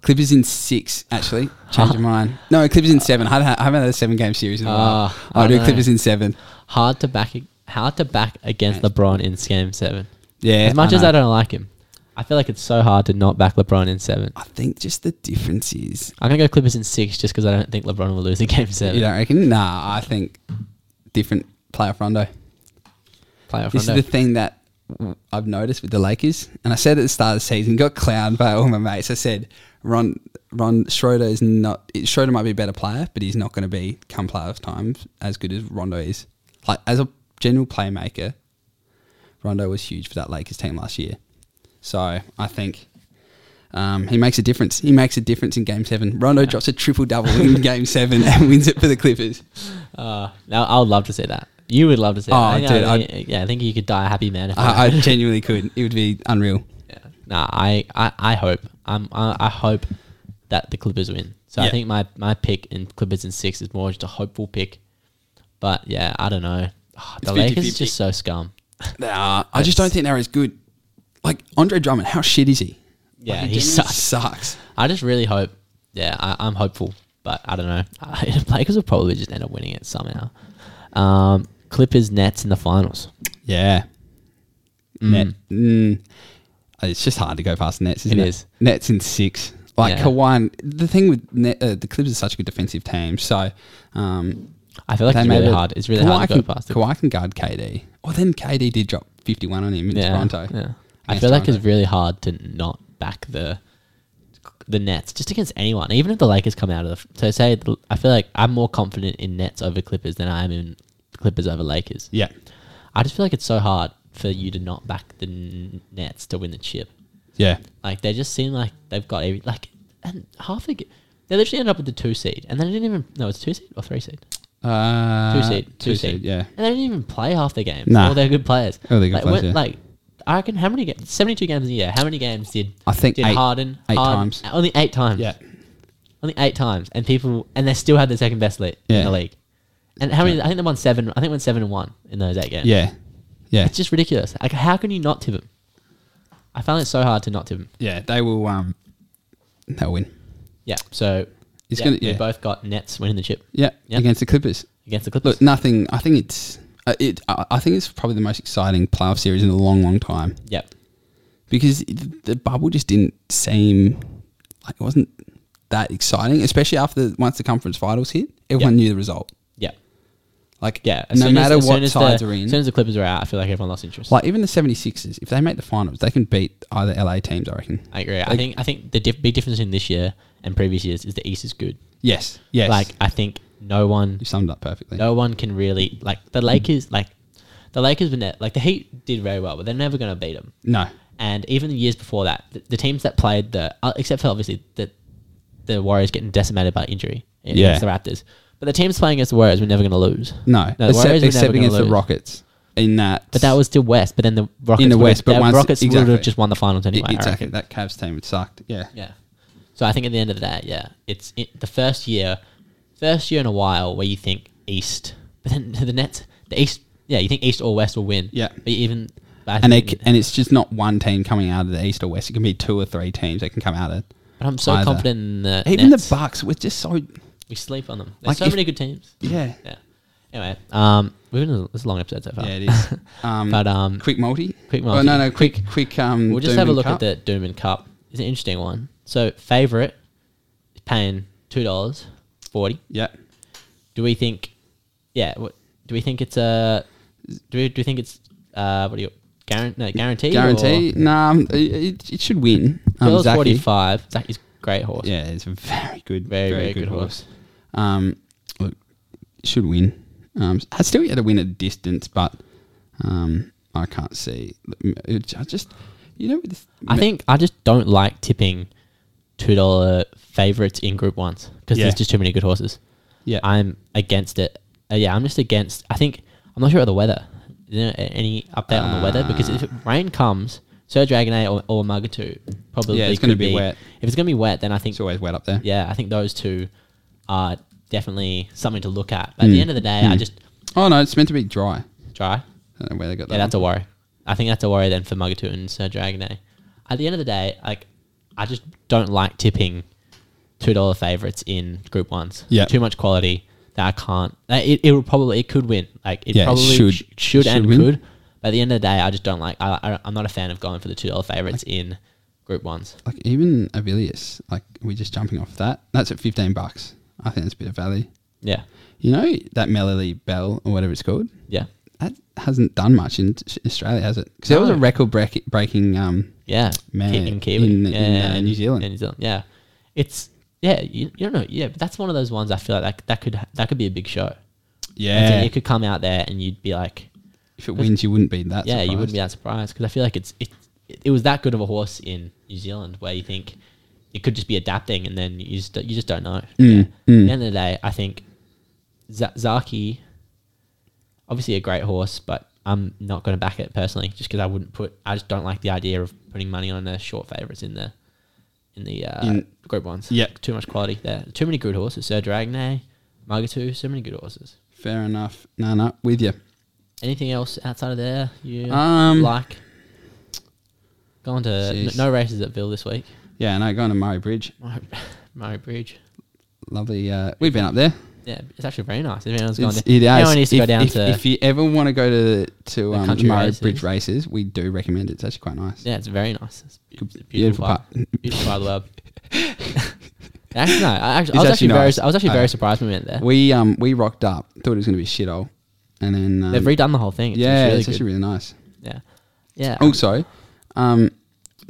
Speaker 3: Clippers in six, actually. Change of mind. No, Clippers in seven. I haven't had- I haven't had a seven game series in a while.
Speaker 4: Ah,
Speaker 3: I'll
Speaker 4: I
Speaker 3: do
Speaker 4: know.
Speaker 3: Clippers in seven.
Speaker 4: Hard to back. Hard to back against LeBron in Game Seven.
Speaker 3: Yeah,
Speaker 4: As much
Speaker 3: I
Speaker 4: as I
Speaker 3: know.
Speaker 4: don't like him, I feel like it's so hard to not back LeBron in seven.
Speaker 3: I think just the difference is.
Speaker 4: I'm gonna go Clippers in six just because I don't think LeBron will lose in Game Seven.
Speaker 3: You don't reckon? Nah, I think different playoff rondo.
Speaker 4: Playoff
Speaker 3: This
Speaker 4: rondo.
Speaker 3: is the thing that I've noticed with the Lakers, and I said at the start of the season, got clowned by all my mates. I said Ron Ron Schroeder is not it- Schroeder might be a better player, but he's not going to be come playoff time as good as Rondo is. Like as a general playmaker, Rondo was huge for that Lakers team last year. So I think. Um, he makes a difference. He makes a difference in Game Seven. Rondo drops a triple double in Game Seven and wins it for the Clippers.
Speaker 4: uh, now I would love to see that. You would love to see.
Speaker 3: Oh,
Speaker 4: that. I think
Speaker 3: dude,
Speaker 4: I would- yeah, I think you could die a happy man. If
Speaker 3: I, I
Speaker 4: I,
Speaker 3: genuinely could. It would be unreal.
Speaker 4: yeah. Nah, I, I, I hope. I'm, I, I hope that the Clippers win. So
Speaker 3: Yeah.
Speaker 4: I think my my pick in Clippers in six is more just a hopeful pick. But yeah, I don't know. Ugh, the Lakers
Speaker 3: 50-50.
Speaker 4: is just so scum.
Speaker 3: Nah, I just don't think they're as good. Like Andre Drummond, how shit is he?
Speaker 4: Yeah,
Speaker 3: Like,
Speaker 4: he
Speaker 3: genuinely
Speaker 4: sucks.
Speaker 3: sucks.
Speaker 4: I just really hope. Yeah, I, I'm hopeful, but I don't know. Lakers will probably just end up winning it somehow. Um, Clippers Nets in the finals.
Speaker 3: Yeah. Net, mm, it's just hard to go past Nets, isn't it?
Speaker 4: It is.
Speaker 3: Nets in six. Like
Speaker 4: Yeah.
Speaker 3: Kawhi, and- the thing with Net, uh, the Clippers are such a good defensive team, so um,
Speaker 4: I feel like
Speaker 3: they
Speaker 4: it's
Speaker 3: made
Speaker 4: really
Speaker 3: it-
Speaker 4: hard. It's really
Speaker 3: Kawhi
Speaker 4: hard to
Speaker 3: can,
Speaker 4: go past. it.
Speaker 3: Kawhi can guard KD. Well, then KD did drop fifty-one on him in
Speaker 4: yeah,
Speaker 3: Toronto.
Speaker 4: yeah. I
Speaker 3: Against
Speaker 4: feel like it's
Speaker 3: Toronto.
Speaker 4: really hard to not back the the Nets just against anyone, even if the Lakers come out of. The, so say, the, I feel like I'm more confident in Nets over Clippers than I am in Clippers over Lakers.
Speaker 3: yeah,
Speaker 4: I just feel like it's so hard for you to not back the N- Nets to win the chip.
Speaker 3: yeah,
Speaker 4: Like they just seem like they've got every like, and half the g- they literally ended up with the two seed, and they didn't even no, it's two seed or three seed,
Speaker 3: uh,
Speaker 4: two seed, two, seed.
Speaker 3: yeah.
Speaker 4: and they didn't even play half the games.
Speaker 3: Nah.
Speaker 4: Nah. all their good players.
Speaker 3: All their good
Speaker 4: like,
Speaker 3: players,
Speaker 4: when-
Speaker 3: yeah.
Speaker 4: like, I reckon how many games? Seventy-two games in a year. How many games did
Speaker 3: I think
Speaker 4: did
Speaker 3: eight-
Speaker 4: Harden
Speaker 3: eight
Speaker 4: Harden-
Speaker 3: times.
Speaker 4: Only eight times.
Speaker 3: Yeah,
Speaker 4: only eight times, and people and they still had the second best lead
Speaker 3: Yeah.
Speaker 4: in the league. And how many? I think they won seven. I think they won seven and one in those eight games.
Speaker 3: yeah, yeah.
Speaker 4: it's just ridiculous. Like, how can you not tip them? I found it so hard to not tip them.
Speaker 3: Yeah, they will. Um, they'll win.
Speaker 4: Yeah. So
Speaker 3: It's
Speaker 4: yeah,
Speaker 3: gonna-
Speaker 4: we
Speaker 3: yeah.
Speaker 4: both got Nets winning the chip
Speaker 3: Yeah,
Speaker 4: Yep.
Speaker 3: against the Clippers.
Speaker 4: against the Clippers.
Speaker 3: Look, nothing. I think it's. Uh, it. I I think it's probably the most exciting playoff series in a long, long time
Speaker 4: Yep.
Speaker 3: because it- the bubble just didn't seem like it wasn't that exciting, especially after the, once the conference finals hit. Everyone
Speaker 4: Yep.
Speaker 3: knew the result.
Speaker 4: Yep.
Speaker 3: Like,
Speaker 4: Yeah, as
Speaker 3: no
Speaker 4: soon as-
Speaker 3: matter
Speaker 4: as soon
Speaker 3: what
Speaker 4: as the-
Speaker 3: sides are in,
Speaker 4: As soon as the Clippers are out, I feel like everyone lost interest.
Speaker 3: like even the 76ers, if they make the finals, they can beat either LA teams, I reckon.
Speaker 4: I agree. I
Speaker 3: Like-
Speaker 4: think I think the diff- big difference in this year and previous years is the East is good.
Speaker 3: Yes, yes.
Speaker 4: Like I think no one
Speaker 3: you summed up perfectly.
Speaker 4: no one can really like
Speaker 3: Mm.
Speaker 4: the Lakers like the Lakers were ne- like the Heat did very well, but they're never going to beat them.
Speaker 3: No.
Speaker 4: And even the years before that, the, the teams that played the uh, except for obviously the the Warriors getting decimated by injury
Speaker 3: Yeah.
Speaker 4: against the Raptors, but the teams playing against the Warriors were never going to lose.
Speaker 3: No,
Speaker 4: the Warriors
Speaker 3: except,
Speaker 4: were
Speaker 3: except
Speaker 4: never gonna
Speaker 3: against the
Speaker 4: lose.
Speaker 3: Rockets in that.
Speaker 4: But that was still West. But then the Rockets
Speaker 3: in the
Speaker 4: would've-
Speaker 3: West. But
Speaker 4: the
Speaker 3: once,
Speaker 4: Rockets would
Speaker 3: exactly.
Speaker 4: have just won the finals
Speaker 3: I-
Speaker 4: anyway. I reckon.
Speaker 3: Exactly. That Cavs team it sucked. Yeah.
Speaker 4: Yeah. So I think at the end of the day, yeah, it's it, the first year, first year in a while where you think East, but then the Nets, the East, yeah, you think East or West will win.
Speaker 3: Yeah.
Speaker 4: But even but I
Speaker 3: And they,
Speaker 4: think-
Speaker 3: c- and it's just not one team coming out of the East or West. It can be two or three teams that can come out of. it.
Speaker 4: but I'm so
Speaker 3: either.
Speaker 4: confident in the
Speaker 3: Even
Speaker 4: Nets.
Speaker 3: the Bucks were just so
Speaker 4: we sleep on them. There's
Speaker 3: Like,
Speaker 4: so
Speaker 3: if-
Speaker 4: many good teams.
Speaker 3: yeah.
Speaker 4: Yeah. Anyway, um, we've been this is a long episode so far.
Speaker 3: Yeah, it is. Um,
Speaker 4: But, um,
Speaker 3: quick multi.
Speaker 4: quick
Speaker 3: Oh,
Speaker 4: multi.
Speaker 3: no, no, quick, quick. Um,
Speaker 4: We'll just
Speaker 3: Doom
Speaker 4: have a
Speaker 3: and
Speaker 4: look
Speaker 3: Cup.
Speaker 4: at the Doom and Cup. It's an interesting one. So favorite, paying two dollars forty.
Speaker 3: Yeah,
Speaker 4: do we think yeah what do we think it's uh, do we do we think it's uh what do you guaran- no, guaranteed
Speaker 3: guarantee. Nah, um, it, it, it should win.
Speaker 4: or
Speaker 3: Um,
Speaker 4: girls
Speaker 3: Zachy.
Speaker 4: 45 Zach is great horse
Speaker 3: Yeah, it's a very good,
Speaker 4: Very, very good horse.
Speaker 3: Um, look, should win. Um, I still yet to win a distance, but um, I can't see. It, I just, you know, this,
Speaker 4: I think I just don't like tipping two dollar favorites in group ones because
Speaker 3: Yeah.
Speaker 4: there's just too many good horses
Speaker 3: Yeah,
Speaker 4: I'm against it uh, yeah I'm just against I think I'm not sure about the weather is there a- any update on the weather
Speaker 3: Uh.
Speaker 4: because if rain comes Serge Dragonet or, or Mugatu probably
Speaker 3: Yeah, it's
Speaker 4: going
Speaker 3: gonna
Speaker 4: to
Speaker 3: be wet.
Speaker 4: if it's going to be wet then I think
Speaker 3: it's always wet up there.
Speaker 4: yeah, I think those two are definitely something to look at. But
Speaker 3: Hmm.
Speaker 4: at the end of the day, I just
Speaker 3: Oh no, it's meant to be dry.
Speaker 4: try.
Speaker 3: I don't know where they got that.
Speaker 4: Yeah, that's a
Speaker 3: one.
Speaker 4: worry. I think that's a worry then for Mugatu and Sir Dragonet. At the end of the day, like I just don't like tipping two dollar favorites in Group Ones.
Speaker 3: Yeah.
Speaker 4: too much quality that I can't. Like, it it will probably it could win. Like it
Speaker 3: Yeah, it
Speaker 4: probably
Speaker 3: should-
Speaker 4: should should,
Speaker 3: should
Speaker 4: and
Speaker 3: win.
Speaker 4: could. But at the end of the day, I just don't like. I, I I'm not a fan of going for the two dollar favorites in Group Ones.
Speaker 3: like even Avilius. Like we're just jumping off that. That's at fifteen bucks. I think that's a bit of value.
Speaker 4: Yeah,
Speaker 3: You know that Melody Bell or whatever it's called.
Speaker 4: yeah,
Speaker 3: That hasn't done much in s- Australia, has it? Because there was a
Speaker 4: No.
Speaker 3: record break- breaking. Um,
Speaker 4: Yeah,
Speaker 3: Man,
Speaker 4: Ki- in Kiwi,
Speaker 3: in- in,
Speaker 4: yeah,
Speaker 3: uh, New Zealand.
Speaker 4: in New Zealand, yeah. It's yeah, you, you don't know, yeah. But that's one of those ones I feel like that, that could that could be a big show. As in,
Speaker 3: yeah,
Speaker 4: it could come out there and you'd be like,
Speaker 3: if it wins, you wouldn't be that.
Speaker 4: yeah, you wouldn't
Speaker 3: surprised.
Speaker 4: be that surprised because I feel like it's it, it, it was that good of a horse in New Zealand where you think it could just be adapting and then you just you just don't know.
Speaker 3: Mm,
Speaker 4: yeah. At the end of the day, I think Z- Zaki, obviously a great horse, but I'm not going to back it personally just because I wouldn't put. I just don't like the idea of putting money on the short favorites in the in the uh,
Speaker 3: In-
Speaker 4: group ones.
Speaker 3: Yeah.
Speaker 4: too much quality there. Too many good horses. Sir Dragne, Margatu, so many good horses.
Speaker 3: Fair enough. No, no, with you.
Speaker 4: Anything else outside of there you
Speaker 3: Um,
Speaker 4: like? Going to n-
Speaker 3: Jeez.
Speaker 4: no races at Ville this week.
Speaker 3: Yeah, no, going to Murray Bridge.
Speaker 4: Murray- Murray Bridge.
Speaker 3: Lovely. Uh, we've been up there.
Speaker 4: Yeah, it's actually very nice. Everyone's gone
Speaker 3: It's,
Speaker 4: down.
Speaker 3: it
Speaker 4: Everyone
Speaker 3: has-
Speaker 4: needs to
Speaker 3: if,
Speaker 4: go down
Speaker 3: if,
Speaker 4: to.
Speaker 3: if you ever want to go to to um,
Speaker 4: country
Speaker 3: Murray
Speaker 4: races.
Speaker 3: Bridge races, we do recommend it. It's actually quite nice.
Speaker 4: yeah, it's very nice. It's a beautiful,
Speaker 3: Beautiful
Speaker 4: beautiful part.
Speaker 3: part.
Speaker 4: Beautiful part of the world. actually, no. I, actually, I
Speaker 3: It's
Speaker 4: was
Speaker 3: actually
Speaker 4: actually, very.
Speaker 3: nice.
Speaker 4: I was actually
Speaker 3: Okay.
Speaker 4: very surprised when we went there.
Speaker 3: We um we rocked up. Thought it was going to be a shithole, and then um,
Speaker 4: They've redone the whole thing. It's,
Speaker 3: yeah,
Speaker 4: it's
Speaker 3: it's actually
Speaker 4: really good.
Speaker 3: really nice. Oh.
Speaker 4: Yeah, yeah,
Speaker 3: Also, um,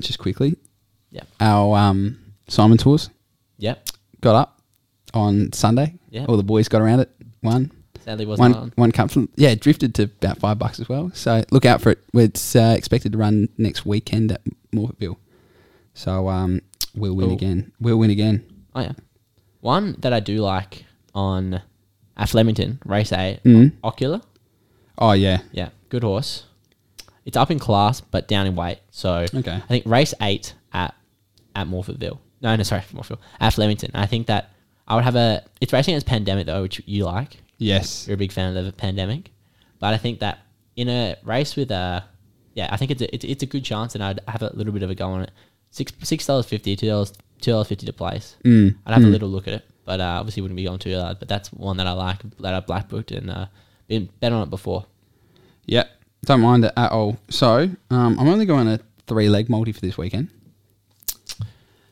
Speaker 3: just quickly,
Speaker 4: yeah,
Speaker 3: our um Simon tours
Speaker 4: yep.
Speaker 3: got up on Sunday.
Speaker 4: Yeah.
Speaker 3: all the boys got around it. One.
Speaker 4: Sadly, wasn't
Speaker 3: one
Speaker 4: on.
Speaker 3: one cup. Yeah, it drifted to about five bucks as well. So look out for it. It's uh, expected to run next weekend at Morphettville. So um, we'll win
Speaker 4: Cool.
Speaker 3: again. We'll win again.
Speaker 4: Oh yeah. One that I do like on at Flemington race A,
Speaker 3: Mm.
Speaker 4: Ocular.
Speaker 3: Oh yeah,
Speaker 4: Yeah, good horse. It's up in class but down in weight. So
Speaker 3: Okay.
Speaker 4: I think race eight at at Morfordville. No, no, sorry, Morfordville at Flemington. I think that I would have a. It's racing against pandemic though, which you like.
Speaker 3: yes,
Speaker 4: You're a big fan of the pandemic, but I think that in a race with a, yeah, I think it's a, it's, it's a good chance, and I'd have a little bit of a go on it. Six six dollars fifty, two dollars two dollars fifty to place. Mm. I'd have a little look at it, but uh, obviously wouldn't be going too hard. But that's one that I like that I black booked and uh, been bet on it before.
Speaker 3: yep. Don't mind it at all. So um, I'm only going a three leg multi for this weekend.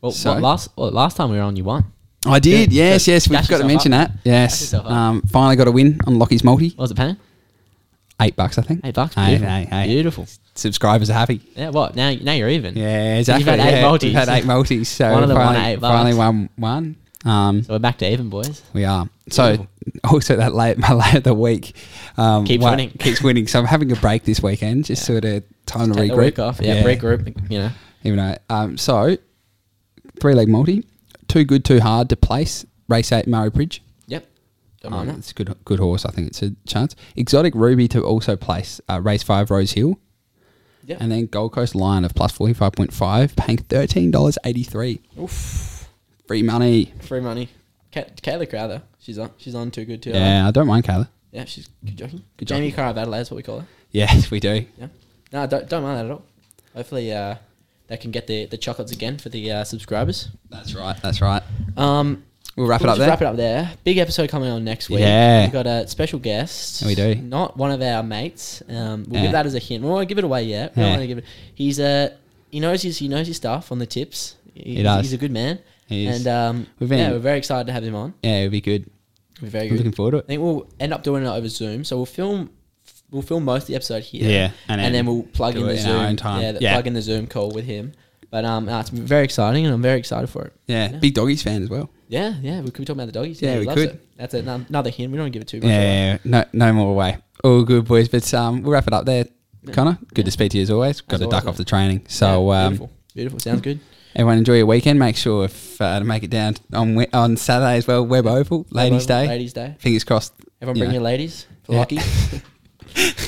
Speaker 4: Well,
Speaker 3: So-
Speaker 4: what, last well, last time we were on, you won.
Speaker 3: I did.
Speaker 4: Good.
Speaker 3: Yes,
Speaker 4: Good.
Speaker 3: yes. We've
Speaker 4: Dash
Speaker 3: got to
Speaker 4: yourself
Speaker 3: mention
Speaker 4: up.
Speaker 3: that.
Speaker 4: Dash
Speaker 3: Yes.
Speaker 4: yourself up.
Speaker 3: Um, finally got a win on Lockie's multi.
Speaker 4: What was it paying?
Speaker 3: Eight bucks, I think.
Speaker 4: Eight bucks.
Speaker 3: Hey,
Speaker 4: Beautiful.
Speaker 3: hey, hey.
Speaker 4: Beautiful.
Speaker 3: Subscribers are happy.
Speaker 4: Yeah. What? Now, now you're even.
Speaker 3: Yeah, exactly.
Speaker 4: You've had eight
Speaker 3: yeah.
Speaker 4: multis.
Speaker 3: We've had eight multis. So
Speaker 4: One of them won
Speaker 3: finally,
Speaker 4: eight bucks.
Speaker 3: finally won one. Um,
Speaker 4: So we're back to even, boys.
Speaker 3: We are. So also that late my late of the week um,
Speaker 4: Keeps
Speaker 3: wa-
Speaker 4: winning.
Speaker 3: keeps winning. So I'm having a break this weekend, just sort of time to
Speaker 4: Take
Speaker 3: regroup.
Speaker 4: the week off. Yeah, Regroup. You know.
Speaker 3: Even though, um, so three leg multi, too good, too hard to place. Race eight Murray Bridge.
Speaker 4: Yep. Don't
Speaker 3: Um,
Speaker 4: mind that.
Speaker 3: it's a good good horse. I think it's a chance. Exotic Ruby to also place. Uh, race five Rose Hill.
Speaker 4: Yep.
Speaker 3: And then Gold Coast Lion of plus forty five point five, paying thirteen dollars eighty three.
Speaker 4: Oof.
Speaker 3: Free money.
Speaker 4: Free money. Ka- Kayla Crowther. She's on. She's on too good too.
Speaker 3: Yeah, I don't mind Kayla.
Speaker 4: Yeah. She's good jockey.
Speaker 3: Good
Speaker 4: Jamie
Speaker 3: jockey.
Speaker 4: Carr of Adelaide is what we call her.
Speaker 3: Yes, we do.
Speaker 4: Yeah. No, don't don't mind that at all. Hopefully, uh, they can get the the chocolates again for the uh, subscribers.
Speaker 3: That's right. That's right.
Speaker 4: Um.
Speaker 3: We'll wrap it
Speaker 4: we'll
Speaker 3: up
Speaker 4: just
Speaker 3: there.
Speaker 4: Wrap it up there. Big episode coming on next week.
Speaker 3: Yeah.
Speaker 4: We've got a special guest.
Speaker 3: Yeah, we do.
Speaker 4: Not one of our mates. Um, we'll
Speaker 3: Yeah.
Speaker 4: give that as a hint. We won't give it away yet. We
Speaker 3: Yeah.
Speaker 4: don't want to give it. He's a. He knows his. He knows his stuff on the tips. He,
Speaker 3: does.
Speaker 4: He's a good man.
Speaker 3: He is.
Speaker 4: And um,
Speaker 3: We've
Speaker 4: yeah,
Speaker 3: been-
Speaker 4: we're very excited to have him on.
Speaker 3: Yeah, it'd be good.
Speaker 4: We're very
Speaker 3: I'm
Speaker 4: good.
Speaker 3: looking forward to
Speaker 4: I
Speaker 3: it.
Speaker 4: think we'll end up doing it over Zoom. So we'll film. We'll film most of the episode here.
Speaker 3: Yeah, and
Speaker 4: and,
Speaker 3: then
Speaker 4: then, we'll plug
Speaker 3: do
Speaker 4: in the
Speaker 3: it in
Speaker 4: Zoom.
Speaker 3: our own time.
Speaker 4: Yeah, the,
Speaker 3: Yeah.
Speaker 4: plug in the Zoom call with him. But um, no, it's very exciting, and I'm very excited for it.
Speaker 3: Yeah, big doggies fan as well.
Speaker 4: Yeah, yeah, we could be talking about the doggies.
Speaker 3: Yeah,
Speaker 4: he
Speaker 3: we
Speaker 4: loves
Speaker 3: could.
Speaker 4: It. That's a- another hint. We don't give it too much.
Speaker 3: Yeah,
Speaker 4: away.
Speaker 3: yeah, yeah. no, no more away. All good, boys. But um, we'll wrap it up there. Connor, good to speak to you as always. Got
Speaker 4: As
Speaker 3: to
Speaker 4: always,
Speaker 3: duck off
Speaker 4: mate.
Speaker 3: the training. So
Speaker 4: Yeah,
Speaker 3: um,
Speaker 4: beautiful, beautiful. Sounds good.
Speaker 3: everyone enjoy your weekend. Make sure if uh, to make it down on we- on Saturday as well. Web Oval, Ladies'
Speaker 4: Oval,
Speaker 3: Day.
Speaker 4: Ladies' Day.
Speaker 3: Fingers crossed.
Speaker 4: Everyone,
Speaker 3: you
Speaker 4: bring
Speaker 3: know.
Speaker 4: your ladies.
Speaker 3: Yeah.
Speaker 4: Lucky.